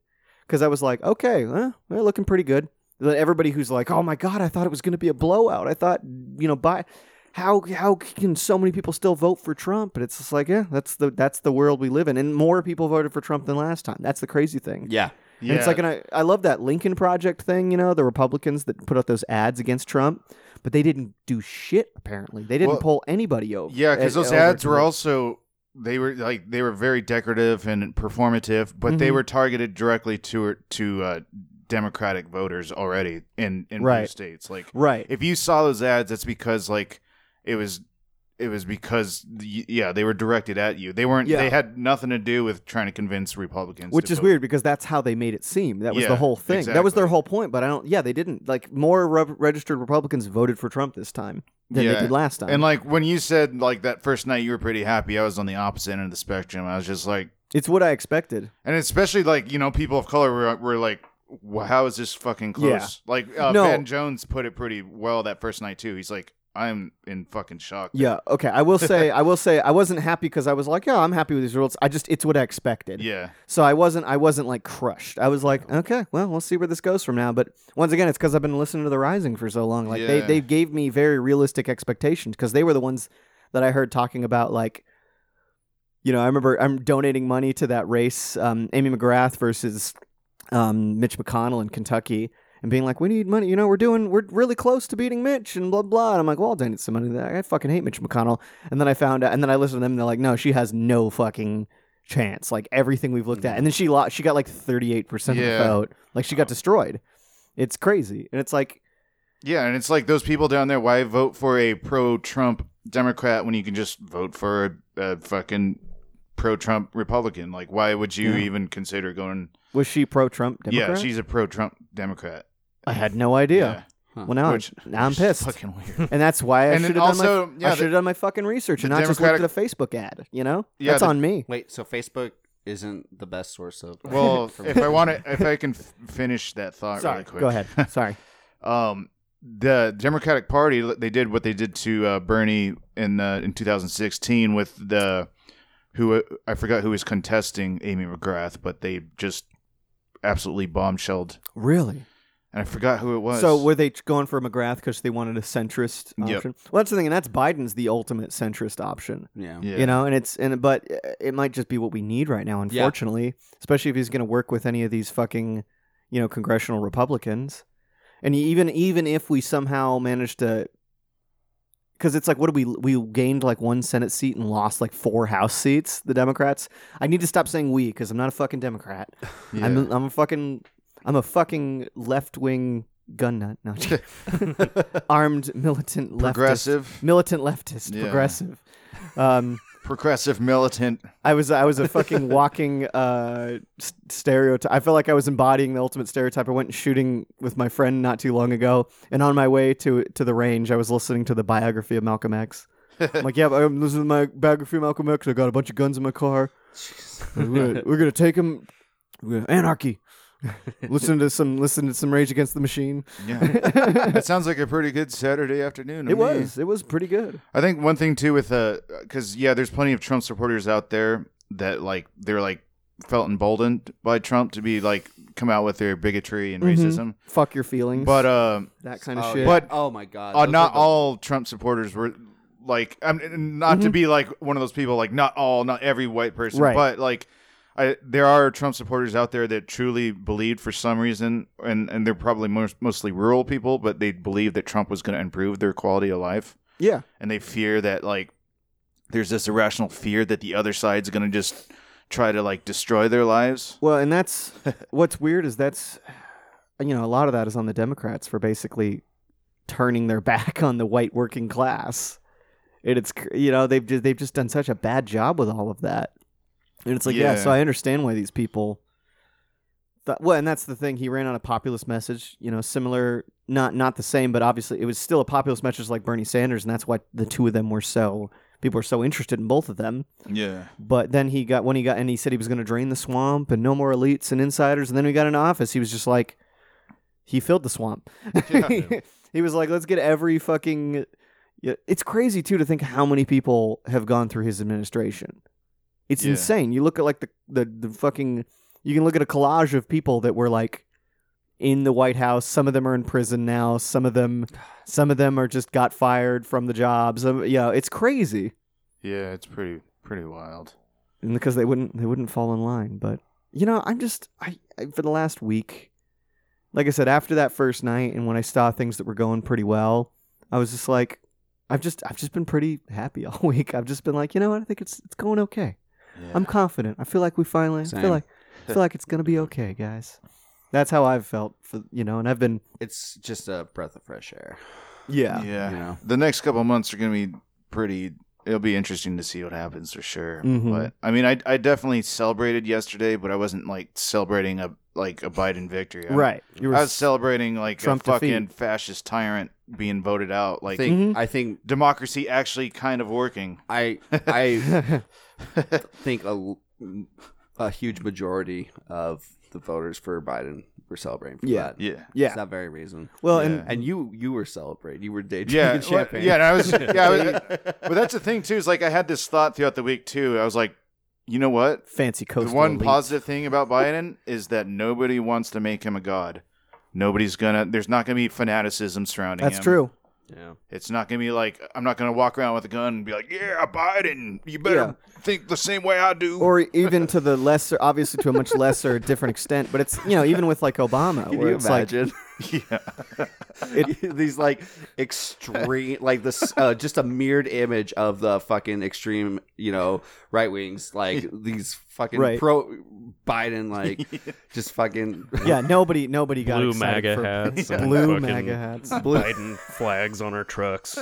S1: because I was like, okay, well, they're looking pretty good. Then everybody who's like, oh my god, I thought it was going to be a blowout. I thought, you know, by how how can so many people still vote for Trump? But it's just like, yeah, that's the that's the world we live in, and more people voted for Trump than last time. That's the crazy thing.
S2: Yeah.
S3: yeah.
S1: And it's like, and I, I love that Lincoln Project thing, you know, the Republicans that put out those ads against Trump, but they didn't do shit, apparently. They didn't
S3: Well,
S1: pull anybody over.
S3: Yeah, because
S1: eh,
S3: those
S1: over
S3: ads
S1: to
S3: were
S1: it.
S3: also they were like they were very decorative and performative, but they
S1: Mhm.
S3: were targeted directly to to uh, Democratic voters already in in blue
S1: Right.
S3: states. Like
S1: Right.
S3: if you saw those ads, that's because like it was it was because y- yeah they were directed at you. They weren't.
S1: Yeah.
S3: They had nothing to do with trying to convince Republicans,
S1: Which
S3: to
S1: is
S3: vote.
S1: weird because that's how they made it seem. That was
S3: Yeah,
S1: the whole thing. That was their
S3: exactly.
S1: whole point, but I don't, yeah, they didn't. Like, more re- registered Republicans voted for Trump this time than
S3: Yeah.
S1: they did last time.
S3: And like when you said like that first night, you were pretty happy. I was on the opposite end of the spectrum. I was just like.
S1: it's what I expected.
S3: And especially like you know, people of color were, were like, "Wh- "How is this fucking close?"
S1: Yeah.
S3: Like uh,
S1: No.
S3: Ben Jones put it pretty well that first night too. He's like, "I'm in fucking shock."
S1: Yeah. Okay. I will
S3: [LAUGHS]
S1: say, I will say, I wasn't happy because I was like, yeah, I'm happy with these results. I just, it's what I expected.
S3: yeah,
S1: So I wasn't I wasn't like crushed. I was like, okay, well, we'll see where this goes from now. But once again, it's because I've been listening to The Rising for so long. Like they
S3: Yeah.
S1: they gave me very realistic expectations because they were the ones that I heard talking about like, you know, I remember I'm donating money to that race, um, Amy McGrath versus um, Mitch McConnell in Kentucky. And being like, we need money. You know, we're doing, we're really close to beating Mitch and blah, blah. And I'm like, well, I'll donate some money to that. I fucking hate Mitch McConnell. And then I found out, and then I listened to them, and they're like, no, she has no fucking chance. Like everything we've looked at, and then she lost. She got like thirty eight percent of the
S3: Yeah.
S1: vote. Like she got destroyed. It's crazy, and it's like,
S3: yeah. And it's like those people down there. Why vote for a pro-Trump Democrat when you can just vote for a, a fucking pro-Trump Republican? Like, why would you
S1: Yeah.
S3: even consider going?
S1: was she pro Trump Democrat?
S3: Yeah, she's a pro-Trump Democrat.
S1: I had no idea.
S2: Yeah.
S1: Well, now,
S3: Which-
S1: I'm, now
S3: [LAUGHS]
S1: I'm
S3: Which is
S1: pissed,
S3: Fucking
S1: [LAUGHS]
S3: weird.
S1: and that's why I
S3: And
S1: should have
S3: then
S1: done my
S3: also, yeah,
S1: I
S3: the-
S1: should have done my fucking research and
S3: the
S1: not
S3: Democratic-
S1: just looked at a Facebook ad. You know,
S3: Yeah,
S1: that's
S3: the-
S1: on me.
S2: Wait, so Facebook isn't the best source of
S3: Well, if I
S2: [LAUGHS] information.
S3: want to, if I can f- finish that thought
S1: Sorry,
S3: really quick.
S1: go
S3: [LAUGHS]
S1: ahead. Sorry.
S3: um, the Democratic Party they did what they did to uh, Bernie in uh, in 2016 with the who uh, I forgot who was contesting Amy McGrath, but they just absolutely bombshelled,
S1: Really?
S3: and I forgot who it was.
S1: So were they t- going for McGrath because they wanted a centrist
S3: Yep.
S1: option? Well, that's the thing, and that's Biden's the ultimate centrist option.
S2: yeah.
S3: yeah.
S1: you know and it's and but uh, it might just be what we need right now
S2: Yeah.
S1: unfortunately especially if he's going to work with any of these fucking you know congressional e-, republicans and even even if we somehow manage to because it's like what do we we gained like one Senate seat and lost like four House seats. The Democrats. I need to stop saying we because I'm not a fucking Democrat.
S3: [LAUGHS]
S1: I'm a, I'm a fucking I'm a fucking left wing gun nut. No,
S3: [LAUGHS]
S1: armed militant leftist.
S3: Progressive,
S1: Militant leftist,
S3: Yeah.
S1: progressive. Um,
S3: progressive militant.
S1: I was I was a fucking walking uh, s- stereotype. I felt like I was embodying the ultimate stereotype. I went shooting with my friend not too long ago, and on my way to to the range, I was listening to the biography of Malcolm X. I'm like, yeah, but I'm listening to my biography of Malcolm X. I got a bunch of guns in my car. We're gonna, we're gonna take him. We're gonna,
S3: [LAUGHS]
S1: anarchy. listen to some listen to some Rage Against the Machine. [LAUGHS]
S3: Yeah, that sounds like a pretty good Saturday afternoon. to
S1: It
S3: me.
S1: was it was pretty good.
S3: I think one thing too with uh, because yeah, there's plenty of Trump supporters out there that like they're like felt emboldened by Trump to be like come out with their bigotry and
S1: Mhm.
S3: racism.
S1: Fuck your feelings,
S3: But uh,
S1: that kind of
S2: Oh,
S1: shit.
S3: But-
S2: oh my god,
S3: uh
S2: those
S3: not
S2: are the-
S3: all Trump supporters were like I'm not to be like one of those people like not all not every white person,
S1: Mm-hmm. Right.
S3: but like. I, there are Trump supporters out there that truly believed for some reason, and, and they're probably most, mostly rural people, but they believed that Trump was going to improve their quality of life.
S1: yeah,
S3: and they fear that like there's this irrational fear that the other side's gonna just try to like destroy their lives.
S1: Well, and that's [LAUGHS] what's weird is that's you know a lot of that is on the Democrats for basically turning their [LAUGHS] back on the white working class, and it's cr- you know they've just, they've just done such a bad job with all of that, and it's like yeah,
S3: Yeah.
S1: so I understand why these people. Thought, well, and that's the thing. He ran on a populist message, you know, similar, not not the same, but obviously it was still a populist message like Bernie Sanders, and that's why the two of them were so people were so interested in both of them.
S3: Yeah.
S1: But then he got when he got and he said he was going to drain the swamp and no more elites and insiders. And then we got into office. He was just like, he filled the swamp. [LAUGHS] he was like, let's get every fucking. Yeah, It's crazy too to think how many people have gone through his administration. It's
S3: Yeah.
S1: insane. You look at like the, the the fucking. You can look at a collage of people that were like in the White House. Some of them are in prison now. Some of them, some of them are just got fired from the jobs. Some, yeah, it's crazy
S3: Yeah, it's pretty pretty wild.
S1: and because they wouldn't they wouldn't fall in line but you know i'm just I, I for the last week like i said after that first night and when i saw things that were going pretty well i was just like i've just i've just been pretty happy [LAUGHS] all week i've just been like you know what i think it's it's going okay i'm confident i feel like we finally I
S2: Same.
S1: feel like I feel like it's gonna be okay guys that's how i've felt for you know and i've been
S2: It's just a breath of fresh air.
S3: Yeah.
S1: yeah
S2: You know.
S3: The next couple months are gonna be pretty it'll be interesting to see what happens for sure.
S1: Mhm.
S3: But I mean I I definitely celebrated yesterday, but I wasn't like celebrating a like a Biden victory. I-
S1: right you were
S3: I
S1: [LAUGHS]
S3: was celebrating like
S1: Trump
S3: a fucking
S1: defeat.
S3: fascist tyrant being voted out.
S2: I
S3: Like
S2: think
S1: Mhm.
S2: I think
S3: democracy actually kind of working. [LAUGHS]
S2: I I think a a huge majority of the voters for Biden were celebrating for
S1: Yeah. [LAUGHS]
S2: that.
S3: Yeah.
S2: It's
S1: yeah
S2: that very reason.
S1: well
S3: Yeah.
S1: and
S2: And you you were celebrating. You were day
S3: yeah,
S2: drinking
S3: well,
S2: champagne.
S3: yeah. And I was,
S1: [LAUGHS]
S3: yeah, I was- but that's the thing too. Is like I had this thought throughout the week too. I was like, you know what?
S1: fancy
S3: The
S1: coast
S3: one positive thing about Biden is that nobody wants to make him a god. Nobody's gonna. There's not gonna be fanaticism surrounding
S1: that's
S3: him.
S1: true
S4: Yeah.
S3: It's not gonna be like I'm not gonna walk around with a gun and be like, yeah, Biden, you better think the same way I do.
S1: or even to the lesser, obviously to a much lesser, different extent. But it's you know even with like Obama,
S2: Can
S1: where
S2: you
S1: it's
S2: [LAUGHS] imagine
S3: yeah,
S2: [LAUGHS] these like extreme, like this, uh, just a mirrored image of the fucking extreme, you know, right wings, [LAUGHS] like these fucking
S1: Right.
S2: pro Biden, [LAUGHS] like just fucking
S1: like yeah, nobody nobody got
S4: Blue
S1: excited
S4: MAGA
S1: for [LAUGHS]
S4: hats. and
S1: blue
S4: fucking
S1: MAGA hats.
S4: Biden flags on
S1: [LAUGHS]
S4: our trucks.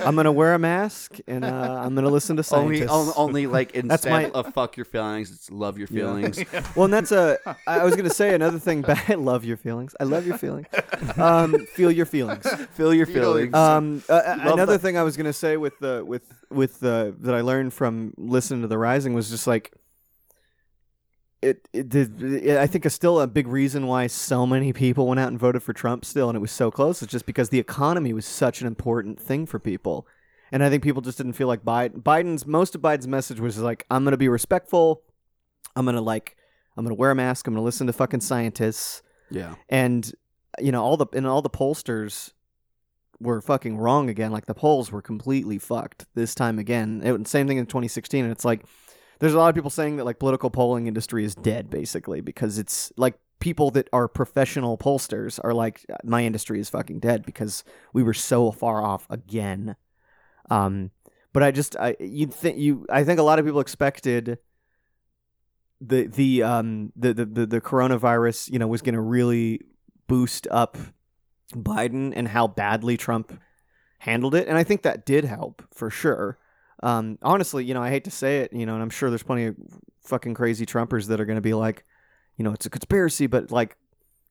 S1: I'm gonna wear a mask and uh, I'm gonna listen to
S2: only,
S1: scientists.
S2: on, only [LAUGHS] like
S1: That's
S2: instead
S1: my-
S2: of fuck your feelings, it's love your feelings.
S1: well, and that's a. I I was gonna say another thing. But [LAUGHS] I love your feelings. I love your feelings. Um, feel your feelings.
S2: Feel your feelings.
S1: Um, uh, uh,
S2: Love
S1: another
S2: that.
S1: thing I was gonna say with the with with the that I learned from listening to the Rising was just like it. it, did it I think is still a big reason why so many people went out and voted for Trump still, and it was so close. It's just because the economy was such an important thing for people, and I think people just didn't feel like Biden. Biden's most of Biden's message was like, "I'm gonna be respectful. I'm gonna like." I'm gonna wear a mask. I'm gonna listen to fucking scientists
S2: [LAUGHS] yeah.
S1: and you know all the and all the pollsters were fucking wrong again like the polls were completely fucked this time again it, same thing in 2016 and it's like there's a lot of people saying that like political polling industry is dead basically because it's like people that are professional pollsters are like, my industry is fucking dead because we were so far off again. Um, but I just I you think you I think a lot of people expected the the um the the the, the coronavirus you know was going to really boost up Biden and how badly Trump handled it, and I think that did help for sure. Um, honestly, you know, I hate to say it, you know, and I'm sure there's plenty of fucking crazy Trumpers that are going to be like, you know, it's a conspiracy, but like,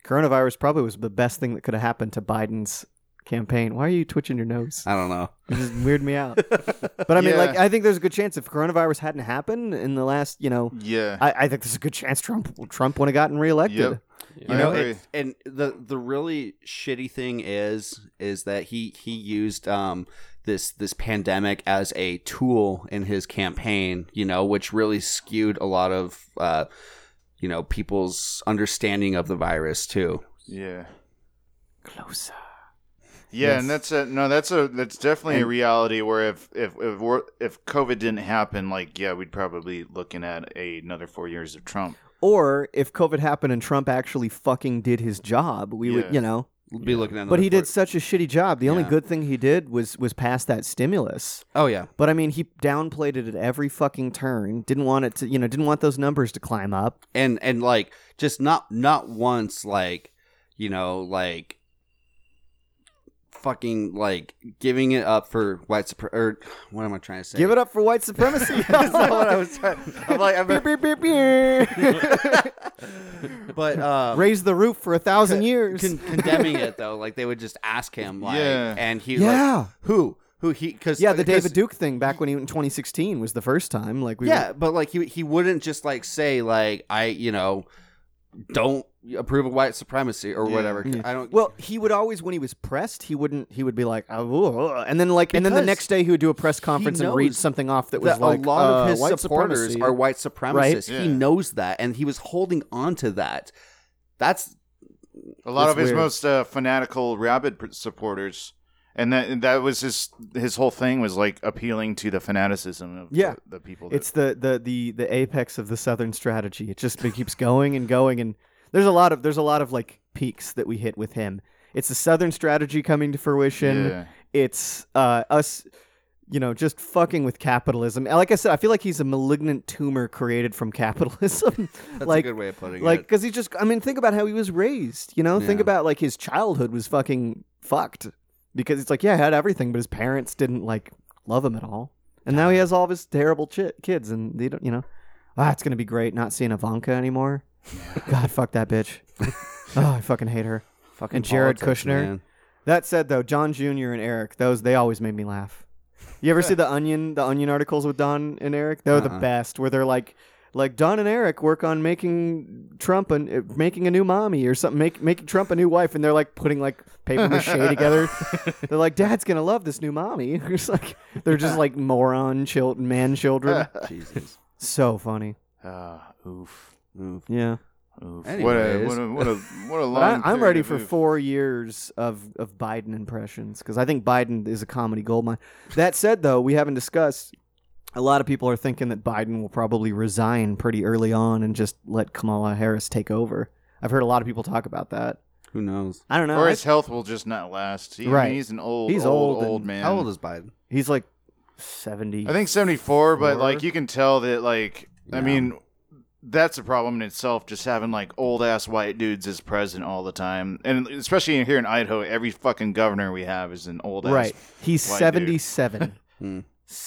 S1: coronavirus probably was the best thing that could have happened to Biden's campaign. Why are you twitching your nose?
S2: I don't know.
S1: It just weirded me out. But I mean,
S3: Yeah.
S1: like, I think there's a good chance if coronavirus hadn't happened in the last, you know,
S3: Yeah.
S1: I, I think there's a good chance Trump Trump would have gotten reelected.
S3: Yep.
S5: Yeah.
S3: I
S2: You know,
S3: agree.
S2: it's- and the the really shitty thing is is that he he used um this this pandemic as a tool in his campaign, you know, which really skewed a lot of uh you know, people's understanding of the virus too.
S3: yeah.
S1: Closer.
S3: Yeah, and that's a no. That's a that's definitely a reality where if if if, we're, if COVID didn't happen, like yeah, we'd probably looking at a, another four years of Trump.
S1: Or if COVID happened and Trump actually fucking did his job, we
S3: Yeah.
S1: would, you know.
S2: We'll Be looking at
S1: But he
S2: another
S1: did such a shitty job. The only
S2: Yeah.
S1: good thing he did was was pass that stimulus.
S2: four- Oh yeah.
S1: But I mean, he downplayed it at every fucking turn. Didn't want it to, you know, didn't want those numbers to climb up.
S2: and and like just not not once like you know like fucking like giving it up for white supre- or what am I trying to say?
S1: Give it up for white supremacy. That's not what I was trying.
S2: I'm like, I'm-
S1: Beep, beep, beep, beep.
S2: [LAUGHS] but uh,
S1: Raise the roof for a thousand years.
S2: con- condemning it though, like they would just
S3: [LAUGHS]
S2: ask him, like,
S3: Yeah.
S2: and he,
S1: Yeah.
S2: like, who, who he, because
S1: yeah, the David Duke thing back when he in 2016 was the first time. Like we were-
S2: yeah, but like he he wouldn't just like say like I you know don't approve of white supremacy or
S3: Yeah.
S2: whatever. I don't.
S1: Mm. Well, he would always when he was pressed, he wouldn't. He would be like, oh, oh, oh," and then like, and then the
S2: Because
S1: next day he would do a press conference
S2: he
S1: and read
S2: knows
S1: something off that was
S2: that
S1: like
S2: a lot
S1: uh,
S2: of his
S1: white
S2: supporters
S1: supremacy.
S2: are white supremacists.
S3: Yeah.
S2: He knows that, and he was holding on to that. That's
S3: A lot
S1: That's
S3: of his
S1: weird.
S3: most uh, fanatical rabid pr- supporters, and that and that was his his whole thing was like appealing to the fanaticism of
S1: Yeah.
S3: the, the people. That,
S1: It's the, the the the apex of the southern strategy. It just it keeps going and going, and there's a lot of there's a lot of like peaks that we hit with him. It's the southern strategy coming to fruition.
S3: yeah.
S1: It's uh, us, you know, just fucking with capitalism. And Like I said, I feel like he's a malignant tumor created from capitalism. [LAUGHS]
S2: that's
S1: like
S2: a good way of putting
S1: like
S2: it.
S1: because he just i mean think about how he was raised you know think
S2: Yeah.
S1: about like his childhood was fucking fucked because it's like yeah i had everything but his parents didn't like love him at all and now he has all of his terrible chi- kids and they don't you know ah it's gonna be great not seeing ivanka anymore god fuck that
S2: [LAUGHS]
S1: bitch oh i fucking hate her
S2: Fucking
S1: and Jared
S2: politics,
S1: Kushner.
S2: man.
S1: that said though john junior and eric those they always made me laugh you ever see the onion the onion articles with don and eric they're the
S2: Uh-uh.
S1: best where they're like like Don and Eric work on making Trump and uh, making a new mommy or something, make, making Trump a new wife, and they're like putting like paper
S2: [LAUGHS]
S1: mache together. They're like, Dad's gonna love this new mommy. [LAUGHS] it's like they're just like moron children, man children.
S2: [LAUGHS] Jesus.
S1: so funny.
S3: Ah, oof.
S2: Oof.
S1: Yeah,
S3: Oof. What a what a what a what a
S1: [LAUGHS] but
S3: long.
S1: I, I'm ready
S3: period
S1: for
S3: of oof.
S1: four years of of Biden impressions because I think Biden is a comedy goldmine. That said, though, we haven't discussed. A lot of people are thinking that Biden will probably resign pretty early on and just let Kamala Harris take over. I've heard a lot of people talk about that.
S2: Who knows?
S1: I don't know.
S3: Or
S1: I-
S3: his health will just not last. He, I mean,
S1: Right.
S3: he's an old,
S1: He's
S3: old,
S1: old and-
S3: old man.
S2: How old is Biden?
S1: he's like seventy.
S3: I think 74, but
S1: Four?
S3: like you can tell that like I
S2: Yeah.
S3: mean that's a problem in itself just having like old ass white dudes as president all the time. And especially here in Idaho, every fucking governor we have is an old ass.
S1: right. He's
S3: white dude.
S1: seventy-seven.
S2: Hmm.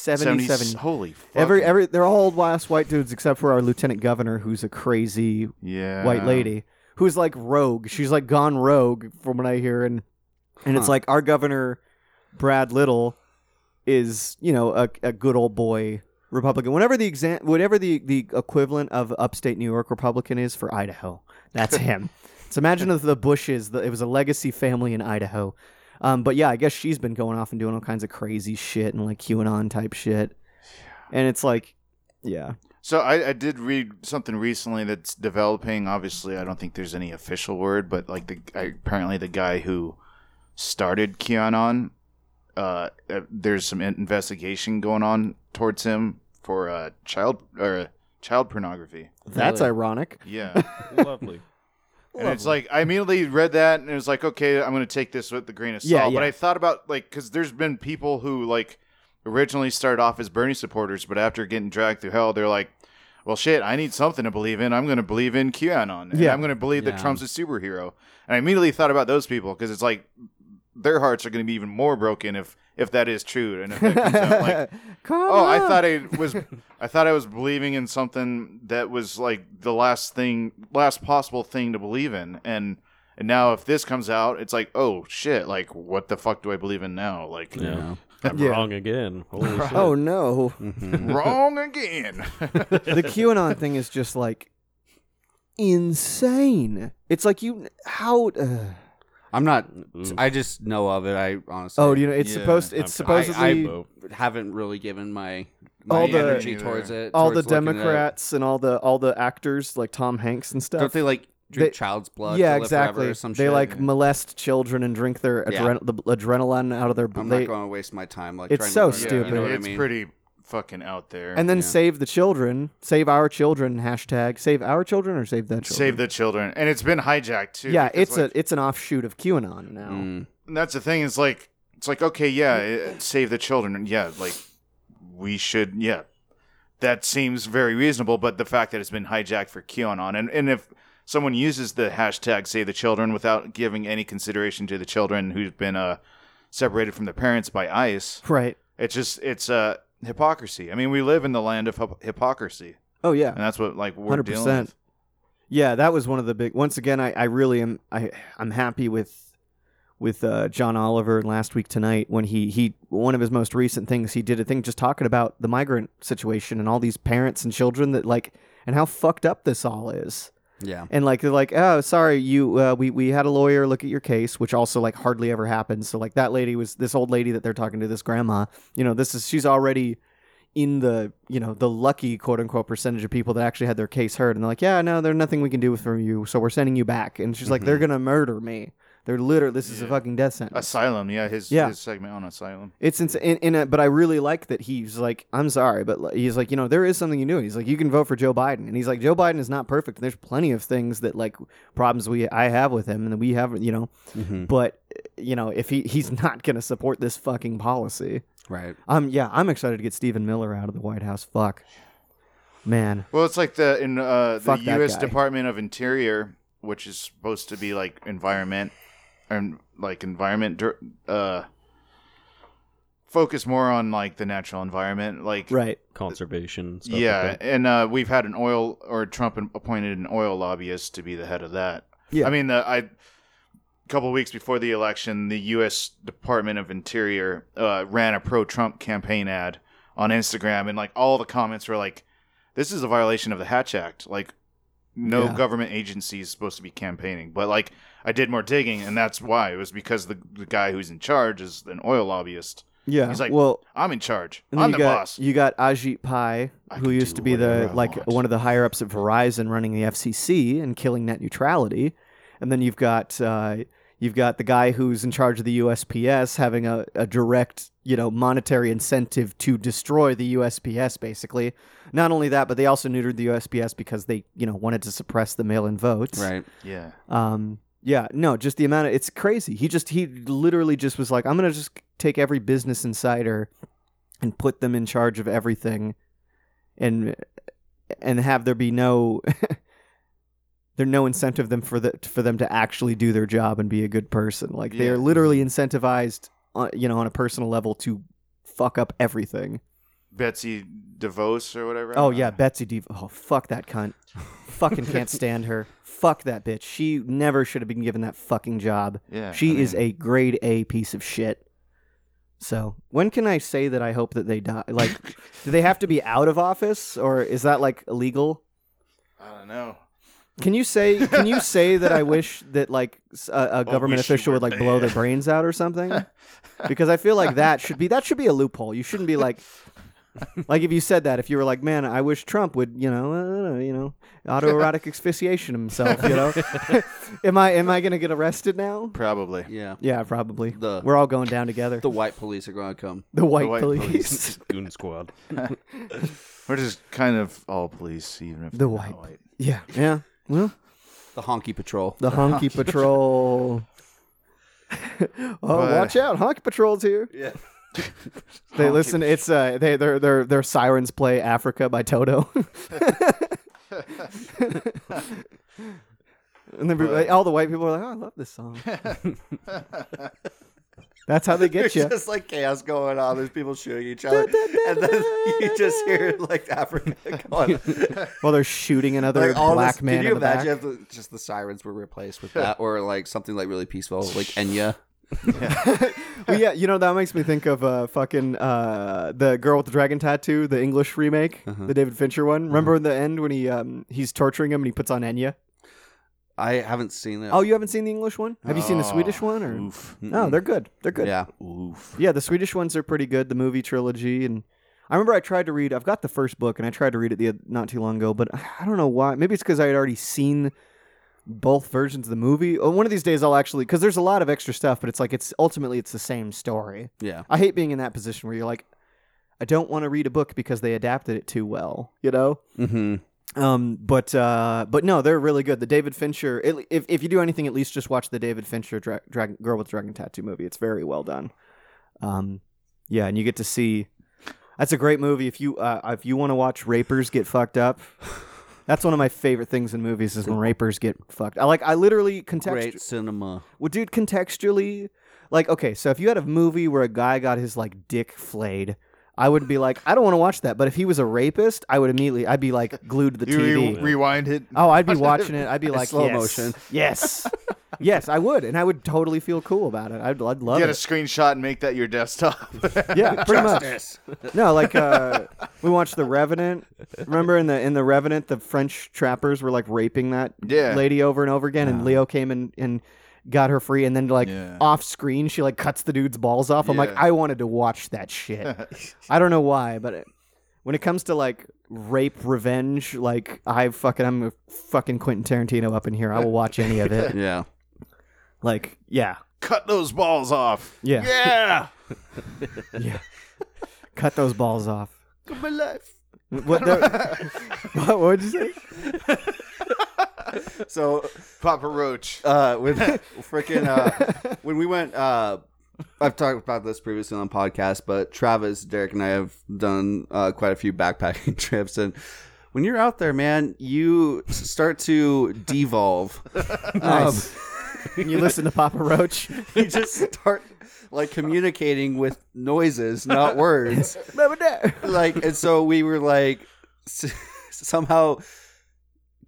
S1: Seventy-seven.
S3: Holy fuck.
S1: Every every they're all old ass white dudes except for our lieutenant governor, who's a crazy
S3: yeah.
S1: white lady who's like rogue. She's like gone rogue from what I hear, and and it's
S2: Huh.
S1: like our governor Brad Little is you know a, a good old boy Republican. Whatever the exam, whatever the the equivalent of upstate New York Republican is for Idaho,
S3: [LAUGHS]
S1: that's him. so imagine if the Bushes, the, it was a legacy family in Idaho. Um, but yeah, I guess she's been going off and doing all kinds of crazy shit and like QAnon type shit, and it's like, yeah,
S3: So I, I did read something recently that's developing. Obviously, I don't think there's any official word, but like the I, apparently the guy who started QAnon, uh, uh, there's some in- investigation going on towards him for uh, child or uh, child pornography.
S1: that's
S5: Really?
S1: ironic.
S3: Yeah,
S5: Lovely.
S3: And it's like I immediately read that and it was like, okay, I'm gonna take this with the grain of salt.
S1: Yeah,
S3: But
S1: yeah.
S3: I thought about like because there's been people who like originally started off as Bernie supporters, but after getting dragged through hell, they're like, well, shit, I need something to believe in. I'm gonna believe in QAnon. And
S1: Yeah.
S3: I'm gonna believe that
S6: Yeah.
S3: Trump's a superhero. And I immediately thought about those people because it's like their hearts are gonna be even more broken if if that is true and if that comes out like
S1: [LAUGHS] Come
S3: Oh, I
S1: on.
S3: thought I was I thought I was believing in something that was like the last thing last possible thing to believe in. And and now if this comes out, it's like, oh shit, like what the fuck do I believe in now? Like
S4: Yeah. I'm
S1: Yeah.
S4: wrong again. Holy shit.
S1: Oh no.
S3: [LAUGHS]
S2: Mm-hmm.
S3: wrong again.
S1: the QAnon thing is just like insane. It's like you how uh,
S2: I'm not.
S4: Ooh.
S2: I just know of it. I honestly.
S1: Oh, you know, it's
S3: Yeah,
S1: supposed it's
S4: I'm- I-
S1: supposedly
S4: I-
S2: haven't really given my, my
S1: All the-
S2: energy towards it.
S1: all the
S2: towards looking at it.
S1: Democrats and all the all the actors like Tom Hanks and
S2: Don't
S1: stuff.
S2: they like drink
S1: They-
S2: child's blood?
S1: yeah,
S2: to live forever
S1: exactly.
S2: Or some
S1: they
S2: shit?
S1: like molest children and drink their
S2: Yeah.
S1: adren- the adrenaline out of their
S2: I'm
S1: they,
S2: not going to waste my time. Like
S1: It's
S2: trying to
S1: so
S2: learn it,
S1: stupid.
S2: You know what I
S3: it's
S2: mean?
S3: pretty fucking out there.
S1: and then
S2: Yeah.
S1: save the children, save our children hashtag save our children or save the children.
S3: save the children. And it's been hijacked too.
S1: yeah,
S3: because,
S1: it's
S3: like,
S1: a it's an offshoot of QAnon now.
S2: Mm.
S3: and that's the thing, is like it's like, okay, yeah, it- save the children. and Yeah, like we should yeah. That seems very reasonable, but the fact that it's been hijacked for QAnon and, and if someone uses the hashtag save the children without giving any consideration to the children who've been uh, separated from their parents by ICE,
S1: Right.
S3: it's just it's uh hypocrisy. I mean, we live in the land of hyp- hypocrisy.
S1: Oh yeah.
S3: And that's what like we're
S1: hundred
S3: dealing with.
S1: percent. Yeah, that was one of the big. Once again, I, I really am I I'm happy with with uh, John Oliver and last week tonight when he he one of his most recent things he did a thing just talking about the migrant situation and all these parents and children that like and how fucked up this all is
S2: Yeah.
S1: and like they're like oh sorry you uh, we we had a lawyer look at your case which also like hardly ever happens so like that lady was this old lady that they're talking to this grandma you know this is she's already in the you know the lucky quote unquote percentage of people that actually had their case heard and they're like yeah no there's nothing we can do from you so we're sending you back and she's like they're gonna murder me they're literally this is a
S3: Yeah.
S1: fucking death sentence
S3: Asylum, yeah, his
S1: Yeah.
S3: his segment on asylum.
S1: it's ins- in, in a, but I really like that he's like, I'm sorry, but like, he's like, you know, there is something you do. He's like, you can vote for Joe Biden, and he's like, Joe Biden is not perfect. There's plenty of things that like problems we I have with him, and we have, you know,
S3: Mm-hmm.
S2: Mhm.
S1: but you know, if he he's [LAUGHS] not gonna support this fucking policy,
S2: Right.
S1: um, yeah, I'm excited to get Stephen Miller out of the White House. Fuck, man,
S3: Well, it's like the in uh, the
S1: Fuck that
S3: U.S.
S1: guy.
S3: Department of Interior, which is supposed to be like environment and like environment dir- uh, focus more on like the natural environment, like
S1: right?
S4: Conservation. Stuff like
S3: yeah.
S4: that.
S3: and uh, we've had an oil or Trump an- appointed an oil lobbyist to be the head of that.
S1: Yeah.
S3: I mean, the, I a couple of weeks before the election, the U.S. Department of Interior uh, ran a pro-Trump campaign ad on Instagram, and like all the comments were like, "This is a violation of the Hatch Act." Like, no
S1: Yeah.
S3: government agency is supposed to be campaigning, but like I did more digging, and that's why it was because the the guy who's in charge is an oil lobbyist.
S1: Yeah,
S3: He's like,
S1: well,
S3: I'm in charge.
S1: And then
S3: I'm
S1: you
S3: the
S1: got,
S3: boss.
S1: You got Ajit Pai,
S3: I
S1: who
S3: can
S1: used
S3: do
S1: to be the
S3: whatever I
S1: like
S3: want.
S1: one of the higher ups at Verizon, running the FCC and killing net neutrality. And then you've got uh, you've got the guy who's in charge of the USPS having a, a direct you know monetary incentive to destroy the USPS. Basically, not only that, but they also neutered the USPS because they you know wanted to suppress the mail-in votes.
S2: Right.
S3: yeah.
S1: Um, yeah, no, just the amount of it's crazy. He just he literally just was like, I'm gonna just take every business insider and put them in charge of everything, and and have there be no [LAUGHS] there no incentive them for the for them to actually do their job and be a good person. Like they
S3: Yeah.
S1: are literally incentivized, on, you know, on a personal level to fuck up everything.
S3: Betsy DeVos or whatever.
S1: Oh yeah, Betsy DeVos. Oh fuck that cunt. fucking can't stand her. Fuck that bitch. She never should have been given that fucking job.
S3: yeah.
S1: She is a grade A piece of shit. So when can I say that I hope that they die? Like, do they have to be out of office, or is that like illegal?
S3: I don't know.
S1: Can you say Can you say that I wish that like s- a,
S3: [LAUGHS]
S1: a government
S3: wish you
S1: official
S3: were
S1: would like blow their
S3: dead.
S1: brains out or something?
S3: [LAUGHS]
S1: Because I feel like that should be that should be a loophole. You shouldn't be like. Like if you said that, if you were like, "Man, I wish Trump would, you know, uh, you know,
S3: [LAUGHS]
S1: autoerotic asphyxiation himself," you know, [LAUGHS] am I am I gonna get arrested now?
S3: Probably.
S2: Yeah.
S1: Yeah, probably.
S2: The-
S1: We're all going down together.
S2: The white police are going to come.
S1: The white,
S3: white
S1: police.
S2: [LAUGHS]
S3: police.
S1: [LAUGHS]
S4: Goon squad.
S3: We're just kind of all police, even if
S1: The
S3: they're
S1: white.
S3: not
S1: yeah, yeah. Well,
S2: The honky patrol.
S1: The Honky Patrol. [LAUGHS] oh, watch out! Honky Patrol's here.
S2: Yeah.
S1: [LAUGHS] They listen. It's uh, they their their their sirens play "Africa" by Toto. [LAUGHS] and then people- like, all the white people are like, "Oh, I love this song." That's how they get
S2: There's
S1: you.
S2: just like chaos going on. There's people shooting each other, and then [LAUGHS] you just hear
S1: [LAUGHS]
S2: like Africa [LAUGHS] going.
S1: While they're shooting another
S2: like all
S1: black
S2: this,
S1: man
S2: Can
S1: in
S2: you
S1: the
S2: imagine
S1: back.
S2: if the, just the sirens were replaced with that, or like something like really peaceful, like Enya?
S1: Well, yeah, you know that makes me think of uh, fucking uh, the girl with the dragon tattoo, the English remake, the David Fincher one. Remember in the end when he um, he's torturing him and he puts on Enya.
S2: I haven't seen it.
S1: Oh, you haven't seen the English one? Have you seen the Swedish one? Or
S3: Oh, Oof.
S1: no, they're good. They're good.
S2: yeah.
S1: Yeah, the Swedish ones are pretty good. The movie trilogy, and I remember I tried to read. I've got the first book, and I tried to read it the not too long ago, but I don't know why. Maybe it's because I had already seen both versions of the movie. Oh, One of these days, I'll actually because there's a lot of extra stuff, but it's like it's ultimately it's the same story.
S2: Yeah.
S1: I hate being in that position where you're like, I don't want to read a book because they adapted it too well. You know.
S2: Mm-hmm.
S1: Um, but uh, but no, they're really good. The David Fincher. It, if if you do anything, at least just watch the David Fincher dra- Dragon Girl with Dragon Tattoo movie. It's very well done. Um, yeah, and you get to see. That's a great movie. If you uh, if you want to watch rapers get fucked up, [LAUGHS] that's one of my favorite things in movies is when rapers get fucked. I like. I literally context.
S2: Great cinema.
S1: Well, dude, contextually, like, okay, so if you had a movie where a guy got his like dick flayed, I would be like, I don't want to watch that. But if he was a rapist, I would immediately, I'd be like glued to the
S3: [LAUGHS] You
S1: TV.
S3: re- rewind it.
S1: oh, I'd be watching it. I'd
S3: [LAUGHS]
S1: be like,
S2: slow
S1: yes,
S2: motion.
S1: yes, yes, I would, and I would totally feel cool about it. I'd, I'd love
S3: Get a
S1: it.
S3: screenshot and make that your desktop. [LAUGHS]
S1: yeah, pretty much. No, like uh, we watched The Revenant. Remember in the in The Revenant, the French trappers were like raping that
S3: Yeah.
S1: lady over and over again, and Leo came and and got her free, and then like
S3: Yeah.
S1: off screen, she like cuts the dude's balls off. I'm like,
S3: Yeah.
S1: I wanted to watch that shit. I don't know why, but. It, when it comes to like rape revenge, like I fucking I'm a fucking Quentin Tarantino up in here. I will watch any of
S3: [LAUGHS]
S1: it.
S2: Yeah.
S1: Like, yeah,
S3: Cut those balls off.
S1: Yeah.
S3: Yeah.
S1: cut those balls off.
S3: Good my life.
S1: What? the- [LAUGHS] what would you say?
S2: So
S3: Papa Roach.
S2: uh, [LAUGHS] when freaking uh, when we went, uh, I've talked about this previously on the podcast, but Travis, Derek, and I have done uh, quite a few backpacking [LAUGHS] trips, and when you're out there, man, you s- start to devolve.
S1: Nice. you listen to Papa Roach.
S2: [LAUGHS] you just [LAUGHS] start like communicating with noises, not words. like, and so we were like, s- [LAUGHS] somehow,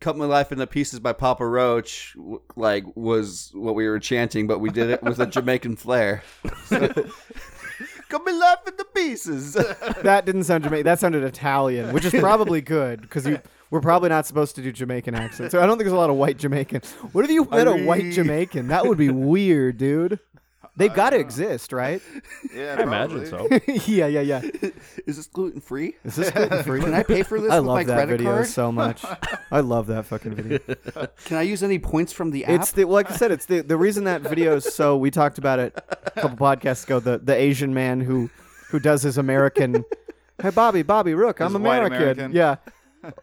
S2: cut my life into pieces by Papa Roach. w- Like, was what we were chanting, but we did it with a Jamaican flair. [LAUGHS] cut my life into pieces. [LAUGHS]
S1: That didn't sound Jamaican. That sounded Italian, which is probably good because you. We're probably not supposed to do Jamaican accents. So I don't think there's a lot of white Jamaican. What if you met a white Jamaican? That would be weird, dude. They've got to exist,
S2: [LAUGHS]
S1: right?
S3: Yeah,
S4: I
S1: [LAUGHS]
S4: imagine so.
S1: yeah, yeah, yeah.
S2: Is this gluten free?
S1: Is this gluten free?
S2: Can I pay for this
S1: I
S2: with my
S1: love that
S2: credit
S1: video
S2: card?
S1: so
S2: [LAUGHS]
S1: much. I love that fucking video.
S2: Can I use any points from the app?
S1: It's the like I said, it's the the reason that video is so. We talked about it a
S2: [LAUGHS]
S1: couple podcasts ago. The the Asian man who who does his American. Hey Bobby, Bobby Rook, I'm
S3: His white
S1: American.
S3: American.
S1: Yeah.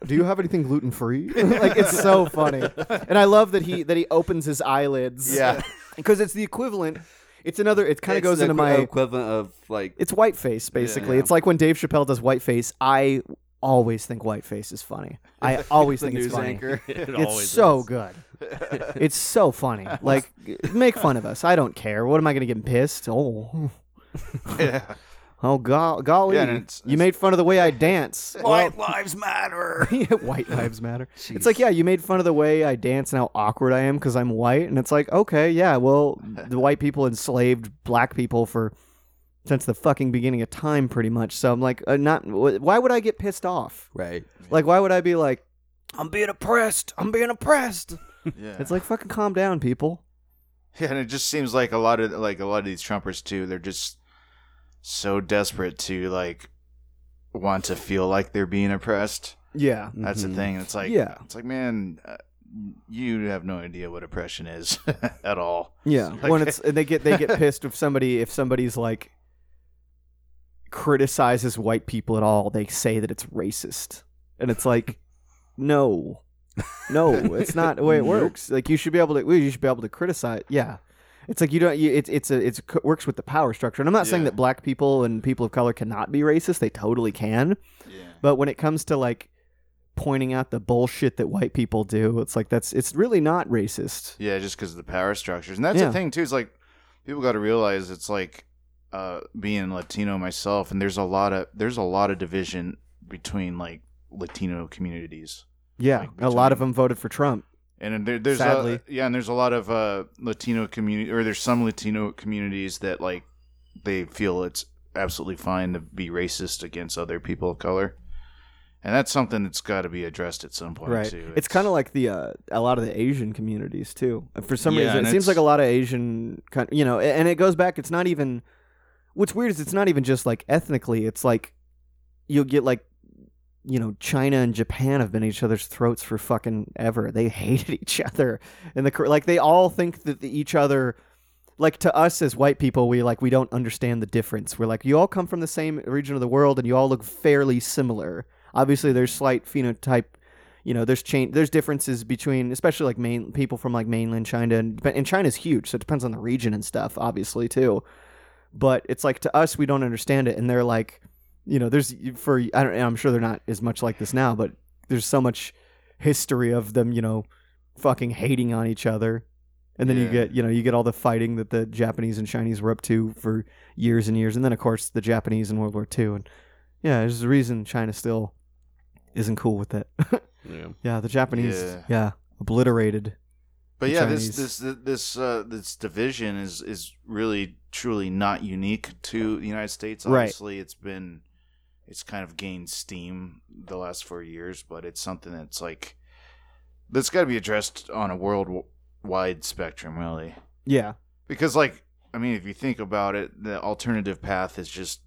S1: Do you have anything gluten free? [LAUGHS] like it's so funny, and I love that he that he opens his eyelids.
S2: Yeah.
S1: because it's the equivalent. It's another. It kind of
S2: It's
S1: goes
S2: the
S1: into
S2: equi-
S1: my.
S2: equivalent of like
S1: It's whiteface basically.
S2: Yeah.
S1: It's like when Dave Chappelle does whiteface. I always think whiteface is
S2: [LAUGHS]
S1: funny. I always
S2: the
S1: think
S2: news
S1: it's funny
S2: anchor.
S1: [LAUGHS]
S4: It
S1: it's
S4: always
S1: so
S4: is.
S1: good. it's so funny. Like, make fun of us. I don't care. What am I going to get pissed? Oh,
S3: Yeah.
S1: [LAUGHS] oh, go- golly!
S3: Yeah, and it's-
S1: you made fun of the way I dance.
S2: White lives matter.
S1: Yeah, white lives matter. [LAUGHS] It's like, yeah, you made fun of the way I dance and how awkward I am because I'm white, and it's like, okay, yeah, well, the white people enslaved black people for since the fucking beginning of time, pretty much. So I'm like, uh, not. wh- Why would I get pissed off?
S2: Right.
S1: Like, why would I be like, I'm being oppressed. I'm being oppressed.
S3: Yeah.
S1: It's like fucking calm down, people.
S3: Yeah, and it just seems like a lot of like a lot of these Trumpers too. They're just so desperate to like want to feel like they're being oppressed.
S1: Yeah.
S3: That's the thing. It's like
S1: Mm-hmm. Yeah.
S3: it's like man, uh, you have no idea what oppression is [LAUGHS] at all.
S1: Yeah.
S3: [LAUGHS]
S1: When it's and they get they get pissed if somebody if somebody's like
S3: [LAUGHS]
S1: criticizes white people at all, they say that it's racist. And it's like no. No, it's not the way it works. Like you should be able to. well, You should be able to criticize. Yeah, it's like you don't. You, it's it's a it's a- it works with the power structure. And I'm not saying
S3: Yeah.
S1: that black people and people of color cannot be racist. They totally can.
S3: Yeah.
S1: But when it comes to like pointing out the bullshit that white people do, it's like that's it's really not racist.
S3: Yeah, just because of the power structures. And that's
S1: Yeah.
S3: the thing, too. It's like people got to realize it's like uh, being Latino myself, and there's a lot of there's a lot of division between like Latino communities,
S1: Yeah,
S3: Like,
S1: a lot
S3: between-
S1: of them voted for Trump.
S3: and then there, there's a-
S1: Sadly.
S3: yeah, and there's a lot of uh, Latino community, or there's some Latino communities that like they feel it's absolutely fine to be racist against other people of color. And that's something that's got to be addressed at some point,
S1: right.
S3: too.
S1: It's, kind of like the uh, a lot of the Asian communities too. And For some
S3: Yeah,
S1: reason,
S3: and
S1: it seems
S3: it's-
S1: like a lot of Asian, coun- you know, and it goes back. It's not even. What's weird is it's not even just like ethnically. It's like you'll get like, you know, China and Japan have been at each other's throats for fucking ever. They [LAUGHS] hated each other, and the Kor- like they all think that the, each other. Like to us as white people, we like we don't understand the difference. We're like, you all come from the same region of the world, and you all look fairly similar. Obviously, there's slight phenotype you know there's change there's differences between especially like main people from like mainland china and, dep- and china's huge so it depends on the region and stuff obviously too but it's like to us we don't understand it and they're like you know there's for i don't and i'm sure they're not as much like this now but there's so much history of them you know fucking hating on each other and then you
S3: Yeah.
S1: get you know you get all the fighting that the japanese and chinese were up to for years and years and then of course the japanese in world war ii and yeah there's a reason china still isn't cool with it [LAUGHS]
S4: Yeah.
S1: yeah, the Japanese. Yeah,
S3: Yeah.
S1: obliterated.
S3: But
S1: the
S3: yeah,
S1: Chinese.
S3: this this this uh, this division is is really truly not unique to the United States.
S1: Right.
S3: Obviously, it's been it's kind of gained steam the last four years, but it's something that's like that's got to be addressed on a worldwide spectrum, really.
S1: Yeah,
S3: Because, like, I mean, if you think about it, the alternative path is just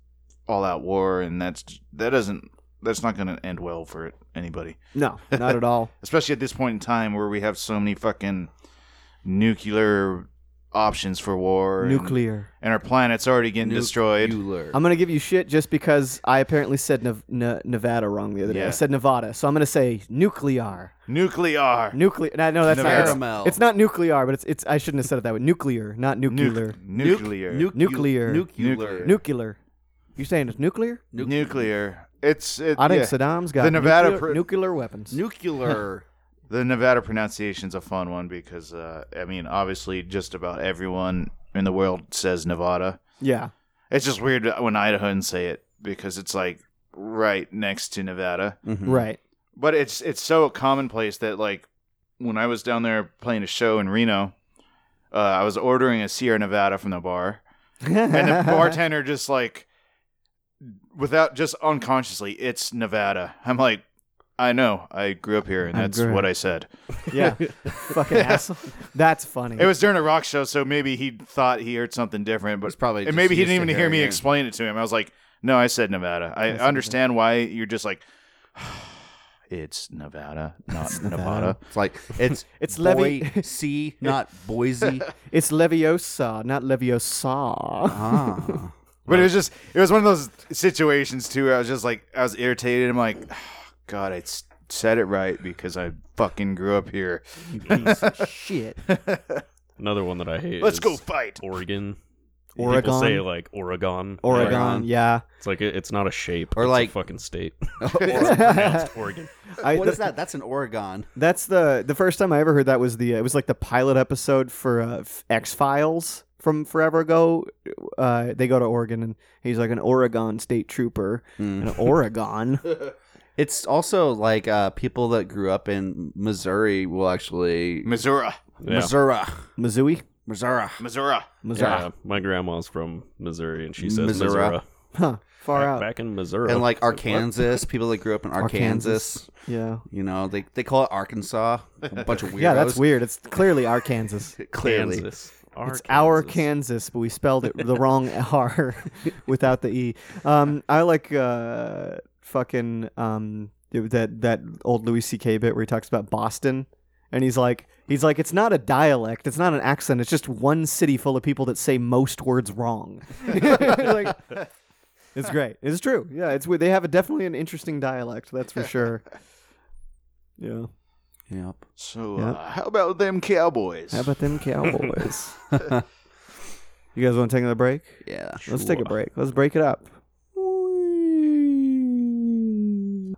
S3: all-out war, and that's that doesn't that's not going to end well for anybody
S1: no, not at
S3: [LAUGHS]
S1: all.
S3: especially at this point in time where we have so many fucking nuclear options for war and-
S1: Nuclear.
S3: and, our planet's already getting
S2: Nuc-
S3: destroyed
S2: You learn.
S1: I'm gonna give you shit just because I apparently said Nev- Ne- Nevada wrong the other day. I
S3: Yeah.
S1: said Nevada, so I'm gonna say nuclear.
S3: nuclear
S1: Nuclear. No, no, that's not. It's,
S2: Caramel.
S1: it's not nuclear, but it's it's. I shouldn't have said it that way. Nuclear, not nuclear.
S3: Nuc- nuclear
S2: Nuc-
S1: Nuclear.
S2: Nuclear.
S1: nuclear. You saying it's nuclear?
S2: Nuc-
S3: nuclear it's it,
S1: I think
S3: yeah.
S1: Saddam's got
S3: The Nevada
S1: nuclear,
S3: pr-
S1: nuclear weapons.
S2: Nuclear.
S1: [LAUGHS]
S3: the nevada pronunciation's a fun one because uh, i mean obviously just about everyone in the world says nevada
S1: yeah,
S3: it's just weird when idahans say it because it's like right next to nevada
S2: Mhm.
S1: right.
S3: but it's it's so commonplace that like when I was down there playing a show in Reno, uh, I was ordering a Sierra Nevada from the bar,
S1: [LAUGHS]
S3: and the
S2: [LAUGHS]
S3: bartender just like, without just unconsciously, it's Nevada. I'm like, I know, I grew up here, and
S1: I
S3: that's
S1: grew
S3: what
S1: up."
S3: I said.
S1: yeah,
S3: [LAUGHS]
S1: fucking asshole. That's funny.
S3: It was during a rock show, so maybe he thought he heard something different, but
S2: It's probably
S3: and
S2: just
S3: maybe he
S2: used
S3: didn't even
S2: to
S3: hear me
S2: hearing it.
S3: explain it to him. I was like, no, I said Nevada. I
S1: said
S3: understand why you're just like. [SIGHS] It's Nevada, not Nevada.
S2: It's [LAUGHS] like it's
S1: It's Levy-
S2: [LAUGHS] C, not Boise.
S1: it's Leviosa, not Leviosa.
S3: Uh-huh.
S2: Ah.
S3: But it was just it was one of those situations too where I was just like I was irritated. I'm like, "Oh, God, I s- said it right because I fucking grew up here.
S1: piece of [LAUGHS] shit.
S4: Another one that I hate.
S3: Let's
S4: is
S3: go fight.
S4: Oregon.
S1: Oregon?
S4: People say like Oregon.
S1: Oregon,
S2: Oregon.
S1: yeah.
S4: It's like it, it's not a shape.
S2: Or
S4: it's a
S2: like-
S4: fucking state.
S1: [LAUGHS] I,
S4: Pronounced Oregon.
S2: [LAUGHS] what is
S1: th-
S2: that? That's an Oregon.
S1: That's the the first time I ever heard that was the uh, it was like the pilot episode for uh, X Files from forever ago. Uh, they go to Oregon and he's like an Oregon state trooper. An Oregon,
S2: It's also like uh, people that grew up in Missouri will actually
S3: Missouri,
S4: Yeah.
S2: Missouri,
S1: Missouri,
S2: Missouri.
S3: Missouri.
S1: Missouri,
S4: Yeah, my grandma's from Missouri, and she says
S2: Missouri.
S4: Missouri.
S1: huh? Far
S4: Back,
S1: out,
S4: back in Missouri,
S2: And like
S4: What?
S2: Arkansas, people that grew up in Arkansas,
S1: yeah.
S2: you know, they, they call it Arkansas. A bunch [LAUGHS] of weirdos.
S1: Yeah, that's weird. It's clearly Arkansas.
S2: Clearly.
S4: Kansas.
S1: It's our
S4: Arkansas.
S1: Kansas, but we spelled it the wrong R [LAUGHS] without the E. Um, I like uh, fucking um, that that old Louis C.K. bit where he talks about Boston, and he's like, he's like, it's not a dialect, it's not an accent, it's just one city full of people that say most words wrong. [LAUGHS] like, it's great. It's true. Yeah, it's weird. They have a, definitely an interesting dialect. That's for sure. Yeah.
S2: Yep.
S3: So,
S1: Yep.
S3: uh, how about them Cowboys?
S1: How about them Cowboys? you guys want to take another break?
S2: Yeah.
S1: Let's take a break. Let's break it up.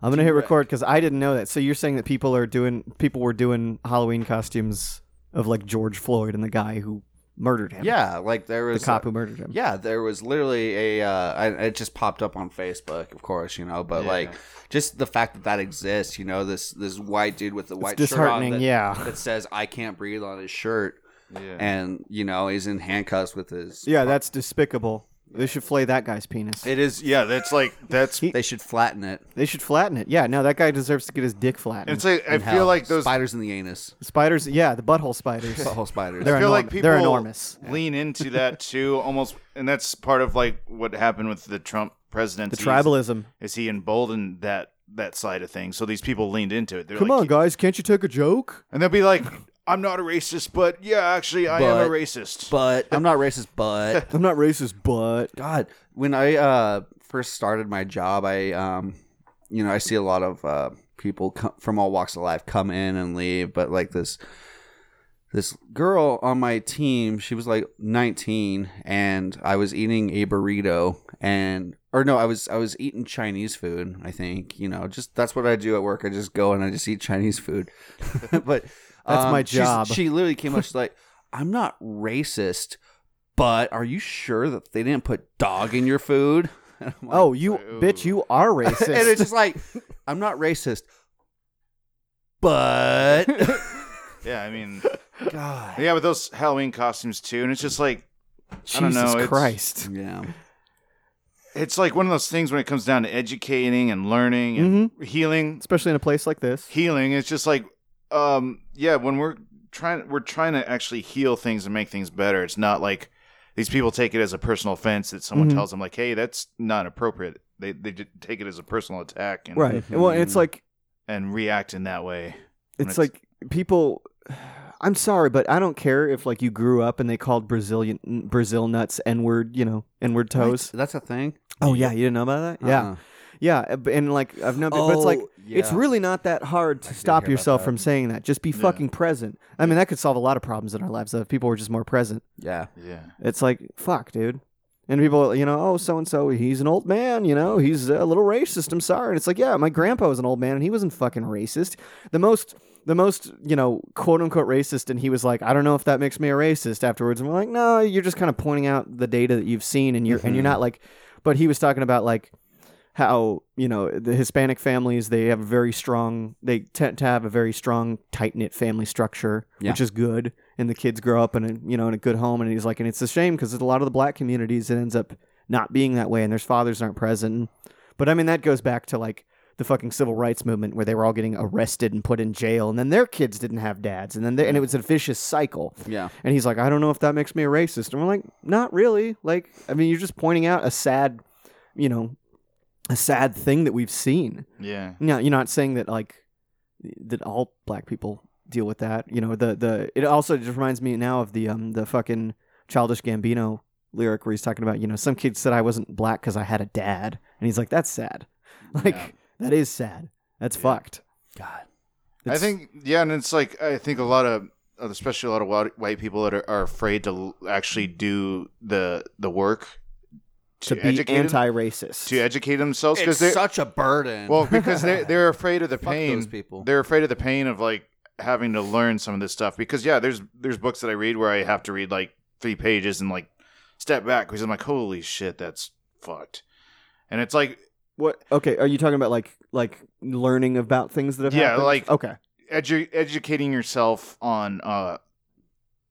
S1: I'm gonna hit record because I didn't know that. So you're saying that people are doing people were doing Halloween costumes of like George Floyd and the guy who murdered him.
S2: Yeah, like there
S1: the
S2: was
S1: cop who murdered him.
S2: Yeah, there was literally a. Uh, I, it just popped up on Facebook, of course, you know. But
S3: Yeah.
S2: like, just the fact that that exists, you know, this this white dude with the white
S1: it's disheartening.
S2: shirt on that,
S1: yeah,
S2: that says "I can't breathe" on his shirt,
S3: Yeah.
S2: and you know he's in handcuffs with his.
S1: yeah, that's despicable. They should flay that guy's penis.
S3: It is. Yeah, that's like that's.
S2: They should flatten it.
S1: they should flatten it. Yeah, no, that guy deserves to get his dick flattened.
S3: It's like I
S2: in
S3: feel
S2: hell.
S3: like those.
S2: spiders in the anus,
S1: spiders. Yeah, the butthole
S2: [LAUGHS]
S1: spiders.
S2: butthole spiders.
S1: They're
S3: I feel like
S1: enorm- they're
S3: people
S1: enormous. [LAUGHS]
S3: lean into that too, almost, and that's part of like what happened with the Trump presidency.
S1: The tribalism.
S3: is he emboldened that that side of things? So these people leaned into it. They're
S1: Come
S3: like,
S1: on, guys, can't you take a joke?
S3: and they'll be like, "I'm not a racist, but yeah, actually, I am
S2: But-
S3: a racist."
S2: but I'm not racist. But
S3: [LAUGHS]
S1: I'm not racist, but
S2: God, when I uh, first started my job, I um, you know, I see a lot of uh, people co- from all walks of life come in and leave, but like this this girl on my team, she was like 19 and I was eating a burrito and or no, I was I was eating Chinese food, I think, you know, just that's what I do at work. I just go and I just eat Chinese food. [LAUGHS] but
S1: [LAUGHS]
S2: um,
S1: That's my
S2: she's-
S1: job.
S2: She literally came up she's like, "I'm not racist, but are you sure that they didn't put dog in your food?" And I'm like-
S1: oh, you bitch, you are racist.
S2: and it's just like, [LAUGHS] "I'm not racist, [LAUGHS] but
S3: yeah, I mean,
S2: [LAUGHS] God,
S3: yeah, but those Halloween costumes too, and it's just like
S1: [LAUGHS] Jesus
S3: I don't know, it's-
S1: Christ.
S2: yeah."
S3: it's like one of those things when it comes down to educating and learning and
S2: Mm-hmm.
S3: healing.
S1: Especially in a place like this.
S3: Healing. It's just like, um, yeah, when we're trying, we're trying to actually heal things and make things better. It's not like these people take it as a personal offense that someone
S1: Mhm.
S2: Mm-hmm.
S3: tells them like, "Hey, that's not appropriate." They they ju- take it as a personal attack and
S1: Right. Well, and it's like
S3: and react in that way.
S1: it's,
S3: it's-
S1: like people [SIGHS] I'm sorry, but I don't care if like you grew up and they called Brazilian Brazil nuts N-word, you know, N-word toes.
S2: That's a thing.
S1: Oh yeah, you didn't know about that? Yeah.
S2: Uh-uh.
S1: Yeah, uh, b- and like I've known but it's like
S2: Oh,
S1: it's
S2: yeah.
S1: really not that hard to
S2: did
S1: stop
S2: hear about
S1: yourself
S2: that.
S1: from saying that. Just be fucking present. I mean, that could solve a lot of problems in our lives if people were just more present.
S2: Yeah.
S3: Yeah.
S1: It's like, fuck, dude. And people, you know, oh, so and so, he's an old man, you know, he's a little racist. I'm sorry. And it's like, yeah, my grandpa was an old man and he wasn't fucking racist. The most, the most, you know, quote unquote racist. And he was like, I don't know if that makes me a racist afterwards. And we're like, no, you're just kind of pointing out the data that you've seen and you're, and you're not like, but he was talking about like, how you know the Hispanic families they have very strong they tend to have a very strong tight knit family structure,
S2: Yeah.
S1: which is good, and the kids grow up in a you know in a good home, and he's like, and it's a shame because a lot of the black communities it ends up not being that way, and their fathers aren't present. But I mean that goes back to like the fucking civil rights movement where they were all getting arrested and put in jail, and then their kids didn't have dads, and then they, and it was a vicious cycle.
S2: Yeah.
S1: And he's like, I don't know if that makes me a racist. And we're like, not really. Like, I mean, you're just pointing out a sad, you know, a sad thing that we've seen.
S3: Yeah.
S1: No, you're not saying that like that all black people deal with that. You know, the the it also just reminds me now of the um the fucking childish Gambino lyric where he's talking about you know some kid said I wasn't black because I had a dad, and he's like, that's sad. [LAUGHS] Like
S3: Yeah.
S1: that is sad. That's
S3: Yeah.
S1: fucked.
S2: God.
S1: It's-
S3: I think yeah, and it's like I think a lot of especially a lot of white, white people that are, are afraid to l- actually do the the work
S1: to, be
S3: educate them-
S1: anti-racist.
S3: to educate themselves because they
S2: It's such a burden.
S3: well because they they're afraid of the
S2: [LAUGHS] Fuck
S3: pain.
S2: those people.
S3: They're afraid of the pain of like having to learn some of this stuff because yeah, there's there's books that I read where I have to read like three pages and like step back because I'm like holy shit that's fucked, and it's like
S1: what? Okay, are you talking about like like learning about things that have
S3: Yeah,
S1: happened?
S3: like-
S1: okay,
S3: edu- educating yourself on uh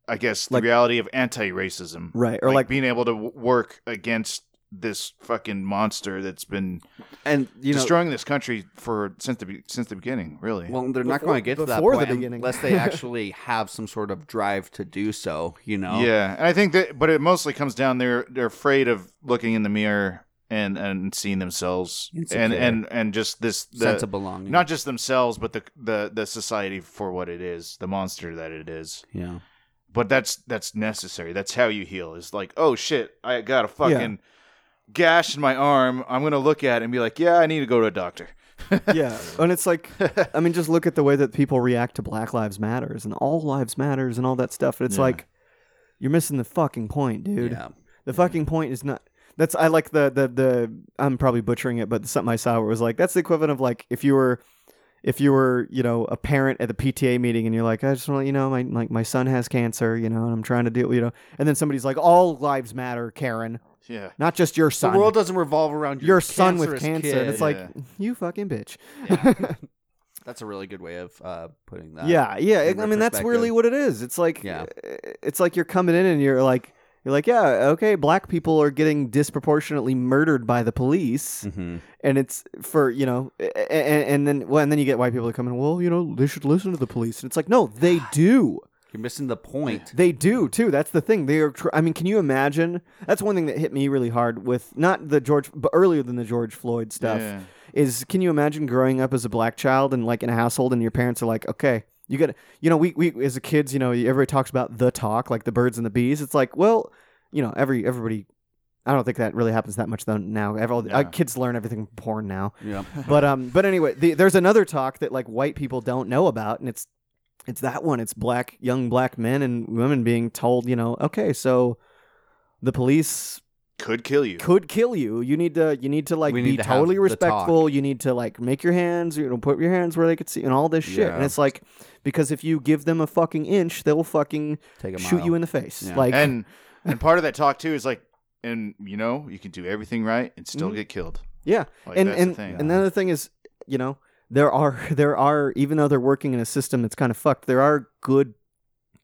S3: i guess the
S1: Like-
S3: reality of anti-racism
S1: right, or like,
S3: being able to w- work against this fucking monster that's been
S2: and you know,
S3: destroying this country for since the be- since the beginning really
S2: well, they're not going to get to that
S1: Before the
S2: point
S1: beginning.
S2: unless [LAUGHS] they actually have some sort of drive to do so. You know.
S3: yeah and i think that but it mostly comes down they're they're afraid of looking in the mirror and and seeing themselves
S2: It's
S3: and
S2: okay.
S3: and and just this the,
S2: Sense of belonging.
S3: not just themselves but the the the society for what it is the monster that it is
S2: Yeah.
S3: but that's that's necessary. That's how you heal. Is like, oh shit, I got a fucking gash in my arm. I'm gonna look at it and be like, yeah, I need to go to a doctor.
S1: yeah, and it's like, I mean, just look at the way that people react to Black Lives Matters and All Lives Matters and all that stuff. And it's
S4: Yeah.
S1: like, you're missing the fucking point, dude.
S2: Yeah.
S1: The fucking point is not. That's I like the the the. I'm probably butchering it, but something I saw where it was like that's the equivalent of like if you were, if you were you know a parent at the PTA meeting and you're like I just want to you know my like my son has cancer you know and I'm trying to deal you know and then somebody's like all lives matter Karen
S3: yeah.
S1: not just your
S2: The
S1: son
S2: world doesn't revolve around your,
S1: your son with
S2: cancerous
S1: cancer
S2: Kid.
S1: and it's like
S3: Yeah.
S1: you fucking bitch
S2: that's a really good way of uh, putting that.
S1: yeah yeah
S2: in
S1: I mean that's
S2: retrospective.
S1: really what it is it's like eh,
S2: Yeah.
S1: it's like you're coming in and you're like you're like yeah okay black people are getting disproportionately murdered by the police
S2: Mhm.
S1: and it's for you know and, and then well and then you get white people that come in well you know they should listen to the police and it's like no
S2: [SIGHS]
S1: they do
S2: You're missing the [LAUGHS] point.
S1: they do too that's the thing they are tr- i mean can you imagine that's one thing that hit me really hard with not the george but earlier than the george floyd stuff
S3: Yeah.
S1: is can you imagine growing up as a black child and like in a household and your parents are like okay you gotta you know we, we as a kids you know everybody talks about the talk like the birds and the bees it's like well you know every everybody i don't think that really happens that much though now Every, all- uh,
S3: Yeah.
S1: kids learn everything from porn now
S2: Yeah.
S1: but um but anyway the, there's another talk that like white people don't know about and it's it's that one it's black young black men and women being told you know okay so the police
S3: Could kill you.
S1: could kill you you need to you need to like
S2: We
S1: be
S2: need to have
S1: totally
S2: the
S1: respectful you need to like make your hands you know put your hands where they could see and all this shit and
S2: Yeah.
S1: it's like because if you give them a fucking inch they'll fucking
S2: Take a
S1: shoot
S2: mile.
S1: you in the face
S2: Yeah.
S1: like
S3: And
S1: [LAUGHS]
S3: and part of that talk too is like, and you know, you can do everything right and still
S1: Mhm.
S3: get killed.
S1: yeah
S3: Like
S1: and
S3: that's
S1: and
S3: the thing.
S1: and the other thing is, you know, there are [LAUGHS] there are even though they're working in a system that's kind of fucked, there are good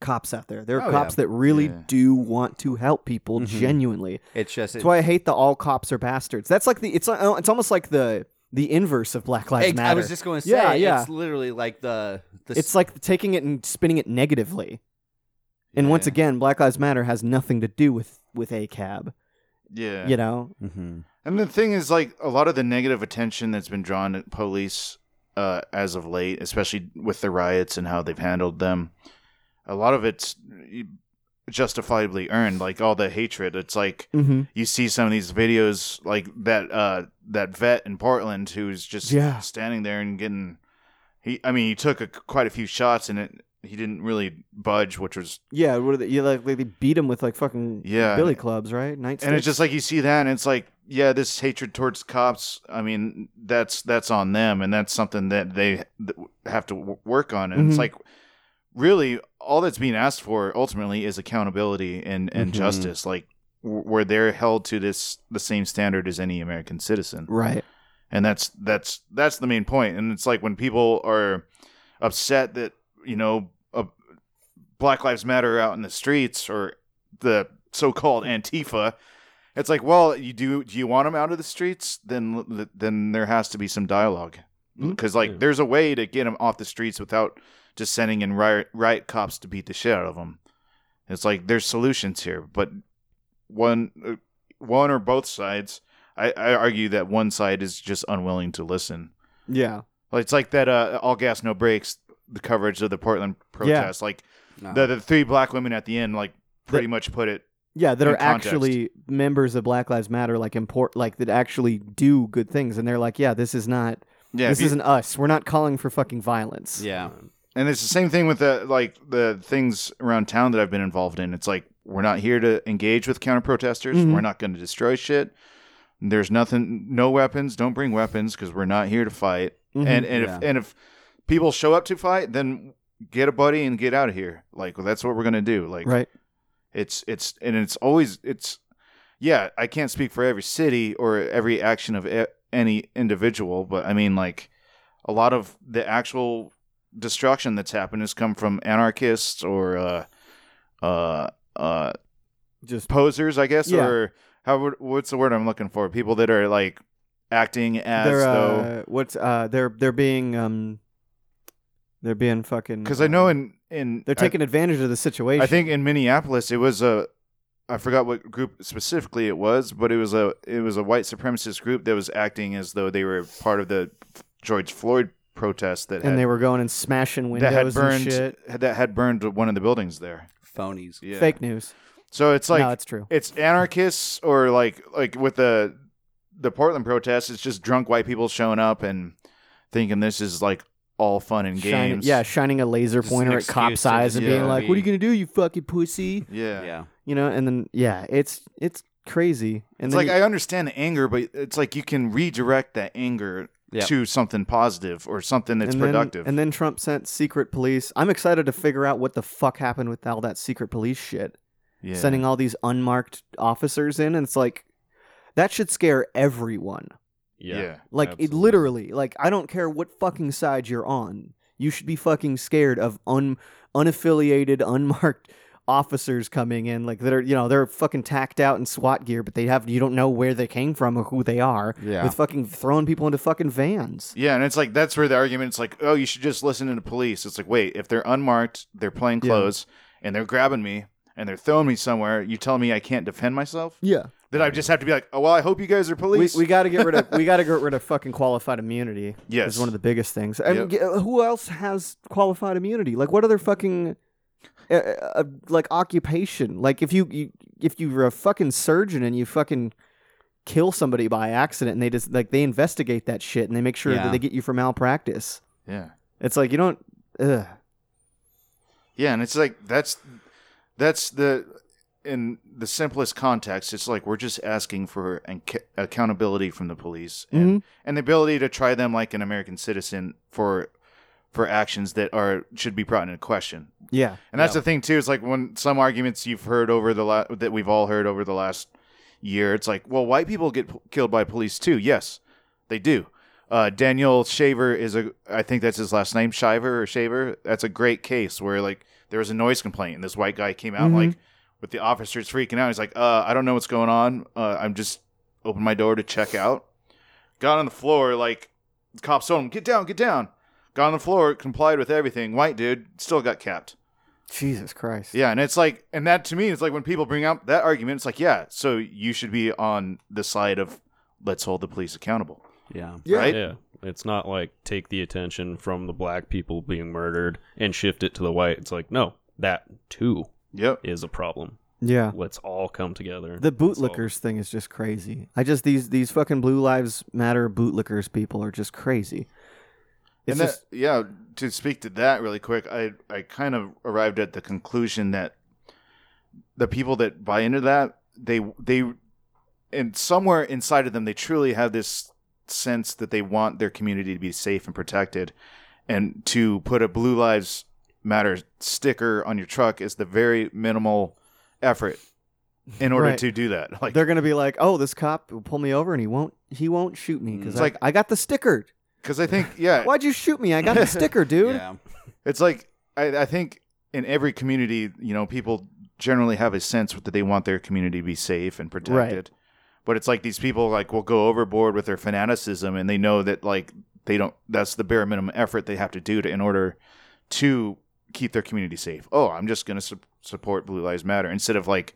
S1: cops out there. There are
S2: Oh,
S1: cops that really
S3: Yeah.
S1: do want to help people
S2: Mhm.
S1: genuinely.
S2: It's just
S1: That's why I hate the all cops are bastards. That's like the it's uh, it's almost like the the inverse of Black Lives
S2: Ex-
S1: Matter.
S2: I was just going to say,
S1: Yeah, yeah.
S2: it's literally like the, the
S1: it's like taking it and spinning it negatively. And once
S3: Yeah.
S1: again, Black Lives Matter has nothing to do with with ACAB,
S3: yeah.
S1: you know.
S2: Mm-hmm.
S3: And the thing is, like, a lot of the negative attention that's been drawn to police uh, as of late, especially with the riots and how they've handled them, a lot of it's justifiably earned. Like all the hatred, it's like
S1: Mm-hmm.
S3: you see some of these videos, like that uh, that vet in Portland who's just
S1: Yeah.
S3: standing there and getting. He, I mean, he took a, quite a few shots and it. He didn't really budge, which was
S1: Yeah, what are they, you like they beat him with like fucking
S3: yeah.
S1: billy clubs, right? Night
S3: and it's just like you see that and it's like yeah this hatred towards cops i mean that's that's on them and that's something that they th- have to w- work on and it's
S1: Mhm.
S3: like really all that's being asked for ultimately is accountability and and
S2: Mhm.
S3: justice like w- where they're held to this the same standard as any american citizen
S1: right.
S3: and that's that's that's the main point and it's like when people are upset that you know a black lives matter out in the streets or the so-called antifa it's like well you do do you want them out of the streets then l- then there has to be some dialogue because like
S4: Yeah.
S3: there's a way to get them off the streets without just sending in riot, riot cops to beat the shit out of them it's like there's solutions here but one uh, one or both sides I, I argue that one side is just unwilling to listen.
S1: Yeah.
S3: Well, It's like that uh, all gas no brakes the coverage of the Portland protest. Like
S2: No.
S3: the, the three black women at the end, like pretty much put it.
S1: Yeah, that
S3: in
S1: are
S3: context.
S1: actually members of Black Lives Matter, like import, like that actually do good things, and they're like, yeah, this is not,
S3: Yeah,
S1: this
S3: if you-
S1: isn't us. We're not calling for fucking violence.
S2: yeah.
S3: and it's the same thing with the like the things around town that I've been involved in. It's like we're not here to engage with counter protesters.
S1: Mhm.
S3: We're not going to destroy shit. There's nothing, no weapons. Don't bring weapons because we're not here to fight.
S1: Mhm.
S3: and and if
S2: Yeah.
S3: and if people show up to fight, then get a buddy and get out of here. Like well, that's what we're gonna do. Like
S1: right.
S3: it's it's and it's always it's yeah. I can't speak for every city or every action of e- any individual, but I mean like a lot of the actual destruction that's happened has come from anarchists or uh uh uh
S1: Just
S3: posers, I guess,
S1: Yeah.
S3: or how would- what's the word I'm looking for? People that are like acting as
S1: they're
S3: though.
S1: uh, what's uh, they're they're being um, they're being fucking um,
S3: Because I know in in
S1: they're
S3: I-
S1: taking advantage of the situation.
S3: I think in Minneapolis it was a I forgot what group specifically it was, but it was a it was a white supremacist group that was acting as though they were part of the George Floyd protest that
S1: and
S3: had,
S1: they were going and smashing
S3: that
S1: windows
S3: had
S1: and
S3: burned
S1: shit.
S3: had- that had burned one of the buildings there.
S2: Phonies.
S3: Yeah.
S1: Fake news.
S3: So it's like
S1: no, it's true.
S3: it's anarchists or like like with the the Portland protests, it's just drunk white people showing up and thinking this is like all fun and
S1: Shining-
S3: games.
S1: yeah, shining a laser
S3: Just an
S1: pointer at
S3: excuse
S1: cops'
S3: to-
S1: eyes and being
S3: yeah,
S1: like, "What are you
S2: be-
S1: gonna do, you fucking pussy?"
S3: yeah.
S2: yeah.
S1: You know, and then yeah, it's it's crazy. And
S3: It's
S1: then
S3: like I understand the anger, but it's like you can redirect that anger
S2: Yeah.
S3: to something positive or something that's
S1: and then-
S3: productive.
S1: and then Trump sent secret police. I'm excited to figure out what the fuck happened with all that secret police shit.
S3: yeah.
S1: Sending all these unmarked officers in, and it's like that should scare everyone.
S3: yeah.
S4: Yeah.
S1: Like it
S4: Absolutely.
S1: literally, like I don't care what fucking side you're on. You should be fucking scared of un unaffiliated, unmarked [LAUGHS] officers coming in. Like they're you know, they're fucking tacked out in SWAT gear, but they have you don't know where they came from or who they are.
S2: Yeah.
S1: With fucking throwing people into fucking vans.
S3: Yeah, and it's like that's where the argument's like, oh, you should just listen to the police. It's like, wait, if they're unmarked, they're plain clothes, and they're grabbing me and they're throwing me somewhere, you tell me I can't defend myself?
S1: Yeah.
S3: Then I just have to be like, oh, well, I hope you guys are
S1: We,
S3: police.
S1: we got to get rid of we got to get rid of fucking qualified immunity.
S3: yes.
S1: Is one of the biggest things. I mean,
S3: Yep.
S1: g- who else has qualified immunity? Like what other fucking uh, uh, like occupation? Like if you, you if you were a fucking surgeon and you fucking kill somebody by accident and they just like they investigate that shit and they make sure
S2: Yeah.
S1: that they get you for malpractice.
S3: yeah.
S1: It's like you don't ugh.
S3: Yeah, and it's like that's that's the in the simplest context, it's like we're just asking for an- accountability from the police
S1: Mm-hmm.
S3: and, and the ability to try them like an American citizen for for actions that are should be brought into question.
S1: Yeah.
S3: And that's the thing too. Is like when some arguments you've heard over the la- that we've all heard over the last year. It's like, well, white people get p- killed by police too. Yes, they do. Uh, Daniel Shaver is a, I think that's his last name, Shiver or Shaver. That's a great case where like there was a noise complaint and this white guy came out like with the officers freaking out. He's like, uh, I don't know what's going on. Uh, I'm just opened my door to check out. Got on the floor like the cops told him, get down, get down. Got on the floor, complied with everything. White dude still got capped.
S1: Jesus Christ.
S3: Yeah, and it's like, and that to me is like when people bring up that argument, it's like, yeah, so you should be on the side of let's hold the police accountable,
S2: Yeah.
S1: Yeah.
S3: right?
S4: yeah. It's not like take the attention from the black people being murdered and shift it to the white. It's like, no, that too
S3: Yep.
S4: is a problem.
S1: Yeah.
S4: [LAUGHS] Let's all come together.
S1: The
S4: Let's all- [LAUGHS]
S1: bootlickers thing is just crazy. I just these these fucking blue lives matter bootlickers people are just crazy. It's
S3: and that,
S1: just
S3: yeah, to speak to that really quick, I I kind of arrived at the conclusion that the people that buy into that, they they and somewhere inside of them they truly have this sense that they want their community to be safe and protected and to put a blue lives matter sticker on your truck is the very minimal effort in order
S1: Right.
S3: to do that like
S1: they're gonna be like, "Oh, this cop will pull me over and he won't he won't shoot me because
S3: It's
S1: I,
S3: like-
S1: I got the sticker.
S3: because i think yeah
S1: Why'd you shoot me? I
S3: [LAUGHS]
S1: got the sticker, dude.
S2: Yeah.
S3: It's like I, I think in every community, you know, people generally have a sense that they want their community to be safe and protected. But it's like these people like will go overboard with their fanaticism, and they know that like they don't. That's the bare minimum effort they have to do to in order to keep their community safe. Oh, I'm just going to su- support Blue Lives Matter instead of like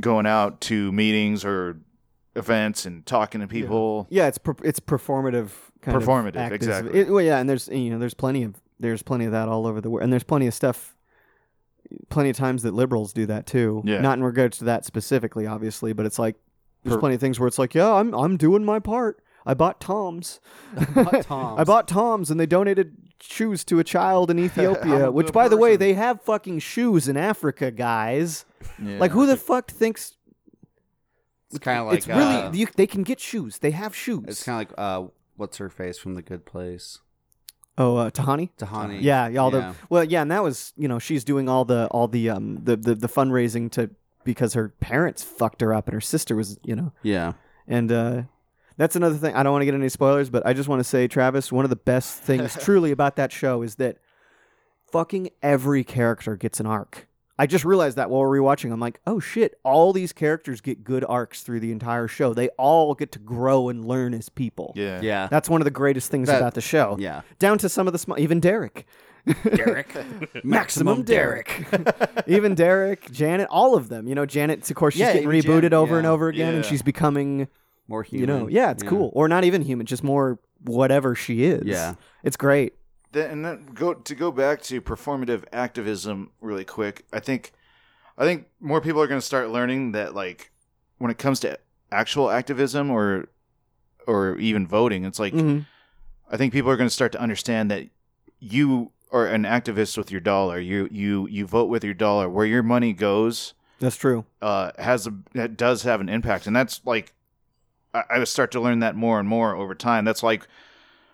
S3: going out to meetings or events and talking to people.
S1: Yeah, it's per, it's performative kind
S3: Performative,
S1: of activism.
S3: exactly.
S1: It- well, yeah, and there's you know there's plenty of there's plenty of that all over the world, and there's plenty of stuff, plenty of times that liberals do that too.
S3: Yeah.
S1: Not in regards to that specifically, obviously, but it's like there's
S3: Per-
S1: plenty of things where it's like, yeah, I'm I'm doing my part. I bought Toms. [LAUGHS] [LAUGHS]
S2: Tom.
S1: I bought Toms and they donated shoes to a child
S3: [LAUGHS]
S1: in Ethiopia,
S3: a
S1: which,
S3: good
S1: by the way,
S3: person.
S1: they have fucking shoes in Africa, guys.
S3: Yeah.
S1: Like, who the fuck thinks
S2: It's kind of like
S1: it's
S2: uh,
S1: really? You, they can get shoes. They have shoes.
S2: It's kind of like uh, what's her face from The Good Place,
S1: oh, uh, Tahani.
S2: Tahani.
S1: Yeah, y'all.
S2: Yeah.
S1: The, well, yeah, and that was you know she's doing all the all the um the, the the fundraising to because her parents fucked her up and her sister was you know
S2: Yeah.
S1: And uh, that's another thing. I don't want to get any spoilers, but I just want to say, Travis, one of the best
S2: [LAUGHS]
S1: things truly about that show is that fucking every character gets an arc. I just realized that while we we're rewatching. I'm like, oh shit, all these characters get good arcs through the entire show. They all get to grow and learn as people.
S3: yeah,
S2: Yeah.
S1: That's one of the greatest things
S2: That-
S1: about the show.
S2: Yeah.
S1: Down to some of the small, even [LAUGHS] Derek.
S2: Derek. [LAUGHS] Maximum Derek.
S1: even Derek, Janet, all of them. You know, Janet, of course, she's
S2: Yeah,
S1: getting
S2: even
S1: rebooted
S2: Janet,
S1: over
S2: yeah.
S1: and over again, and
S3: Yeah.
S1: she's becoming
S2: More
S1: you
S2: human.
S1: know yeah it's cool or not even human just more whatever she is
S2: Yeah.
S1: it's great
S3: Then, and then go to go back to performative activism really quick. I think, I think more people are going to start learning that like when
S1: Mm-hmm.
S3: it comes to actual activism or or even voting, it's like I think people are going to start to understand that you are an activist with your dollar. You you you vote with your dollar. Where your money goes
S1: That's true.
S3: uh, has a that does have an impact, and that's like I, I would start to learn that more and more over time. That's like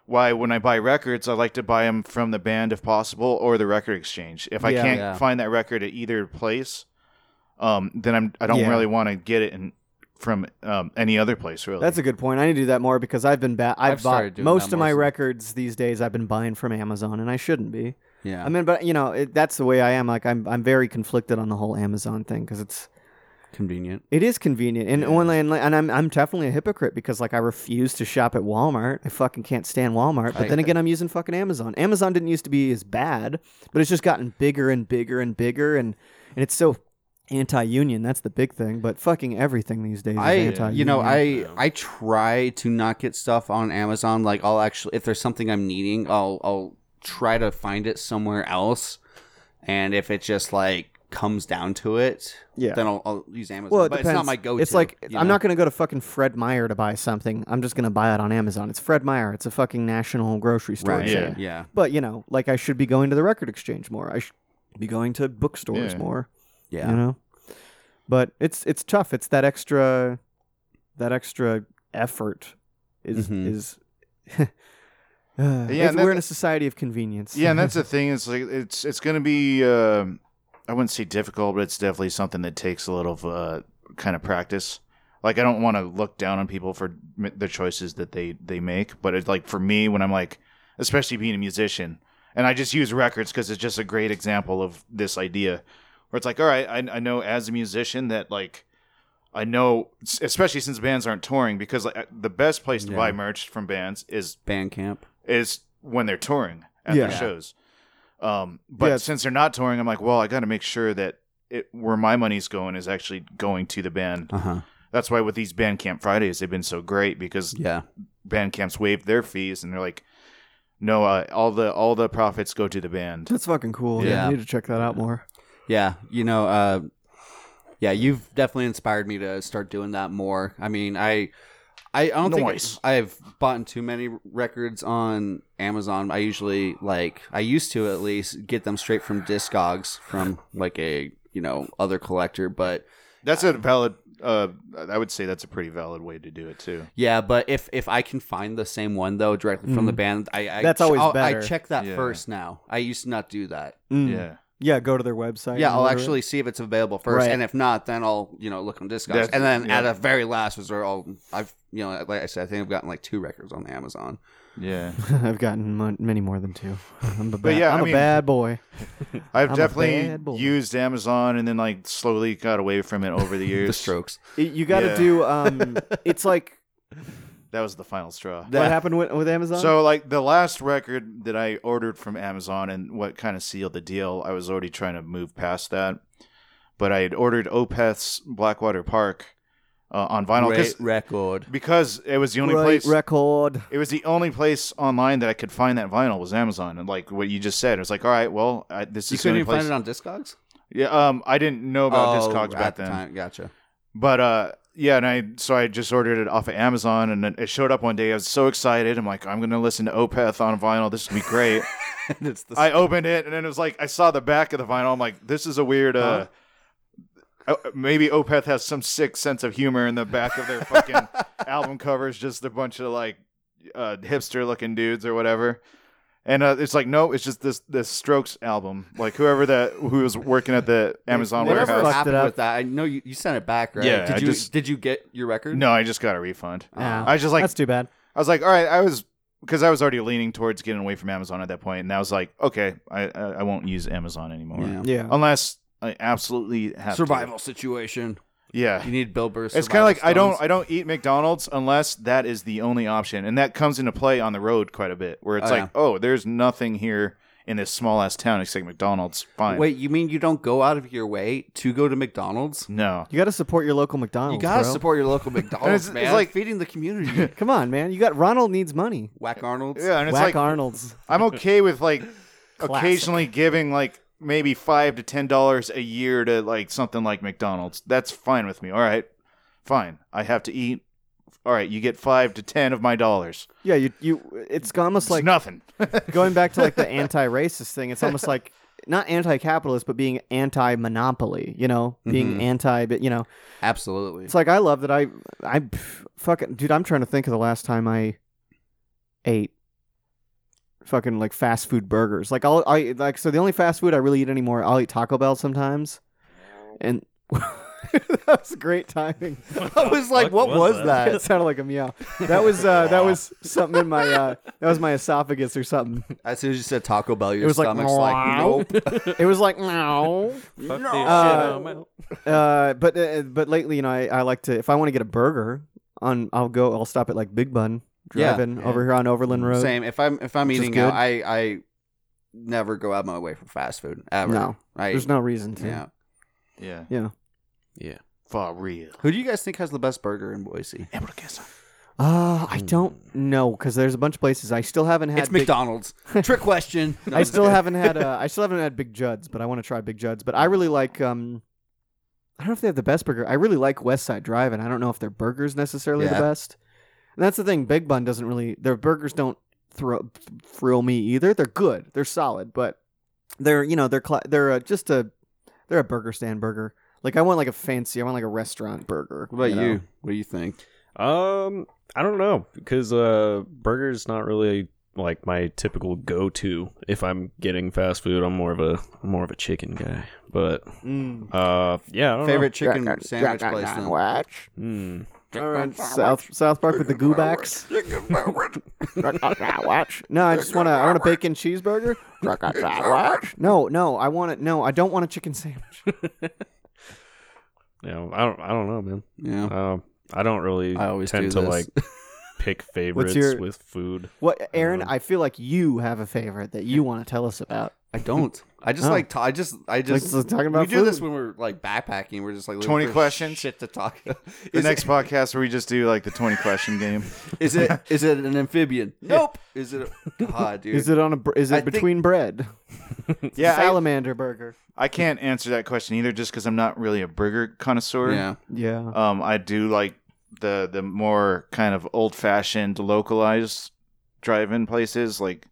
S3: why when I buy records, I like to buy them from the band if possible or the record exchange. If I
S1: Yeah.
S3: can't
S2: Yeah.
S3: find that record at either place, um, then I'm I don't
S1: Yeah.
S3: really want to get it in, from um, any other place really.
S1: That's a good point. I need to do that more because I've been bad. I've,
S2: I've started
S1: bought
S2: doing
S1: most
S2: that
S1: of
S2: more
S1: my
S2: so-
S1: records these days. I've been buying from Amazon, and I shouldn't be.
S2: Yeah.
S1: I mean, but you know, it, that's the way I am. Like, I'm I'm very conflicted on the whole Amazon thing because it's
S2: Convenient.
S1: it is convenient, and one and, like, and I'm I'm definitely a hypocrite because like I refuse to shop at Walmart. I fucking can't stand Walmart. But
S2: I-
S1: then again, I'm using fucking Amazon. Amazon didn't used to be as bad, but it's just gotten bigger and bigger and bigger, and and it's so anti-union. That's the big thing. But fucking everything these days is
S2: I
S1: anti-union.
S2: you know I
S4: Yeah.
S2: I try to not get stuff on Amazon. Like I'll actually if there's something I'm needing, I'll I'll try to find it somewhere else. And if it just like comes down to it,
S1: Yeah.
S2: then I'll, I'll use Amazon.
S1: Well, it
S2: but
S1: depends.
S2: it's not my go-to.
S1: It's like
S2: you
S1: I'm
S2: know?
S1: not going to go to fucking Fred Meyer to buy something. I'm just going to buy it on Amazon. It's Fred Meyer. It's a fucking national grocery store.
S2: right.
S1: chain.
S2: Yeah. yeah.
S1: But you know, like I should be going to the record exchange more. I should be going to bookstores
S3: Yeah.
S1: more.
S2: Yeah.
S1: You know. But it's it's tough. It's that extra, that extra effort is
S2: Mhm.
S1: is. [LAUGHS] Uh, it's-
S3: and
S1: we're
S3: that-
S1: in a society of convenience.
S3: yeah,
S1: [LAUGHS]
S3: and that's the thing. It's like it's it's going to be. um I wouldn't say difficult, but it's definitely something that takes a little of, uh, kind of practice. Like I don't want to look down on people for m- the choices that they they make, but it's like for me when I'm like, especially being a musician, and I just use records because it's just a great example of this idea, where it's like, all right, I, I know as a musician that like. I know, s- especially since bands aren't touring, because like, the best place to
S2: Yeah.
S3: buy merch from bands is
S2: Bandcamp.
S3: is when they're touring at
S1: Yeah.
S3: their shows. Um, but
S1: Yeah.
S3: since they're not touring, I'm like, well, I got to make sure that it, where my money's going is actually going to the band.
S2: Uh huh.
S3: That's why with these Bandcamp Fridays, they've been so great because
S2: Yeah.
S3: Bandcamps waive their fees and they're like, no, uh, all the all the profits go to the band.
S1: that's fucking cool. yeah,
S2: Yeah.
S1: I need to check that out more.
S2: Yeah, you know, uh, yeah, you've definitely inspired me to start doing that more. I mean, I, I, I don't
S3: Nice.
S2: think I- I've bought too many records on Amazon. I usually like, I used to at least get them straight from Discogs from like a you know other collector, but
S3: That's a valid. Uh, I would say that's a pretty valid way to do it too.
S2: Yeah, but if if I can find the same one though directly from the band, I, I
S1: Mm. That's always
S2: I'll- I
S1: better.
S2: check that
S3: Yeah.
S2: first now. I used to not do that.
S1: Mm.
S3: Yeah,
S1: Yeah, go to their website.
S2: yeah,
S1: and
S2: I'll
S1: order it.
S2: actually see if it's available first,
S1: Right.
S2: and if not, then I'll you know look on Discogs,
S3: That's-
S2: and then
S3: yeah.
S2: at a very last resort, I'll I've you know like I said, I think I've gotten like two records on Amazon.
S3: yeah.
S1: [LAUGHS] I've gotten mon- many more than two. [LAUGHS] I'm a bad,
S3: yeah,
S1: I'm
S3: I
S1: a
S3: mean-
S1: bad boy.
S3: I've
S1: I'm a bad boy.
S3: definitely used Amazon and then like slowly got away from it over [LAUGHS] the years.
S2: The Strokes.
S1: It- you got to
S3: Yeah.
S1: do. Um, it's
S3: [LAUGHS]
S1: like
S3: That was the final straw.
S1: what happened with, with Amazon.
S3: So like the last record that I ordered from Amazon and what kind of sealed the deal, I was already trying to move past that. But I had ordered Opeth's Blackwater Park uh, on vinyl 'cause-
S2: Great record.
S3: because it was the only
S1: Right
S3: place
S1: record.
S3: it was the only place online that I could find that vinyl was Amazon and like what you just said it was like all right well I, this
S2: You
S3: is the
S2: couldn't
S3: only
S2: even
S3: place
S2: find it on Discogs.
S3: yeah um I didn't know about
S2: Oh,
S3: Discogs
S2: at
S3: back
S2: the
S3: then
S2: time. Gotcha.
S3: but uh, yeah, and I so I just ordered it off of Amazon, and then it showed up one day. I was so excited. I'm like, I'm gonna listen to Opeth on vinyl. This would be
S2: [LAUGHS]
S3: great.
S2: it's the
S3: I opened it, and then it was like I saw the back of the vinyl. I'm like, this is a weird. Uh, uh, Maybe Opeth has some sick sense of humor in the back of their
S2: [LAUGHS]
S3: fucking album covers, just a bunch of like uh, hipster looking dudes or whatever. And uh, it's like, no, it's just this this Strokes album. Like whoever that who was working at the Amazon
S1: Whatever
S3: warehouse.
S1: Fucked
S2: whatever
S1: it
S2: happened
S1: up.
S2: with that. I know you, you sent it back, right?
S3: Yeah,
S2: Did
S3: I
S2: you
S3: just-
S2: did you get your record? Oh,
S3: No, I just got a refund.
S1: Yeah.
S3: I was just like,
S1: That's too bad.
S3: I was like, all right, I was because I was already leaning towards getting away from Amazon at that point, and I was like, okay, I I, I won't use Amazon anymore
S2: Yeah.
S1: Yeah.
S3: unless I absolutely Oh, have to.
S2: survival situation.
S3: Yeah,
S2: You need Bill Burr's.
S3: it's kind of like I
S2: survival
S3: don't I don't eat McDonald's unless that is the only option, and that comes into play on the road quite a bit, where it's
S2: Oh,
S3: like, oh, there's nothing here in this small ass town except McDonald's. Fine,
S2: stones. Wait, you mean you don't go out of your way to go to McDonald's?
S3: no.
S1: You got to support your local
S2: You
S1: McDonald's.
S2: gotta
S1: bro.
S2: support
S3: [LAUGHS]
S2: your local
S3: It's-
S2: McDonald's,
S3: it's
S2: man.
S3: like-
S2: feeding
S3: [LAUGHS]
S2: the community.
S1: Come on, man. You got Ronald needs money.
S2: Whack Arnold's.
S3: Yeah, and it's
S1: Whack
S3: like
S1: Arnold's.
S3: I'm okay with like
S1: Classic.
S3: occasionally giving like maybe five to ten dollars a year to like something like McDonald's. That's fine with me. All right, fine. I have to eat. all right, you get five to ten of my dollars.
S1: Yeah, you you it's
S3: It's
S1: almost like
S3: nothing.
S1: going back to like the anti-racist thing. It's almost like not anti-capitalist, but being anti-monopoly. You know, being
S2: Mhm.
S1: anti, but you know,
S2: Absolutely.
S1: it's like I love that I I pff, fucking dude. I'm trying to think of the last time I ate fucking like fast food burgers. Like I'll I like so the only fast food I really eat anymore. I'll eat Taco Bell sometimes, and. [LAUGHS] that was great timing.
S2: I was like,
S4: fuck
S2: what
S4: was
S2: was,
S4: that?
S1: [LAUGHS] It sounded like a meow. That was uh, that was something in my uh, that was my esophagus or something.
S2: that? As soon as you said Taco Bell, your
S1: was like,
S2: stomach's like,
S1: "Meow." [LAUGHS]
S2: nope.
S1: It was like no.
S4: [LAUGHS] Fuck no.
S1: Uh, Uh, but uh, but lately, you know, I, I like to if I want to get a burger on, I'll go. I'll stop at like Big Bun
S2: Yeah. Mm,
S1: driving over here on Overland Road.
S2: Same. If I'm if I'm
S1: Which is
S2: eating out,
S1: good.
S2: I I never go out of my way for fast food ever.
S1: No,
S2: I,
S1: there's no reason to.
S2: yeah.
S3: yeah,
S2: Yeah.
S3: for real.
S2: Who do you guys think has the best burger in Boise?
S1: Uh, I don't know because there's a bunch of places I still haven't had.
S2: Mm. It's
S1: Big- [LAUGHS]
S2: McDonald's. Trick question. No,
S1: I
S2: I'm
S1: still
S2: just
S1: haven't had. Uh, I still haven't had Big Judd's, but I want to try Big Judd's. But I really like. Um, I don't know if they have the best burger. I really like West Side Drive, and I don't know if their burgers necessarily
S2: Yeah.
S1: the best. And that's the thing. Big Bun doesn't really. Their burgers don't throw thrill me either. They're good. They're solid, but they're you know they're cla they're uh, just a they're a burger stand burger. Like I want like a fancy. I want like a restaurant burger.
S2: What about
S1: know?
S2: you? What do you think?
S4: Um, I don't know because uh, burgers not really like my typical go-to. If I'm getting fast food, I'm more of a more of a chicken guy. But
S1: Mm.
S4: uh, yeah, I don't
S2: Favorite chicken sandwich place? then?
S4: Know. Hmm.
S1: All right, South South Park with the goobacks. [LAUGHS] Watch. No, I just want to. I want a bacon cheeseburger. Watch. No, no, I want it. No, I don't want a chicken sandwich.
S4: Yeah, I don't. I don't know, man.
S2: Yeah.
S1: [LAUGHS]
S4: Um, I don't really.
S2: Oh. I always
S4: tend
S2: do
S4: to
S2: this.
S4: like
S2: [LAUGHS]
S4: pick favorites
S1: your-
S4: with food.
S1: What, Aaron?
S4: Um,
S1: I feel like you have a favorite that you want to tell us about.
S2: I don't. I just
S1: Oh.
S2: like. ta- I just. I
S1: Like,
S2: just.
S1: so talking
S2: we
S1: about
S2: do
S1: food.
S2: this when we're like backpacking. We're just like looking
S3: 20
S2: for
S3: questions?
S2: Shit to
S1: [LAUGHS]
S2: talk.
S3: The
S2: Is
S3: next podcast where we just do like the twenty question game.
S2: it, is
S1: [LAUGHS]
S2: it is it an amphibian? Nope. Is it? A, [LAUGHS] God, dude.
S1: Is it on a? br- Is it
S2: I think-
S1: between bread?
S3: Yeah, I-
S1: salamander burger.
S3: I can't answer that question either, just because I'm not really a burger connoisseur.
S2: Yeah.
S1: Yeah.
S3: Um, I do like the the more kind of old fashioned localized drive in places like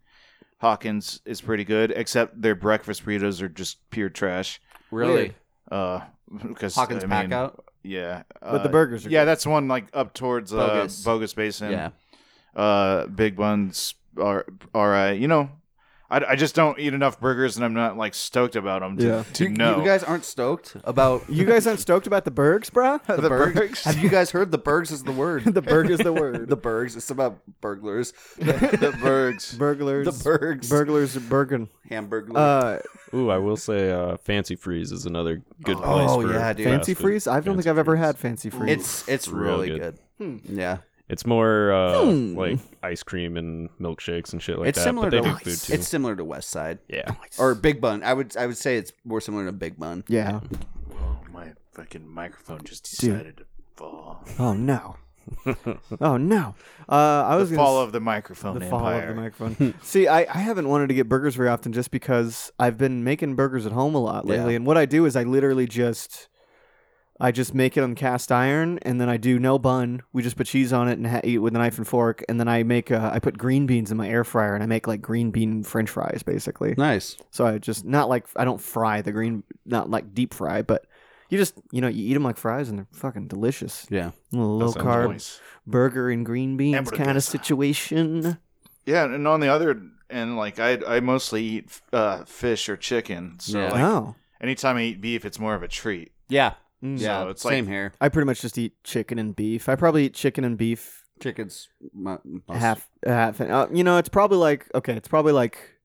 S3: Hawkins is pretty good, except their breakfast burritos are just pure trash.
S2: Really.
S3: Uh, [LAUGHS] because
S2: Hawkins
S3: I
S2: pack
S3: mean,
S2: out.
S3: Yeah,
S1: But the
S3: uh,
S1: burgers are
S3: Yeah, that's one like up towards uh,
S2: Bogus.
S3: Bogus. Basin.
S2: Yeah.
S3: Uh, big buns are all right. You know, I, I just don't eat enough burgers, and I'm not like stoked about them. To,
S1: Yeah.
S3: to
S2: you,
S3: know. [LAUGHS]
S2: you guys aren't stoked about
S1: You guys aren't stoked about the burgers, bro?
S2: [LAUGHS] the, Bergs? Have you guys heard the Bergs is the
S1: [LAUGHS]
S2: word?
S1: the burger's the word.
S2: the Bergs. It's about burglars. the Bergs.
S1: burglars.
S2: The Bergs.
S1: Burglars are burgin.
S2: Hamburglar.
S1: Uh,
S4: Ooh, I will say, uh, Fancy Freeze is another good place.
S2: Oh,
S4: for
S2: yeah, dude.
S4: fast
S1: fancy
S4: food.
S1: freeze. I don't
S4: Fancy
S1: think I've ever
S4: Freeze.
S1: had fancy freeze.
S2: it's it's
S4: Real
S2: really
S4: good.
S2: good. Yeah.
S4: It's more uh,
S1: Hmm.
S4: like ice cream and milkshakes and shit like
S2: it's
S4: that.
S2: similar
S4: but they
S2: to
S4: do food too.
S2: it's similar to West Side
S4: yeah,
S2: or Big Bun. I would I would say it's more similar to Big Bun.
S1: yeah.
S3: Oh, my fucking microphone just
S1: Dude.
S3: decided to fall.
S1: Oh no. oh no. Uh, I was
S3: the
S1: gonna
S3: fall
S1: s-
S3: of the microphone
S1: the fall
S3: empire.
S1: of the microphone. See, I, I haven't wanted to get burgers very often just because I've been making burgers at home a lot lately.
S2: Yeah.
S1: And what I do is I literally just I just make it on cast iron and then I do no bun. We just put cheese on it and ha- eat with a knife and fork. And then I make uh, I put green beans in my air fryer and I make like green bean French fries basically.
S2: Nice.
S1: So I just not like I don't fry the green, not like deep fry, but you just you know you eat them like fries and they're fucking delicious.
S2: Yeah.
S1: low
S4: sounds
S1: carb
S3: Nice.
S1: burger and green beans kind of
S3: Hamburgers.
S1: situation.
S3: Yeah, and on the other end, like I, I mostly eat uh, fish or chicken. So
S2: Yeah.
S3: like,
S1: oh,
S3: anytime I eat beef, it's more of a treat.
S2: Yeah.
S1: Mm.
S2: Yeah.
S3: So it's
S2: same
S3: like-
S2: here.
S1: I pretty much just eat chicken and beef. I probably eat chicken and beef
S2: Chickens. My, my-
S1: half half. Uh, you know, it's probably like okay, it's probably like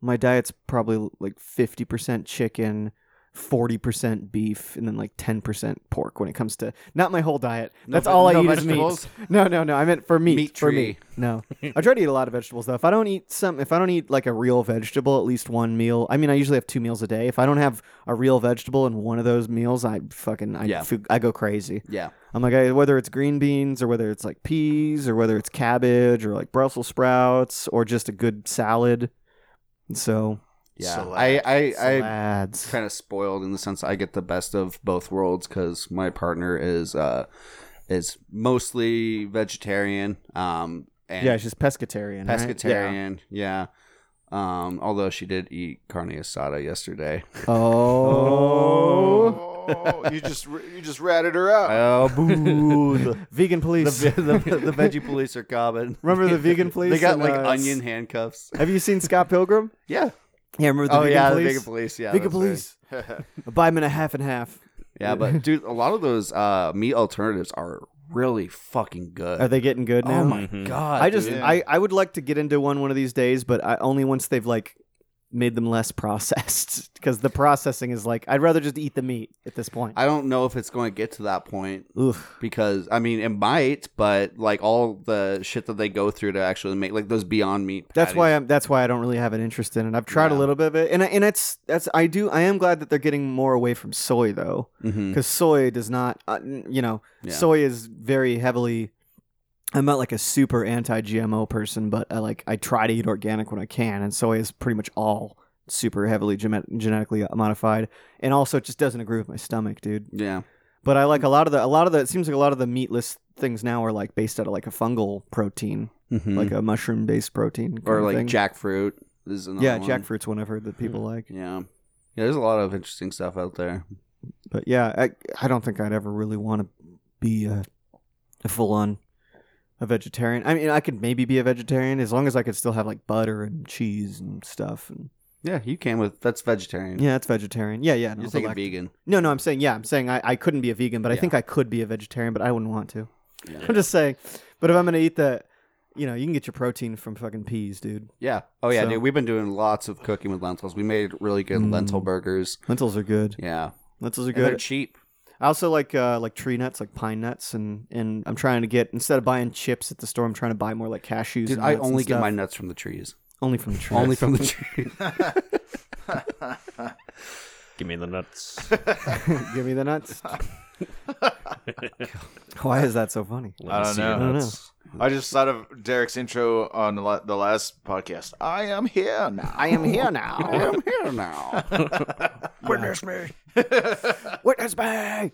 S1: my diet's probably like fifty percent chicken. 40% beef and then like 10% pork when it comes to not my whole diet.
S2: No
S1: That's
S2: ve-
S1: all I
S2: no
S1: eat
S2: vegetables?
S1: is meat. No, no, no. I meant for meat.
S2: Meat
S1: for
S2: tree.
S1: meat. No, I try to eat a lot of vegetables though. If I don't eat some, if I don't eat like a real vegetable, at least one meal. I mean, I usually have two meals a day. If I don't have a real vegetable in one of those meals, I fucking I
S2: Yeah.
S1: f- I go crazy.
S2: Yeah.
S1: I'm like I, whether it's green beans or whether it's like peas or whether it's cabbage or like Brussels sprouts or just a good salad. And so
S2: Yeah.
S3: Salad.
S2: I I I
S1: salads.
S2: kind of spoiled in the sense I get the best of both worlds because my partner is uh is mostly vegetarian. Um, and
S1: yeah, she's pescatarian. right?
S2: pescatarian. Yeah. Um, although she did eat carne asada yesterday.
S1: Yeah. [LAUGHS] Oh.
S3: Oh, you just you just ratted her out.
S2: Oh, boo! the,
S1: [LAUGHS] Vegan
S2: the, [LAUGHS]
S1: police.
S2: the, the veggie police are coming.
S1: remember the [LAUGHS] vegan police?
S2: They got
S1: and,
S2: like
S1: uh,
S2: onion handcuffs.
S1: Have you seen Scott Pilgrim?
S2: Yeah.
S1: Yeah, remember the
S2: oh
S1: vegan
S2: yeah,
S1: police?
S2: the vegan police. Yeah,
S1: Vegan
S2: that's right.
S1: police. [LAUGHS] Buy him in a half and half. [LAUGHS]
S2: Yeah, but dude, a lot of those uh, meat alternatives are really fucking good.
S1: Are they getting good now?
S2: oh my
S4: Mhm.
S2: god!
S1: I just
S2: dude.
S1: I, I would like to get into one one of these days, but I, only once they've like made them less processed [LAUGHS] because the processing is like I'd rather just eat the meat at this point.
S2: I don't know if it's going to get to that point
S1: Oof.
S2: because I mean it might, but like all the shit that they go through to actually make like those Beyond Meat.
S1: That's why I'm. That's why I don't really have an interest in it. I've tried a
S2: Yeah.
S1: little bit of it, and I, and it's that's I do. I am glad that they're getting more away from soy though,
S2: hmm
S1: because soy does not. Uh, n- you know,
S2: Yeah.
S1: soy is very heavily. I'm not like a super anti-GMO person, but I like I try to eat organic when I can, and soy is pretty much all super heavily gem- genetically modified, and also it just doesn't agree with my stomach, dude.
S2: Yeah.
S1: But I like a lot of the a lot of the. It seems like a lot of the meatless things now are like based out of like a fungal protein,
S2: Mhm.
S1: like a mushroom-based protein,
S2: or
S1: kinda
S2: like
S1: thing.
S2: jackfruit is another
S1: Yeah,
S2: one. Hmm.
S1: jackfruit's one I've heard that people like.
S2: Yeah. Yeah, there's a lot of interesting stuff out there.
S1: But yeah, I, I don't think I'd ever really want to be a, a full on a vegetarian. I mean, I could maybe be a vegetarian as long as I could still have like butter and cheese and stuff. And
S2: Yeah, you came with that's vegetarian.
S1: yeah, that's vegetarian. Yeah, yeah. No,
S2: You're
S1: but
S2: thinking
S1: like-
S2: vegan.
S1: no, no, I'm saying yeah, I'm saying I, I couldn't be a vegan, but I
S2: Yeah.
S1: think I could be a vegetarian, but I wouldn't want to.
S2: Yeah.
S1: I'm just saying. But if I'm gonna eat that, you know, you can get your protein from fucking peas, dude.
S2: Yeah. Oh yeah,
S1: So-
S2: dude. We've been doing lots of cooking with lentils. We made really good
S1: Mm.
S2: lentil burgers.
S1: Lentils are good.
S2: Yeah.
S1: Lentils are
S2: And they're
S1: good.
S2: cheap.
S1: I also like uh, like tree nuts, like pine nuts, and and I'm trying to get instead of buying chips at the store, I'm trying to buy more like cashews.
S2: Dude,
S1: and
S2: I
S1: nuts and
S2: only get
S1: stuff.
S2: my nuts from the trees.
S1: only from the trees.
S2: Only from the trees.
S4: Give me the nuts.
S1: [LAUGHS] give me the nuts.
S2: [LAUGHS]
S1: [LAUGHS] Why is that so funny?
S4: Let
S3: I
S4: me
S3: don't
S4: see your
S3: know. I don't
S1: know.
S4: nuts.
S3: I just thought of Derek's intro on the la- the last podcast. I am here now.
S1: I am here now.
S2: I'm here now.
S3: Witness me.
S1: Witness me.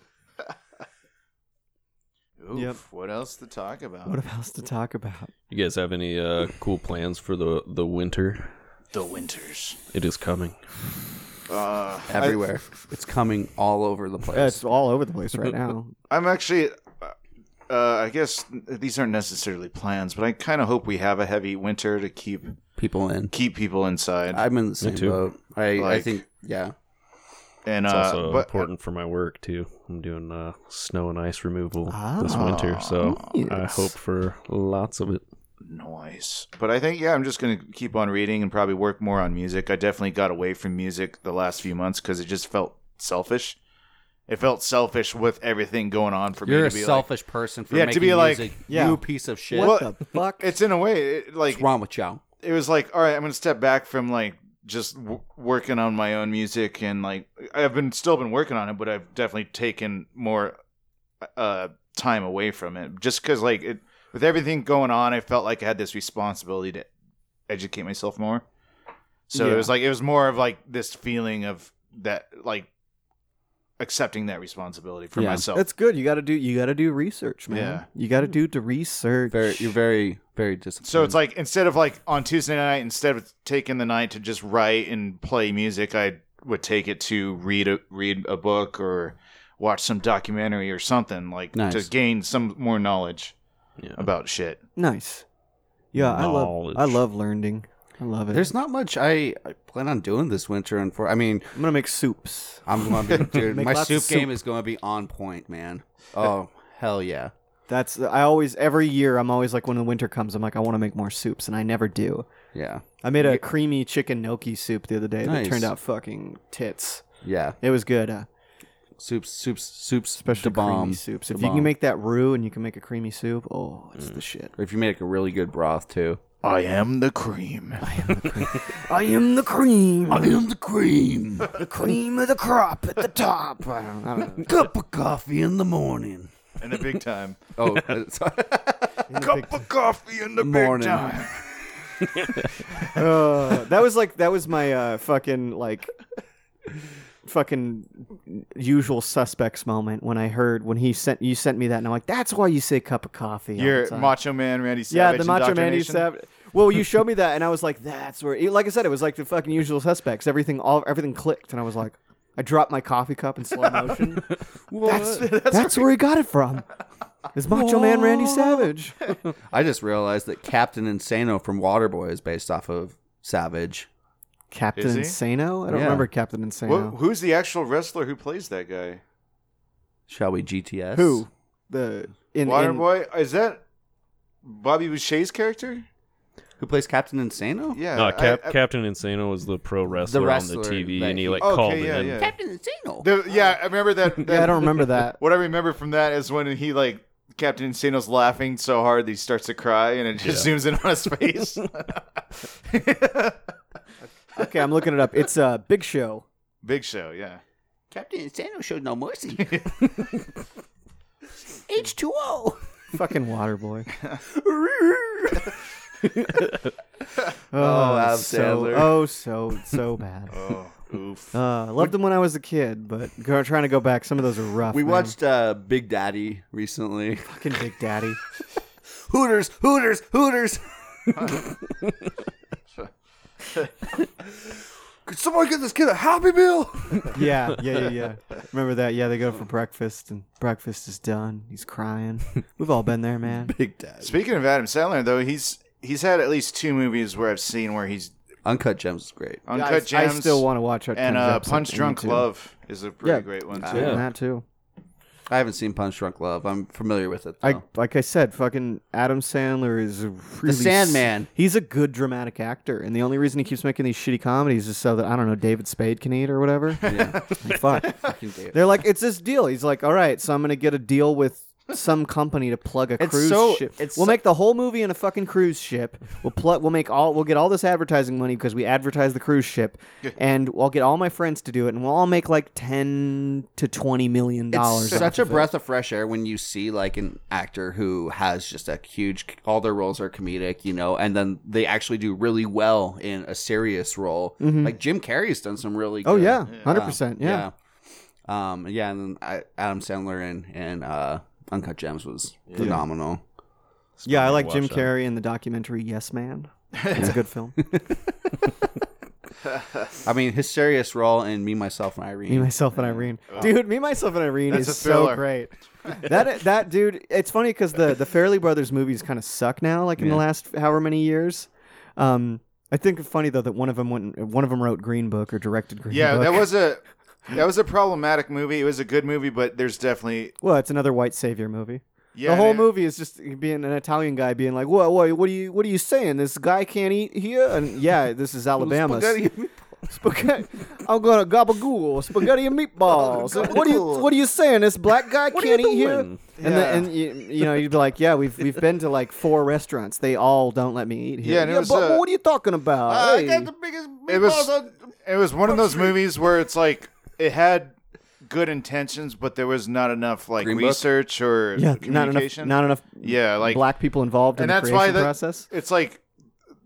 S3: Oof,
S1: Yep.
S3: What else to talk about?
S1: [LAUGHS] What else to talk
S2: [LAUGHS]
S1: about?
S4: You guys have any uh, cool plans for the the winter?
S3: the winters.
S4: It is coming.
S3: Uh,
S2: Everywhere. it's coming all over the place.
S1: It's all over the place right
S2: [LAUGHS]
S1: now.
S3: I'm actually, uh, I guess these aren't necessarily plans, but I kind of hope we have a heavy winter to keep
S2: People in.
S3: keep people inside.
S2: I'm in the same
S4: too.
S2: boat. I, I
S3: Like-
S2: think yeah.
S3: and
S4: It's
S3: uh,
S4: also
S3: but-
S4: important for my work too. I'm doing uh, snow and ice removal this
S1: Ah,
S4: winter, so I
S1: yes.
S4: hope for lots of it.
S3: noise. But I think yeah, I'm just gonna keep on reading and probably work more on music. I definitely got away from music the last few months because it just felt selfish. It felt selfish with everything going on for
S2: You're
S3: me
S2: a
S3: to be
S2: selfish person for
S3: Yeah, to
S2: making
S3: be like,
S2: music,
S1: yeah.
S2: you piece of shit.
S1: What
S3: Well,
S1: the fuck?
S3: like. It's in a way it, like
S2: What's wrong with y'all?
S3: it was like all right, I'm gonna step back from like just w- working on my own music and like I've been still been working on it, but I've definitely taken more uh time away from it just because like it with everything going on, I felt like I had this responsibility to educate myself more. So
S1: Yeah.
S3: it was like it was more of like this feeling of that like accepting that responsibility for
S2: Yeah.
S3: myself.
S1: That's good. You got to do. You got to do research, man.
S3: Yeah.
S1: You got to do the research.
S2: Very, you're very, very disciplined.
S3: So it's like instead of like on Tuesday night, instead of taking the night to just write and play music, I would take it to read a read a book or watch some documentary or something like to
S2: Nice.
S3: gain some more knowledge
S4: Yeah.
S3: about shit.
S1: nice. Yeah, I love.
S4: Knowledge.
S1: I love learning. I love it.
S2: there's not much I, I plan on doing this winter, and for I mean,
S1: I'm gonna make soups.
S2: I'm
S3: [LAUGHS]
S2: gonna be dude.
S1: Make
S2: my
S1: lots
S2: soup,
S1: of
S2: game is gonna be on point, man. Oh hell yeah!
S1: That's I always every year I'm always like when the winter comes I'm like I want to make more soups and I never do.
S2: Yeah,
S1: I made a creamy chicken gnocchi soup the other day
S2: Nice.
S1: that turned out fucking tits.
S2: yeah.
S1: It was good. Uh,
S2: Soups, soups, soups.
S1: especially
S2: Especially bomb.
S1: creamy soups. If
S2: Da
S1: you can
S2: bomb. Mm.
S1: make that roux and you can make a creamy soup, oh, it's the shit.
S2: Or if you make a really good broth too.
S3: I am
S1: [LAUGHS]
S3: the cream.
S1: I am the cream,
S2: I am the cream.
S1: the cream of the crop at the
S2: [LAUGHS]
S1: top. I don't, I don't know.
S2: Cup of coffee in the morning.
S3: in the big time.
S2: Oh, uh, sorry.
S3: Cup of coffee in the
S2: Morning.
S3: big time.
S1: Uh, that was like that was my uh, fucking like fucking usual suspects moment when I heard when he sent you sent me that, and I'm like, that's why you say cup of coffee. all the
S3: Your
S1: time."
S3: Macho Man Randy
S1: yeah,
S3: Savage.
S1: the Macho Man used
S3: indoctrination.
S1: to have. Well, you showed me that, and I was like, that's where. Like I said, it was like the fucking usual suspects. Everything all everything clicked, and I was like, I dropped my coffee cup in slow
S3: [LAUGHS]
S1: motion.
S2: That's,
S1: that's where he got it from. Is Macho Man Randy Savage?
S2: I just realized that Captain Insano from Waterboy is based off of Savage.
S1: Captain
S3: Is he?
S1: Insano? I don't
S2: Yeah.
S1: remember Captain Insano.
S3: Wha- who's the actual wrestler who plays that guy?
S2: Shall we GTS?
S1: Who? The in, in
S3: Waterboy. Is that Bobby Boucher's character?
S2: Who plays Captain Insano?
S3: Yeah.
S4: No, Cap-
S3: I- I-
S4: Captain Insano was the pro wrestler,
S2: wrestler
S4: on the TV,
S2: that
S4: and he
S2: he-
S4: like
S3: Okay,
S4: called
S3: yeah,
S4: in.
S3: yeah.
S2: Captain Insano.
S3: the- yeah, I remember
S1: [LAUGHS]
S3: that.
S1: Yeah, I
S3: that-
S1: don't remember that.
S3: What I remember from that is when he like Captain Insano's laughing so hard that he starts to cry, and it just zooms in
S1: [LAUGHS]
S3: on his face.
S1: Okay, I'm looking it up. It's a uh, Big Show.
S3: Big Show. Yeah.
S2: Captain Insano showed no mercy. H2O.
S1: Fucking
S3: [LAUGHS]
S1: Waterboy. Oh,
S2: Adam
S1: so,
S2: Sandler.
S1: oh, so
S3: [LAUGHS]
S1: so bad.
S3: Oh, oof.
S1: Uh, loved them when I was a kid, but go, trying to go back, some of those are rough.
S2: we
S1: man.
S2: watched uh, Big Daddy recently.
S1: fucking Big Daddy.
S2: Hooters, Hooters, Hooters. Could someone get this kid a Happy Meal?
S1: Yeah, yeah, yeah, yeah. Remember that? Yeah, they go for breakfast, and breakfast is done. He's crying. We've all been there, man.
S2: Big Daddy.
S3: Speaking of Adam Sandler, though, he's he's had at least two movies where I've seen where he's
S2: Uncut Gems is great.
S3: uncut
S1: I, I
S3: gems.
S1: still want to watch that.
S3: and
S1: Comes
S3: uh,
S1: Up
S3: Punch
S1: Something
S3: Drunk
S1: too.
S3: Love is a pretty
S1: Yeah.
S3: great one too.
S1: And that too.
S2: I haven't seen Punch Drunk Love. I'm familiar with it. Though.
S1: I like I said, fucking Adam Sandler is a really s-
S2: Sandman.
S1: he's a good dramatic actor, and the only reason he keeps making these shitty comedies is so that I don't know David Spade can eat or
S3: [LAUGHS]
S1: whatever.
S2: Yeah.
S1: Like, fuck.
S2: Fucking David.
S1: They're like, it's this deal. He's like, all right, so I'm gonna get a deal with some company to plug a
S2: It's
S1: cruise
S2: so-
S1: ship.
S2: it's
S1: we'll
S2: so-
S1: make the whole movie in a fucking cruise ship. We'll plug. We'll make all. We'll get all this advertising money because we advertise the cruise ship, and I'll get all my friends to do it, and we'll all make like ten to twenty million dollars.
S2: It's such a breath of fresh air when you see like an actor who has just a huge all their roles are comedic, you know, and then they actually do really well in a serious role. Like Jim Carrey's done some really
S1: Mm-hmm. Oh
S2: good-
S1: yeah, hundred percent. Yeah.
S2: yeah. Um yeah, and then I, Adam Sandler and and uh Uncut Gems was phenomenal.
S1: Yeah, I
S4: I'd
S1: like Jim
S4: watch that.
S1: Carrey in the documentary Yes Man. It's a good
S2: [LAUGHS]
S1: film.
S2: I mean, his serious role in Me Myself and Irene.
S1: me, myself, and
S3: [LAUGHS]
S1: Irene. Dude, me, myself, and Irene
S3: That's
S1: is
S3: a
S1: so
S3: filler.
S1: great.
S3: [LAUGHS]
S1: that that dude. It's funny because the the Fairley Brothers movies kind of suck now. Like in the last however many years. Um, I think it's funny though that one of them went. One of them wrote Green Book or directed Green
S3: Yeah,
S1: Book.
S3: that was a that was a problematic movie. It was a good movie, but there's definitely
S1: well, it's another white savior movie.
S3: yeah,
S1: the whole
S3: they-
S1: movie is just being an Italian guy being like, "What? What? What are you? What are you saying? This guy can't eat here?" And yeah, this
S3: [LAUGHS]
S1: is Alabama. [LAUGHS] spaghetti. I'm gonna gabagool spaghetti and
S3: [LAUGHS]
S1: meatballs. what are you? What are you saying? This black guy can't eat here. And
S3: Yeah.
S1: then, and you, you know, you'd be like, yeah, we've we've been to like four restaurants. They all don't let me eat here.
S3: Yeah, and it was,
S1: but
S3: uh,
S1: what are you talking about? Hey.
S2: biggest
S3: It was it was one of those movies where it's like it had good intentions, but there was not enough like
S2: Green Book?
S3: research or
S1: yeah, not enough.
S3: communication.
S1: Not enough.
S3: yeah, like
S1: black people involved in
S3: and
S1: the
S3: that's
S1: creation
S3: why the
S1: process.
S3: It's like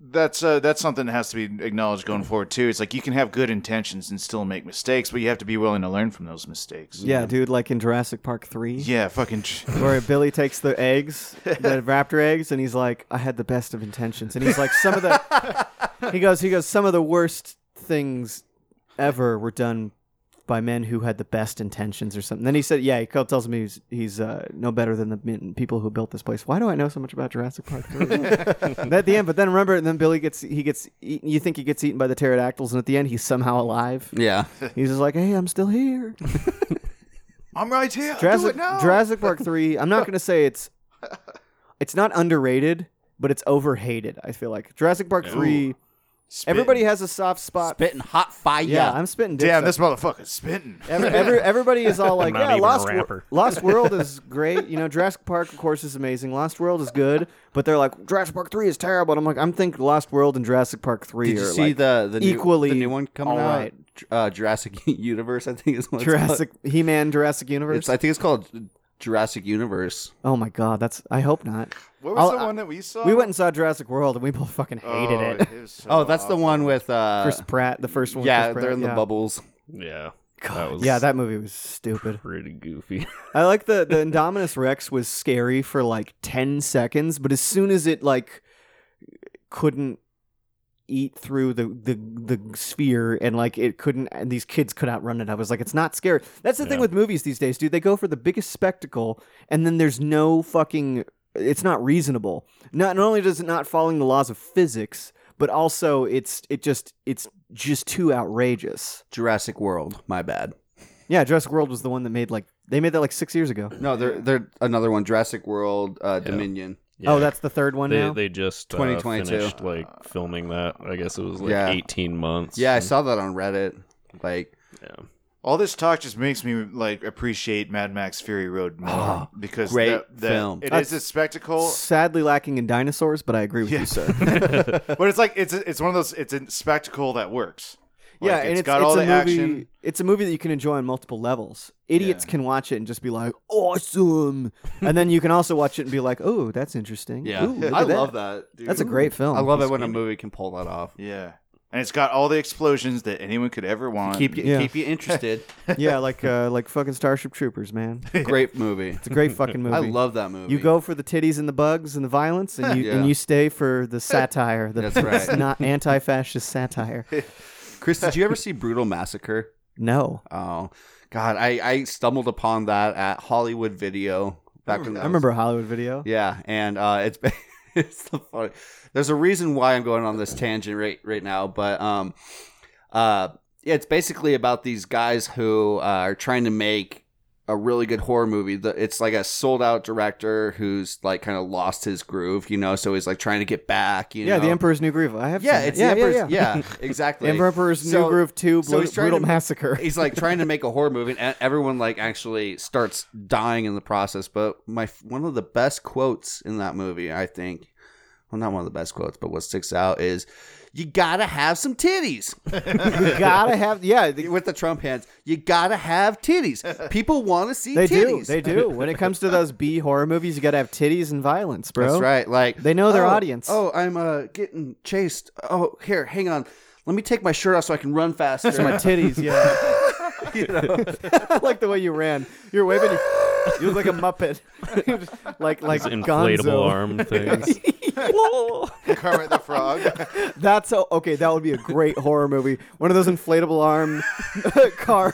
S3: that's uh, that's something that has to be acknowledged going forward too. It's like you can have good intentions and still make mistakes, but you have to be willing to learn from those mistakes.
S1: Yeah, dude, like in Jurassic Park three.
S3: Yeah, fucking. tr-
S1: [LAUGHS] where Billy takes the eggs, the raptor eggs, and he's like, "I had the best of intentions," and he's like, "Some of the," he goes, "He goes, some of the worst things ever were done by men who had the best intentions or something." Then he said, "Yeah," he co- tells me he's he's uh, no better than the men- people who built this place. Why do I know so much about Jurassic Park? 3? at the end, but then remember, then Billy gets he gets eaten, you think he gets eaten by the pterodactyls, and at the end, he's somehow alive.
S2: Yeah.
S1: He's just like, "Hey, I'm still here."
S3: I'm right here. do
S1: Jurassic,
S3: it now.
S1: Jurassic Park
S3: [LAUGHS]
S1: three. I'm not gonna say it's it's not underrated, but it's overhated. I feel like Jurassic Park three. Everybody has a soft spot.
S2: Spitting hot fire.
S1: Yeah, I'm spitting. dicks
S3: Damn,
S1: up.
S3: this [LAUGHS] motherfucker's spitting.
S1: Every, every, everybody is all like,
S4: not
S1: yeah,
S4: even a
S1: Lost, Wor-
S4: rapper."
S1: Lost World is great. You know, Jurassic Park, of course, is amazing. Lost World is good, but they're like, Jurassic Park 3 is terrible. And I'm like, I'm thinking Lost World and Jurassic Park 3
S2: Did you
S1: are
S2: see
S1: like
S2: the the
S1: equally
S2: new, the new one coming
S1: all
S2: out?
S1: right.
S2: Ju- Uh, Jurassic [LAUGHS] Universe, I think is
S1: [LAUGHS]
S2: what
S1: Jurassic, He Man, Jurassic
S2: It's, called.
S1: Universe.
S2: It's- I think it's called Jurassic Universe.
S1: oh my God, that's, I hope not.
S3: What was
S1: I'll-
S3: the one that we saw?
S1: We went and saw Jurassic World and we both fucking
S3: Uh,
S1: hated it.
S3: was so
S1: [LAUGHS]
S2: Oh, that's the
S3: awful.
S2: one with uh,
S1: Chris Pratt, the first one. with
S2: yeah,
S1: Chris Pratt,
S2: they're in the
S1: yeah.
S2: bubbles.
S4: Yeah. That was
S1: yeah, that movie was stupid.
S4: pretty goofy.
S1: I like the
S4: [LAUGHS]
S1: the Indominus Rex was scary for like ten seconds, but as soon as it like couldn't eat through the the the sphere and like it couldn't and these kids could outrun it, I was like, it's not scary. That's the thing
S4: Yeah.
S1: with movies these days, dude. They go for the biggest spectacle, and then there's no fucking. It's not reasonable. Not not only does it not following the laws of physics, but also it's it just it's just too outrageous.
S2: Jurassic World. My bad.
S1: Yeah, Jurassic World was the one that made like they made that like six years ago.
S2: No, they're they're another one. Jurassic World uh, Dominion.
S1: Oh, that's the third one
S4: they
S1: now.
S4: they just uh,
S2: 2022.
S4: finished like filming that. I guess it was like
S2: Yeah.
S4: 18 months.
S2: Yeah, I saw that on Reddit. Like,
S4: Yeah.
S3: All this talk just makes me like appreciate Mad Max Fury Road more because
S2: great
S3: the, the,
S2: film.
S3: It
S1: Ah, That's-
S3: is a
S1: [LAUGHS]
S3: spectacle,
S1: Sadly lacking in dinosaurs, but I agree with you, sir.
S3: but it's like it's a, it's one of those it's a spectacle that works. Like,
S1: yeah, and it's,
S3: got
S1: it's
S3: all
S1: a
S3: the
S1: movie.
S3: action.
S1: It's a movie that you can enjoy on multiple levels. Idiots can watch it and just be like, "Awesome," and then you can also watch it and be like, "Oh, that's interesting."
S2: yeah,
S1: Ooh,
S2: [LAUGHS]
S1: look
S2: I
S1: at that.
S2: love that. dude.
S1: That's a great film.
S2: I love it when a movie can pull that off.
S3: Yeah, and it's got all the explosions that anyone could ever want.
S2: Keep you
S1: Yeah.
S2: keep you interested.
S1: yeah, like uh, like fucking Starship Troopers, man.
S2: [LAUGHS] great movie.
S1: It's a
S2: [LAUGHS]
S1: great fucking movie.
S2: I love that movie.
S1: You go for the titties and the bugs and the violence, and you
S2: Yeah.
S1: and you stay for the satire. The
S2: That's
S1: [LAUGHS]
S2: right.
S1: it's not anti-fascist satire.
S2: Chris. Did you ever see Brutal Massacre?
S1: No,
S2: Oh God, I I stumbled upon that at Hollywood Video back when
S1: I remember a Hollywood video.
S2: Yeah, and uh, it's [LAUGHS] it's the funny. There's a reason why I'm going on this tangent right right now, but um, uh, yeah, it's basically about these guys who uh, are trying to make a really good horror movie. The- It's like a sold out director who's like kind of lost his groove, you know. So he's like trying to get back. You
S1: yeah,
S2: know?
S1: The Emperor's New Groove. I have.
S2: Yeah,
S1: seen that.
S2: it's the Emperor's. Yeah,
S1: [LAUGHS]
S2: exactly.
S1: Emperor's
S2: So-
S1: New Groove 2
S2: so he's
S1: Blu-
S2: trying
S1: Brutal
S2: to-
S1: Massacre.
S2: [LAUGHS] he's like trying to make a horror movie and everyone like actually starts dying in the process but my one of the best quotes in that movie i think well not one of the best quotes but what sticks out is you gotta have some titties
S1: you gotta [LAUGHS] have, [LAUGHS] yeah, they,
S2: with the trump hands you gotta have
S1: [LAUGHS]
S2: titties people want to see
S1: they do.
S2: titties
S1: They do. When it comes to those B horror movies, you gotta have titties and violence, bro.
S2: That's right. Like
S1: They know their
S2: "Oh,
S1: audience."
S2: Oh, I'm uh, getting chased. Oh, here, hang on. Let me take my shirt off so I can run
S1: [LAUGHS]
S2: faster.
S1: It's my titties,
S2: [LAUGHS]
S1: yeah. [LAUGHS] I like the way you ran. You're waving. You, [LAUGHS] you look like a muppet, [LAUGHS] like like
S4: These inflatable
S1: Gonzo. [LAUGHS]
S2: [LAUGHS]
S4: arm things.
S3: Kermit the Frog.
S1: That's a, okay. That would be a great horror movie. One of those inflatable arm [LAUGHS] car. [LAUGHS]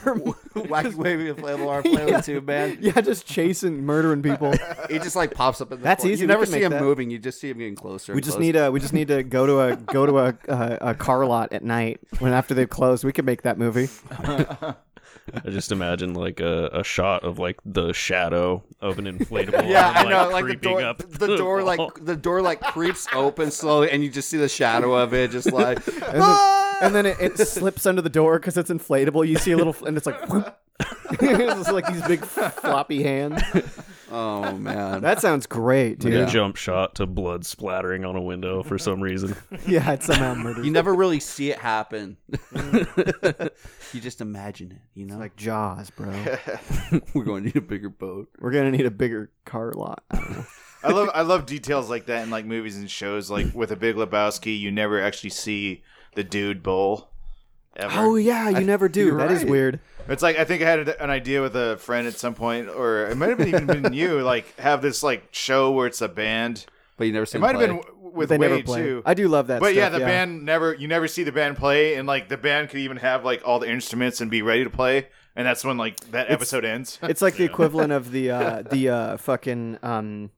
S2: wacky wavy inflatable arm flailing tube, man.
S1: Yeah, just chasing, murdering people.
S2: He just like pops up in the
S1: That's
S2: corner.
S1: easy,
S2: You
S1: we
S2: never
S1: can
S2: see
S1: make
S2: him
S1: that.
S2: moving. You just see him getting closer.
S1: We just need a. We just need to go to a go to a [LAUGHS] uh, a car lot at night when after they've closed. We could make that movie.
S4: I just imagine like a, a shot of like the shadow
S2: [LAUGHS]
S4: of an inflatable.
S2: Yeah,
S4: arm,
S2: I know.
S4: Like,
S2: Like the
S4: creeping
S2: door,
S4: up
S1: [LAUGHS]
S2: the door, like [LAUGHS]
S4: wall.
S2: the door, like creeps open slowly, and you just see the shadow of it, just like.
S1: [LAUGHS]
S2: "Ah!"
S1: And then, and then it, [LAUGHS] it slips under the door because it's inflatable. You see a little, and it's like, [LAUGHS] it's like these big floppy hands.
S2: oh man,
S1: That sounds great, dude.
S4: A jump shot to blood splattering on a window for some reason. [LAUGHS]
S1: Yeah, it's somehow murdered.
S2: you never really see it happen. [LAUGHS] you just imagine it. You know,
S1: like Jaws, [LAUGHS] bro.
S2: [LAUGHS] we're going to need a bigger boat.
S1: We're gonna need a bigger car lot.
S3: [LAUGHS] I love I love details like that in like movies and shows. Like with a Big Lebowski, you never actually see the dude bowl. Ever.
S1: Oh yeah, you never do. That is
S2: right.
S1: weird.
S3: It's like I think I had an idea with a friend at some point, or it might have been even been you. Like have this like show where it's a band.
S2: But you never see.
S3: It
S2: him
S3: might have
S2: play.
S3: been w- with
S1: They
S3: Wade
S1: never play.
S3: too.
S1: I do love that.
S3: but yeah,
S1: stuff,
S3: the band never. You never see the band play, and like the band could even have like all the instruments and be ready to play, and that's when like that episode ends.
S1: It's like the equivalent of the uh, the uh, fucking um,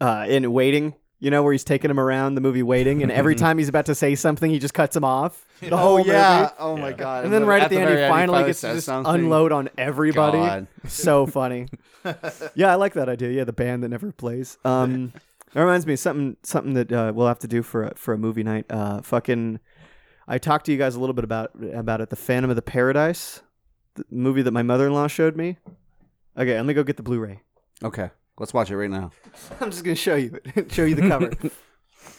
S1: uh, in Waiting. You know where he's taking him around the movie Waiting, and [LAUGHS] every time he's about to say something, he just cuts him off. The whole
S2: Oh yeah.
S1: movie.
S2: Oh my god.
S1: And then right at, the, end,
S2: very
S1: he finally gets to
S2: says
S1: just
S2: something.
S1: unload on everybody.
S2: God.
S1: [LAUGHS] So funny. yeah, I like that idea. Yeah, the band that never plays. [LAUGHS] Um, that reminds me of something something that uh, we'll have to do for a, for a movie night. Uh, fucking, I talked to you guys a little bit about about it. The Phantom of the Paradise, the movie that my mother in law showed me. Okay, let me go get the Blu-ray.
S2: Okay, let's watch it right now.
S1: [LAUGHS] I'm just gonna show you it. [LAUGHS] show you the cover.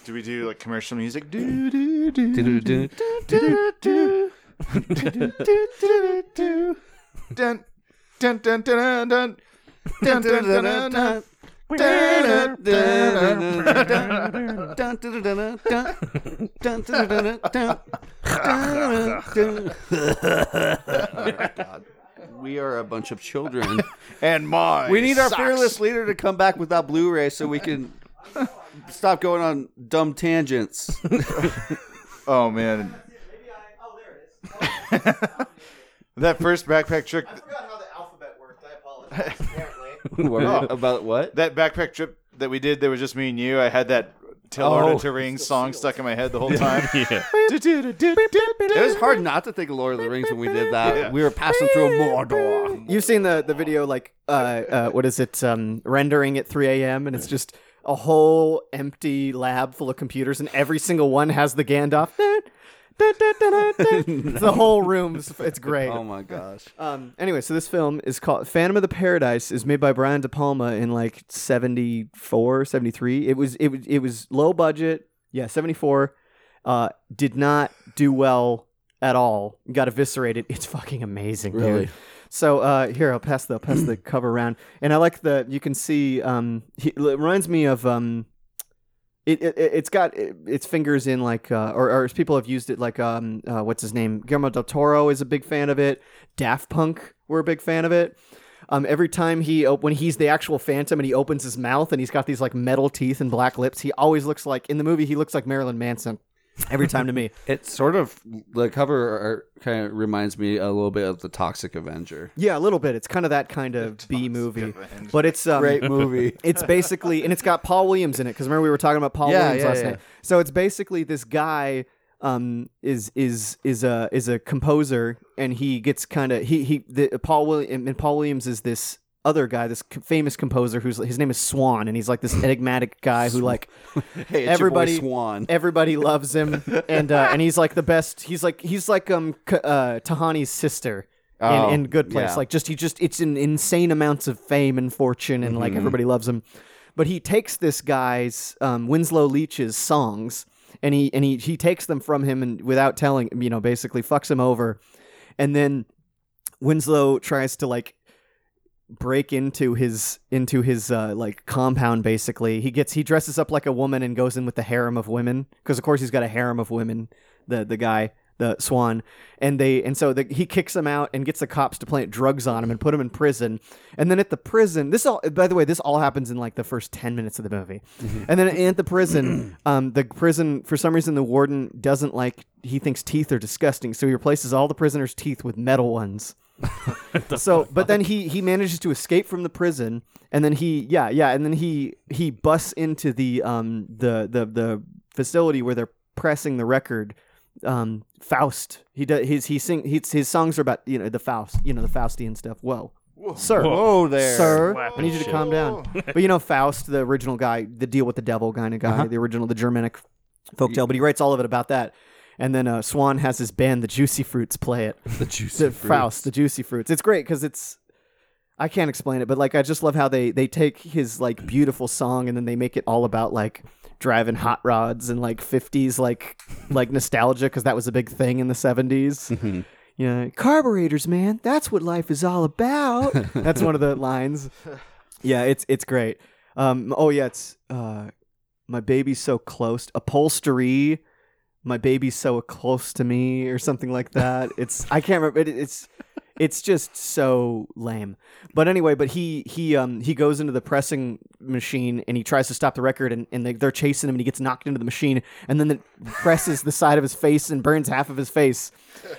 S3: Do we do like commercial music? Do do dun dun dun dun dun dun dun dun dun dun.
S2: That's we are a bunch of children.
S3: And my
S2: we need our
S3: socks.
S2: fearless leader to come back with that Blu-ray so we can stop going on dumb tangents.
S3: Oh man. oh, [LAUGHS] that first backpack trick.
S1: [LAUGHS]
S2: About what?
S3: That backpack trip that we did, there was just me and you. I had that Tell
S1: Oh.
S3: Arda to Ring song stuck in my head
S1: [LAUGHS]
S3: the whole time.
S4: yeah.
S2: It was hard not to think of Lord of the Rings when we did that.
S3: Yeah.
S2: We were passing through Mordor.
S1: You've seen the the video like uh, uh what is it um rendering at 3 a.m. and it's just a whole empty lab full of computers and every single one has the Gandalf. [LAUGHS] It's the whole room's it's great.
S2: Oh my gosh.
S1: Um, anyway, so this film is called Phantom of the Paradise is made by Brian De Palma in like 74, 73. It was it was it was low budget. Yeah, 74. Uh did not do well at all. Got eviscerated. It's fucking amazing, dude.
S2: Really?
S1: So uh here I'll pass the pass the cover around. And I like the you can see um he, it reminds me of um it, it it's got it, its fingers in like uh, or, or as people have used it like um uh, what's his name Guillermo del Toro is a big fan of it. Daft Punk were a big fan of it. Um, every time he op- when he's the actual Phantom and he opens his mouth and he's got these like metal teeth and black lips, he always looks like in the movie he looks like Marilyn Manson. Every time to me,
S2: It sort of the cover kind of reminds me a little bit of the Toxic Avenger.
S1: yeah, a little bit. It's kind of that kind of B movie, but it's um,
S2: Great movie.
S1: [LAUGHS] It's basically, and it's got Paul Williams in it because remember we were talking about Paul
S2: Yeah,
S1: Williams
S2: yeah,
S1: last
S2: yeah.
S1: night. So it's basically this guy um, is is is a is a composer, and he gets kind of he he the, Paul William and Paul Williams is this other guy, this c- famous composer who's his name is Swan, and he's like
S2: [LAUGHS]
S1: this enigmatic guy who like
S2: [LAUGHS] Hey, it's
S1: Everybody-
S2: your boy
S1: [LAUGHS]
S2: Swan.
S1: everybody loves him, and uh, and he's like the best. He's like he's like um K- uh, Tahani's sister. In,
S2: Oh,
S1: in good place
S2: yeah.
S1: like just he just it's an insane amounts of fame and fortune and
S2: Mm-hmm.
S1: like everybody loves him but he takes this guy's um, winslow leach's songs and he and he, he takes them from him and without telling you know basically fucks him over and then winslow tries to like break into his into his uh like compound basically he gets he dresses up like a woman and goes in with the harem of women because of course he's got a harem of women the the guy the swan and they and so the, he kicks him out and gets the cops to plant drugs on him and put him in prison and then at the prison this all by the way this all happens in like the first 10 minutes of the movie and then at the prison [CLEARS THROAT] um the prison for some reason the warden doesn't like he thinks teeth are disgusting so he replaces all the prisoners teeth with metal ones so but then he he manages to escape from the prison and then he yeah yeah and then he he busts into the um the the the facility where they're pressing the record um faust he does his he sing his, his songs are about you know the faust you know the faustian stuff whoa Sir,
S2: Whoa there.
S1: sir, I
S4: Slapping
S1: need you to
S4: shit.
S1: calm down. But you know Faust, the original guy, the deal with the devil kind of guy,
S2: Uh-huh.
S1: the original, the Germanic folktale. But he writes all of it about that. And then uh, Swan has his band, the Juicy Fruits, play it.
S2: The juicy
S1: the Faust, the Juicy Fruits. It's great because it's I can't explain it, but like I just love how they they take his like beautiful song and then they make it all about like driving hot rods and like 50s like like nostalgia because that was a big thing in the 70s.
S2: Mm-hmm.
S1: You know, carburetors, man. That's what life is all
S2: [LAUGHS]
S1: about. That's one of the lines. Yeah, it's it's great. Um, oh yeah, it's uh, my baby's so close. Upholstery, my baby's so close to me, or something like that. It's I can't remember. It, it's it's just so lame. But anyway, but he he um he goes into the pressing machine and he tries to stop the record and, and they, they're chasing him and he gets knocked into the machine and then it presses the side of his face and burns half of his face.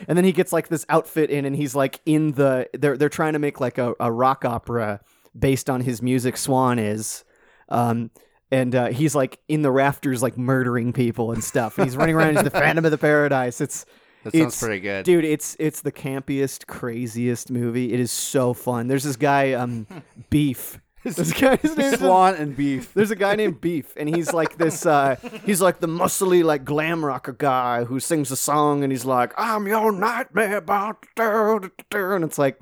S1: And then he gets like this outfit in and he's like in the they're they're trying to make like a, a rock opera based on his music Swan is. Um and uh, he's like in the rafters, like murdering people and stuff. And he's running around as the Phantom of the Paradise. It's
S2: That
S1: it's-
S2: sounds pretty good.
S1: Dude, it's it's the campiest, craziest movie. It is so fun. There's this guy,
S2: [LAUGHS]
S1: um, Beef. This guy, his name's
S2: Swan and beef.
S1: There's a guy named Beef, and he's like this. Uh, he's like the muscly, like glam rocker guy who sings a song, and he's like, "I'm your nightmare about," [LAUGHS] and it's like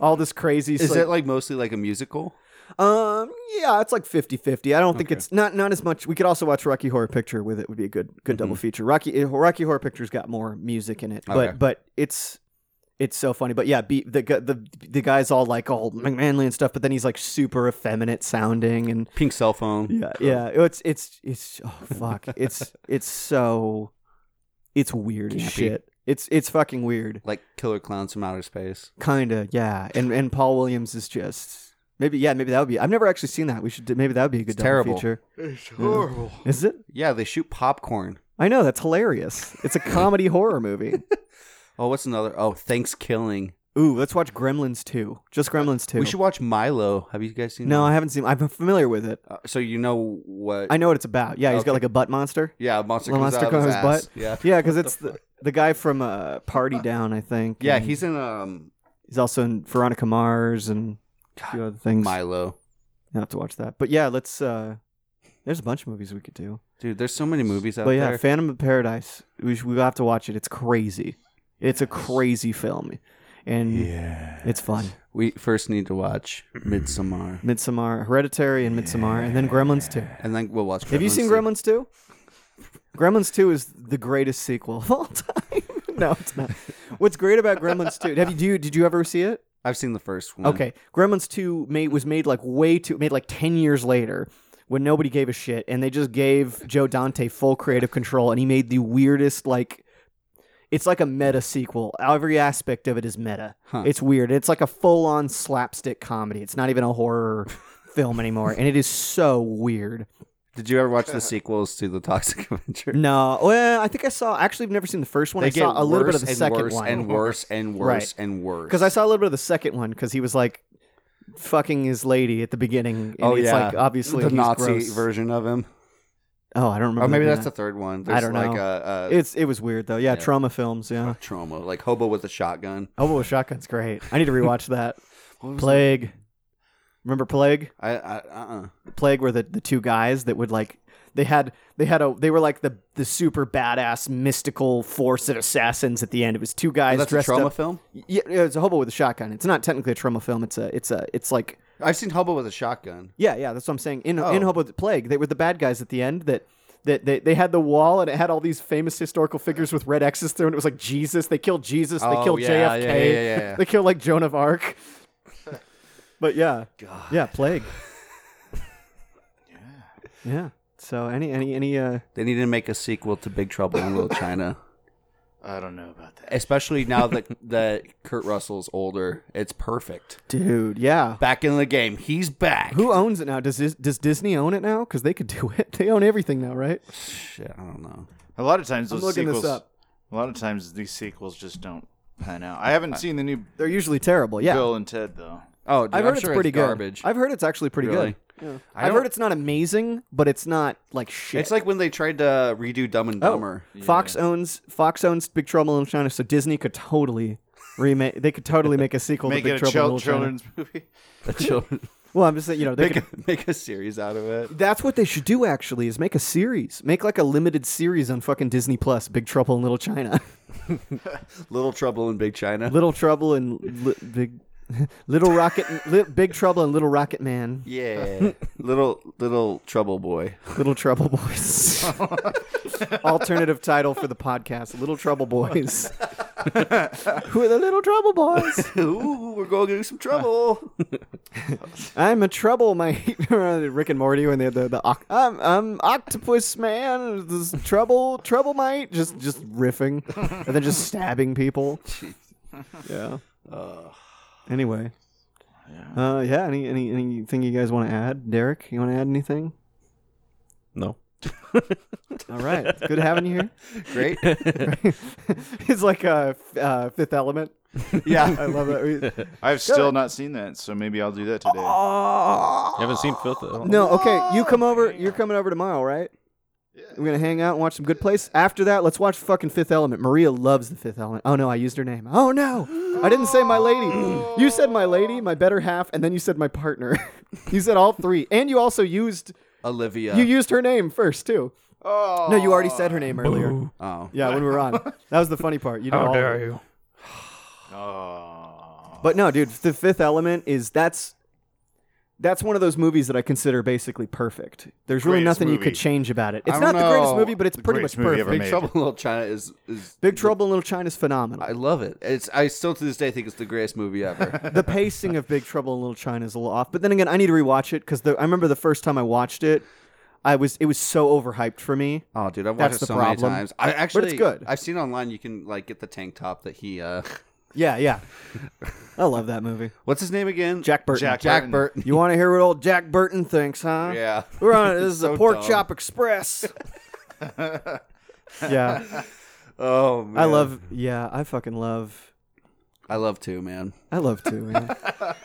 S1: all this crazy.
S2: Is
S1: like,
S2: it like mostly like a musical?
S1: um, yeah, it's like 50-50. I don't think it's not not as much. We could also watch Rocky Horror Picture with it. Would be a good good double feature. Rocky uh, Rocky Horror Picture's got more music in it, but
S2: Okay.
S1: but it's it's so funny. But yeah, be, the gu- the the guy's all like all manly and stuff, but then he's like super effeminate sounding and
S2: Pink cell phone.
S1: yeah, yeah. It's it's it's oh fuck. It's it's so it's weird as
S2: Campy.
S1: shit. It's it's fucking weird.
S2: like killer clowns from outer space.
S1: Kinda, yeah. And and Paul Williams is just maybe yeah maybe that would be. I've never actually seen that. We should do- maybe that would be a good double
S2: terrible.
S1: feature.
S2: It's
S1: horrible. Is it?
S2: Yeah, they shoot popcorn.
S1: I know that's hilarious. It's a
S2: [LAUGHS]
S1: comedy horror movie.
S2: Oh, what's another? Oh, Thanksgiving.
S1: Ooh, let's watch Gremlins two. Just Gremlins two.
S2: We should watch Milo. Have you guys seen?
S1: No,
S2: that?
S1: I haven't seen. I'm familiar with it.
S2: Uh, so you know what?
S1: I know what it's about. Yeah, he's got
S2: Okay.
S1: like a butt monster.
S2: yeah, a monster
S1: The
S2: comes
S1: monster
S2: out of his,
S1: comes
S2: ass. Yeah,
S1: Yeah, because it's the, the guy from uh, Party Down, I think.
S2: yeah.
S1: and
S2: He's in um
S1: he's also in Veronica Mars and a few other things.
S2: Milo.
S1: You'll have to watch that. But yeah, let's. uh There's a bunch of movies we could do.
S2: Dude, there's so many movies out
S1: But yeah,
S2: there.
S1: Phantom of Paradise. We sh- we have to watch it. It's crazy. It's a crazy film, and
S3: Yeah.
S1: it's fun.
S2: we first need to watch Midsommar,
S1: Midsommar, Hereditary, and Midsommar, and then Gremlins two.
S2: and then we'll watch.
S1: Have you
S2: Gremlins
S1: seen
S2: too.
S1: Gremlins 2? Gremlins 2 is the greatest sequel of all [LAUGHS] time. no, it's not. What's great about Gremlins 2? Have you do you, did you ever see it?
S2: I've seen the first one.
S1: Okay. Gremlins 2 made was made like way too made like 10 years later when nobody gave a shit and they just gave Joe Dante full creative control and he made the weirdest like it's like a meta sequel. Every aspect of it is meta.
S2: Huh.
S1: It's weird. It's like a full-on slapstick comedy. It's not even a
S2: [LAUGHS]
S1: horror film anymore and it is so weird.
S2: Did you ever watch [LAUGHS] the sequels to the Toxic [LAUGHS] Avenger?
S1: No, well, I think I saw. Actually, I've never seen the first one. I saw a little bit of the
S2: worse and
S1: second
S2: worse
S1: one.
S2: and worse and worse and worse.
S1: because I saw a little bit of the second one because he was like fucking his lady at the beginning. And
S2: Oh,
S1: it's
S2: yeah.
S1: like obviously
S2: the
S1: he's
S2: Nazi
S1: gross.
S2: version of him.
S1: Oh, I don't remember.
S2: Or maybe
S1: them
S2: that's the
S1: doing
S2: third one.
S1: I
S2: There's
S1: don't
S2: like
S1: know.
S2: a,
S1: that. it's it was weird though. Yeah,
S2: Yeah.
S1: trauma films. Yeah,
S2: a trauma, like Hobo with a shotgun.
S1: Hobo with Shotgun's great. I need to rewatch that.
S2: [LAUGHS] What was
S1: Plague. Remember Plague?
S2: that? I, I uh uh
S1: Plague were the the two guys that would like they had they had a they were like the the super badass mystical force of assassins at the end. It was two guys
S2: Oh, That's a
S1: dressed
S2: trauma
S1: up.
S2: film.
S1: Yeah, it's a hobo with a shotgun. It's not technically a trauma film. It's a, it's a, it's like,
S2: I've seen Hobo with a shotgun.
S1: yeah, yeah. That's what I'm saying. In
S2: Oh.
S1: in Hobo with the Plague, they were the bad guys at the end that. That they, they had the wall and it had all these famous historical figures with red X's through and it was like Jesus. They killed Jesus.
S2: Oh,
S1: they killed
S2: yeah,
S1: JFK.
S2: yeah, yeah, yeah, yeah.
S1: they killed like Joan of
S2: [LAUGHS]
S1: Arc. but yeah, yeah, plague. yeah, yeah. So any any any uh
S2: They need to make a sequel to Big Trouble in
S1: [LAUGHS]
S2: Little China,
S3: I don't know about that.
S2: especially now that that Kurt Russell's older. It's perfect.
S1: dude, yeah.
S2: Back in the game, he's back.
S1: Who owns it now? Does Dis- does Disney own it now? Because they could do it. [LAUGHS] They own everything now, right?
S2: Shit, I don't know.
S3: A lot of times
S1: I'm
S3: those
S1: looking this
S3: sequels.
S1: up.
S3: A lot of times these sequels just don't pan out. I haven't seen the new
S1: They're usually terrible. Yeah,
S3: Bill and Ted though.
S2: Oh, dude,
S1: I've
S2: I'm
S1: heard
S2: sure
S1: it's pretty good.
S2: garbage.
S1: I've heard it's actually pretty
S2: Really?
S1: good. Yeah.
S2: I
S1: I've
S2: don't-
S1: heard it's not amazing, but it's not like shit.
S2: It's like when they tried to redo Dumb and
S1: Oh. [LAUGHS]
S2: Dumber.
S1: Fox owns Fox owns Big Trouble in Little China, so Disney could totally remake. [LAUGHS] They could totally make a sequel
S3: Make
S1: to Big
S3: it a
S1: Trouble in
S3: chil-
S1: Little China.
S3: children's movie.
S2: The children
S1: Well, I'm just saying, you know, they
S2: [LAUGHS] make
S1: could,
S2: a, make a series out of it.
S1: that's what they should do. Actually, is make a series, make like a limited series on fucking Disney Plus, Big Trouble in Little China, [LAUGHS]
S2: Little Trouble in Big China.
S1: Little Trouble and li- Big [LAUGHS] Little Rocket, li- Big Trouble and Little Rocket Man,
S2: [LAUGHS] yeah, little little Trouble Boy. [LAUGHS]
S1: Little Trouble Boys. [LAUGHS] Alternative title for the podcast: Little Trouble Boys. [LAUGHS] Who are the Little Trouble Boys?
S2: Ooh, we're going to do
S1: [LAUGHS]
S2: some trouble.
S1: I'm a trouble, my [LAUGHS] Rick and Morty when they had the, the oc- I'm, I'm octopus man, this trouble, trouble mate, just just riffing, and then just stabbing people. Yeah. Anyway. Uh, yeah. Any, any, anything you guys want to add, Derek? You want to add anything?
S2: [LAUGHS]
S4: No.
S1: All right. Good having you here.
S2: Great.
S1: [LAUGHS] it's like a uh, Fifth Element.
S2: Yeah.
S1: I love that. We-
S3: I've still not seen that, so maybe I'll do that today.
S1: Oh.
S4: You haven't seen Filth? at
S1: [LAUGHS]
S4: all?
S1: No, okay. You come over. You're coming over tomorrow, right? We're gonna hang out and watch some good place. After that, let's watch fucking Fifth Element. Maria loves the Fifth Element. Oh no, I used her name. Oh no, I didn't say my lady. You said my lady, my better half, and then you said my partner. [LAUGHS] you said all three, and you also used
S2: [LAUGHS] Olivia.
S1: you used her name first too.
S3: Oh,
S1: No, you already said her name earlier.
S2: oh.
S1: Yeah, when we were on, that was the funny part. You did all of it.
S4: you?
S3: Oh.
S1: But no, dude, The Fifth Element is that's that's one of those movies that I consider basically perfect. There's really
S3: Greatest
S1: nothing you
S3: movie.
S1: could change about it. It's
S2: I
S1: not
S2: don't
S1: the greatest
S2: know.
S1: movie, but it's pretty much
S3: greatest movie
S1: perfect.
S3: ever
S2: Big
S3: made.
S2: Trouble in Little China is is.
S1: Big Trouble in Little China is
S2: [LAUGHS]
S1: phenomenal.
S2: I love it. It's. I still to this day think it's the greatest
S1: [LAUGHS]
S2: movie ever.
S1: the pacing of Big Trouble in Little China is a little off, but then again, I need to rewatch it because I remember the first time I watched it, I was it was so overhyped for me.
S2: Oh, dude, I've watched
S1: That's
S2: it
S1: the
S2: so many
S1: problem.
S2: times. I actually,
S1: good.
S2: I've seen online you can like get the tank top that he. uh
S1: Yeah, yeah. I love that movie.
S2: What's his name again?
S1: Jack Burton.
S3: Jack
S2: Jack
S3: Burton.
S2: Burton.
S1: You want to hear what old Jack Burton thinks, huh?
S2: Yeah.
S1: We're on it. This is
S2: So
S1: a pork
S2: dumb.
S1: chop express. yeah,
S2: Oh, man.
S1: I love. Yeah, I fucking love.
S2: I love too, man.
S1: I love too, man.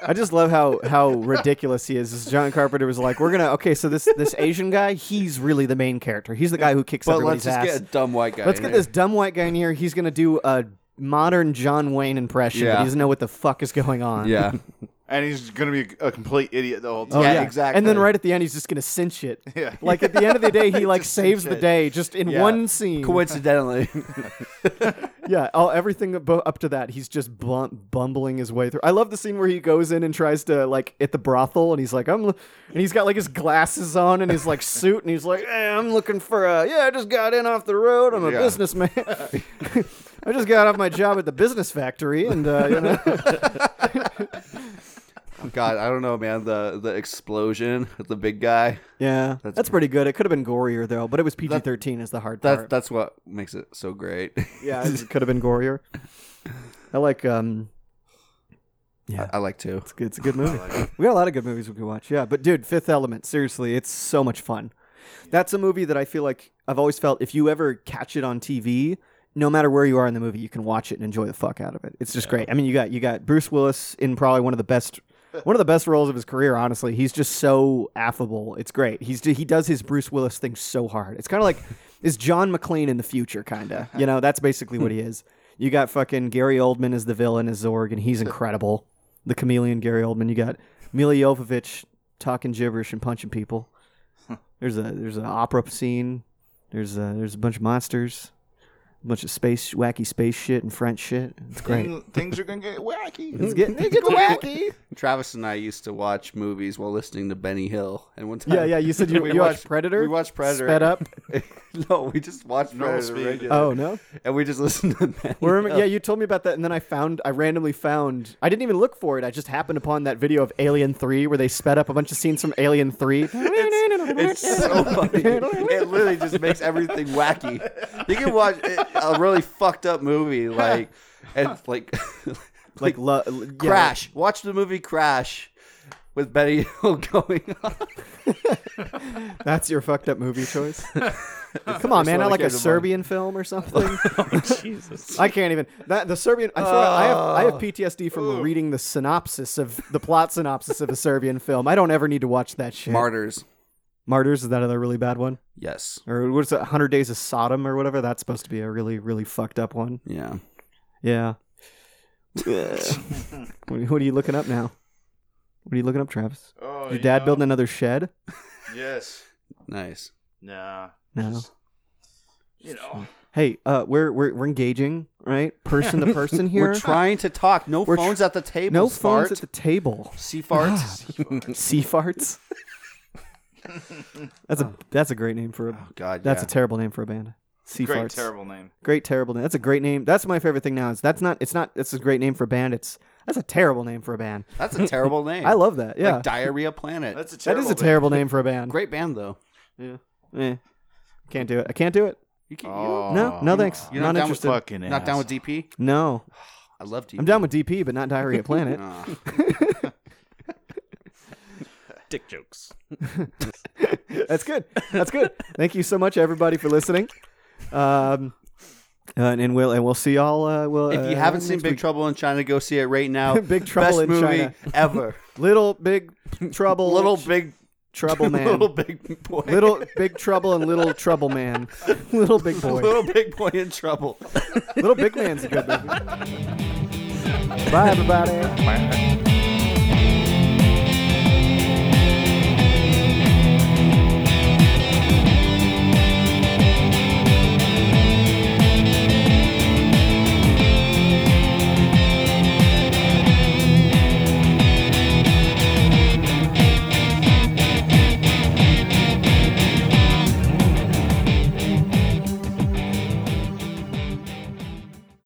S1: I just love how how ridiculous he is. This John Carpenter was like, "We're gonna okay, so this this Asian guy, he's really the main character. He's the guy who kicks
S2: But
S1: everybody's
S2: let's just
S1: ass.
S2: get a dumb white guy.
S1: Let's
S2: in
S1: get
S2: here.
S1: this dumb white guy in here. He's gonna do a modern John Wayne impression.
S2: Yeah.
S1: But he doesn't know what the fuck is going on. [LAUGHS]
S2: Yeah. [LAUGHS]
S3: and he's gonna be a complete idiot the whole
S1: Oh,
S3: time.
S2: Yeah,
S1: yeah,
S2: exactly.
S1: And then right at the end, he's just gonna cinch it.
S3: Yeah.
S1: Like at the end of the day, he
S2: [LAUGHS]
S1: like saves the
S3: cinch it.
S1: day just in
S2: Yeah.
S1: one scene.
S2: Coincidentally. [LAUGHS]
S1: Yeah, all, everything abo- up to that, he's just bum- bumbling his way through. I love the scene where he goes in and tries to like at the brothel, and he's like, "I'm," l-" and he's got like his glasses on and his [LAUGHS] like suit, and he's like, hey, "I'm looking for a yeah, I just got in off the road. I'm a
S2: Yeah.
S1: businessman. [LAUGHS] I just got off my job at the business factory, and uh, you know,
S2: God, I don't know, man. The the explosion, the big guy.
S1: [LAUGHS] yeah, that's, pretty good. It could have been gorier though, but it was PG-13 is the hard
S2: That's
S1: part.
S2: that's what makes it so great. [LAUGHS]
S1: yeah, [LAUGHS] it could have been gorier. I like um,
S2: [LAUGHS] I like too.
S1: It's good- It's a good movie. we got a lot of good movies we could watch. Yeah, but dude, Fifth Element, seriously, it's so much fun. That's a movie that I feel like I've always felt if you ever catch it on TV, no matter where you are in the movie, you can watch it and enjoy the fuck out of it. It's just great. I mean, you got you got Bruce Willis in probably one of the best one of the best roles of his career, honestly. He's just so affable. It's great. He's he does his Bruce Willis thing so hard. It's kind of like is John McClane in the future kind of. You know, that's basically what he is. You got fucking Gary Oldman as the villain as Zorg and
S2: [LAUGHS]
S1: he's incredible the chameleon Gary Oldman. You got Mila Jovovich talking gibberish and punching people. There's a there's an opera scene. There's a there's a bunch of monsters, a bunch of space wacky space shit and French shit. It's great.
S3: Thing- Things are gonna get wacky.
S1: It's getting it gets wacky.
S2: Travis and I used to watch movies while listening to Benny Hill, and one
S1: [LAUGHS]
S2: time,
S1: Yeah, yeah. You
S2: [LAUGHS]
S1: said you,
S2: We
S1: you watched
S2: watched-
S1: Predator.
S2: we watched Predator.
S1: Sped
S2: [LAUGHS]
S1: up.
S2: no, we just watched
S3: Normal
S2: Predator
S3: speed.
S2: regular,
S1: Oh
S2: [LAUGHS]
S1: no.
S2: and we just listened to Benny.
S1: [LAUGHS] Well, remember, yeah, you told me about that, and then I found, I randomly found, I didn't even look for it. I just happened upon that video of Alien Three where they sped up a bunch of scenes from Alien Three.
S2: [LAUGHS] It's so funny. [LAUGHS] It literally just makes everything wacky. You can watch it, a really fucked up movie like and like
S1: [LAUGHS]
S2: [LAUGHS]
S1: like lo- yeah.
S2: Crash. Watch the movie Crash with Betty Hill
S1: [LAUGHS]
S2: going on.
S1: That's your fucked up movie choice. Come on, man!
S2: one
S1: I
S2: that
S1: like
S2: came
S1: a
S2: to mind.
S1: Serbian film or something.
S4: Jesus.
S1: I can't even. That the Serbian. I swear, I have I have PTSD from reading the synopsis of the plot synopsis of a Serbian film. I don't ever need to watch that shit.
S2: Martyrs.
S1: Martyrs is that other really bad one,
S2: Yes.
S1: or what's it? Hundred Days of Sodom or whatever. That's supposed to be a really really fucked up one. [LAUGHS]
S2: Yeah.
S1: Yeah. what, what are you looking up now? What are you looking up, Travis?
S3: Oh,
S1: Your
S3: you
S1: dad
S3: know?
S1: building another shed?
S3: Yes.
S2: Nice.
S3: Nah.
S1: No.
S3: You know.
S1: [LAUGHS] Hey, uh, we're we're we're engaging, right? Person to person here.
S2: We're trying to talk. No
S1: We're tr-
S2: phones at the table.
S1: no
S2: fart.
S1: phones at the
S2: [LAUGHS]
S1: table.
S2: Sea farts.
S1: Sea farts. [LAUGHS] that's a that's a great name for a
S2: Oh, God,
S1: that's
S2: Oh. yeah.
S1: a terrible name for a band. Sea
S3: Great,
S1: farts.
S3: terrible name.
S1: Great terrible name. That's a great name. That's my favorite thing now. Is that's not it's not it's a great name for a band. It's that's a terrible name for a band.
S2: that's a terrible
S1: [LAUGHS]
S2: name.
S1: I love that. Yeah.
S2: Like Diarrhea Planet.
S3: That's a
S1: that
S3: terrible.
S1: is a terrible name for a band.
S2: great band though.
S1: Eh. Can't do it. I can't do it.
S2: You can't.
S3: Oh,
S1: No, no thanks.
S2: You're
S1: not,
S2: not down with
S1: interested.
S2: the-
S3: Fucking
S2: you not down with DP?
S1: no.
S2: I love DP.
S1: I'm down with DP, but not Diarrhea
S2: [LAUGHS]
S1: Planet. [LAUGHS]
S2: Ah.
S4: Dick jokes.
S1: That's good. That's good. Thank you so much, everybody, for listening. Um, and, and we'll and we'll see y'all. Uh, we'll,
S2: If you
S1: uh,
S2: haven't seen
S1: next
S2: Big
S1: week.
S2: Trouble in China, go see it right now.
S1: [LAUGHS] Big Trouble
S2: Best
S1: in
S2: movie
S1: China.
S2: ever.
S1: [LAUGHS] Little Big Trouble,
S2: little big,
S1: Trouble Man,
S2: [LAUGHS] little
S1: little,
S2: big boy,
S1: Big Trouble, and Little Trouble Man, Little Big Boy,
S2: little big boy in trouble.
S1: Little Big Man's a good movie. Bye, everybody.
S3: Bye.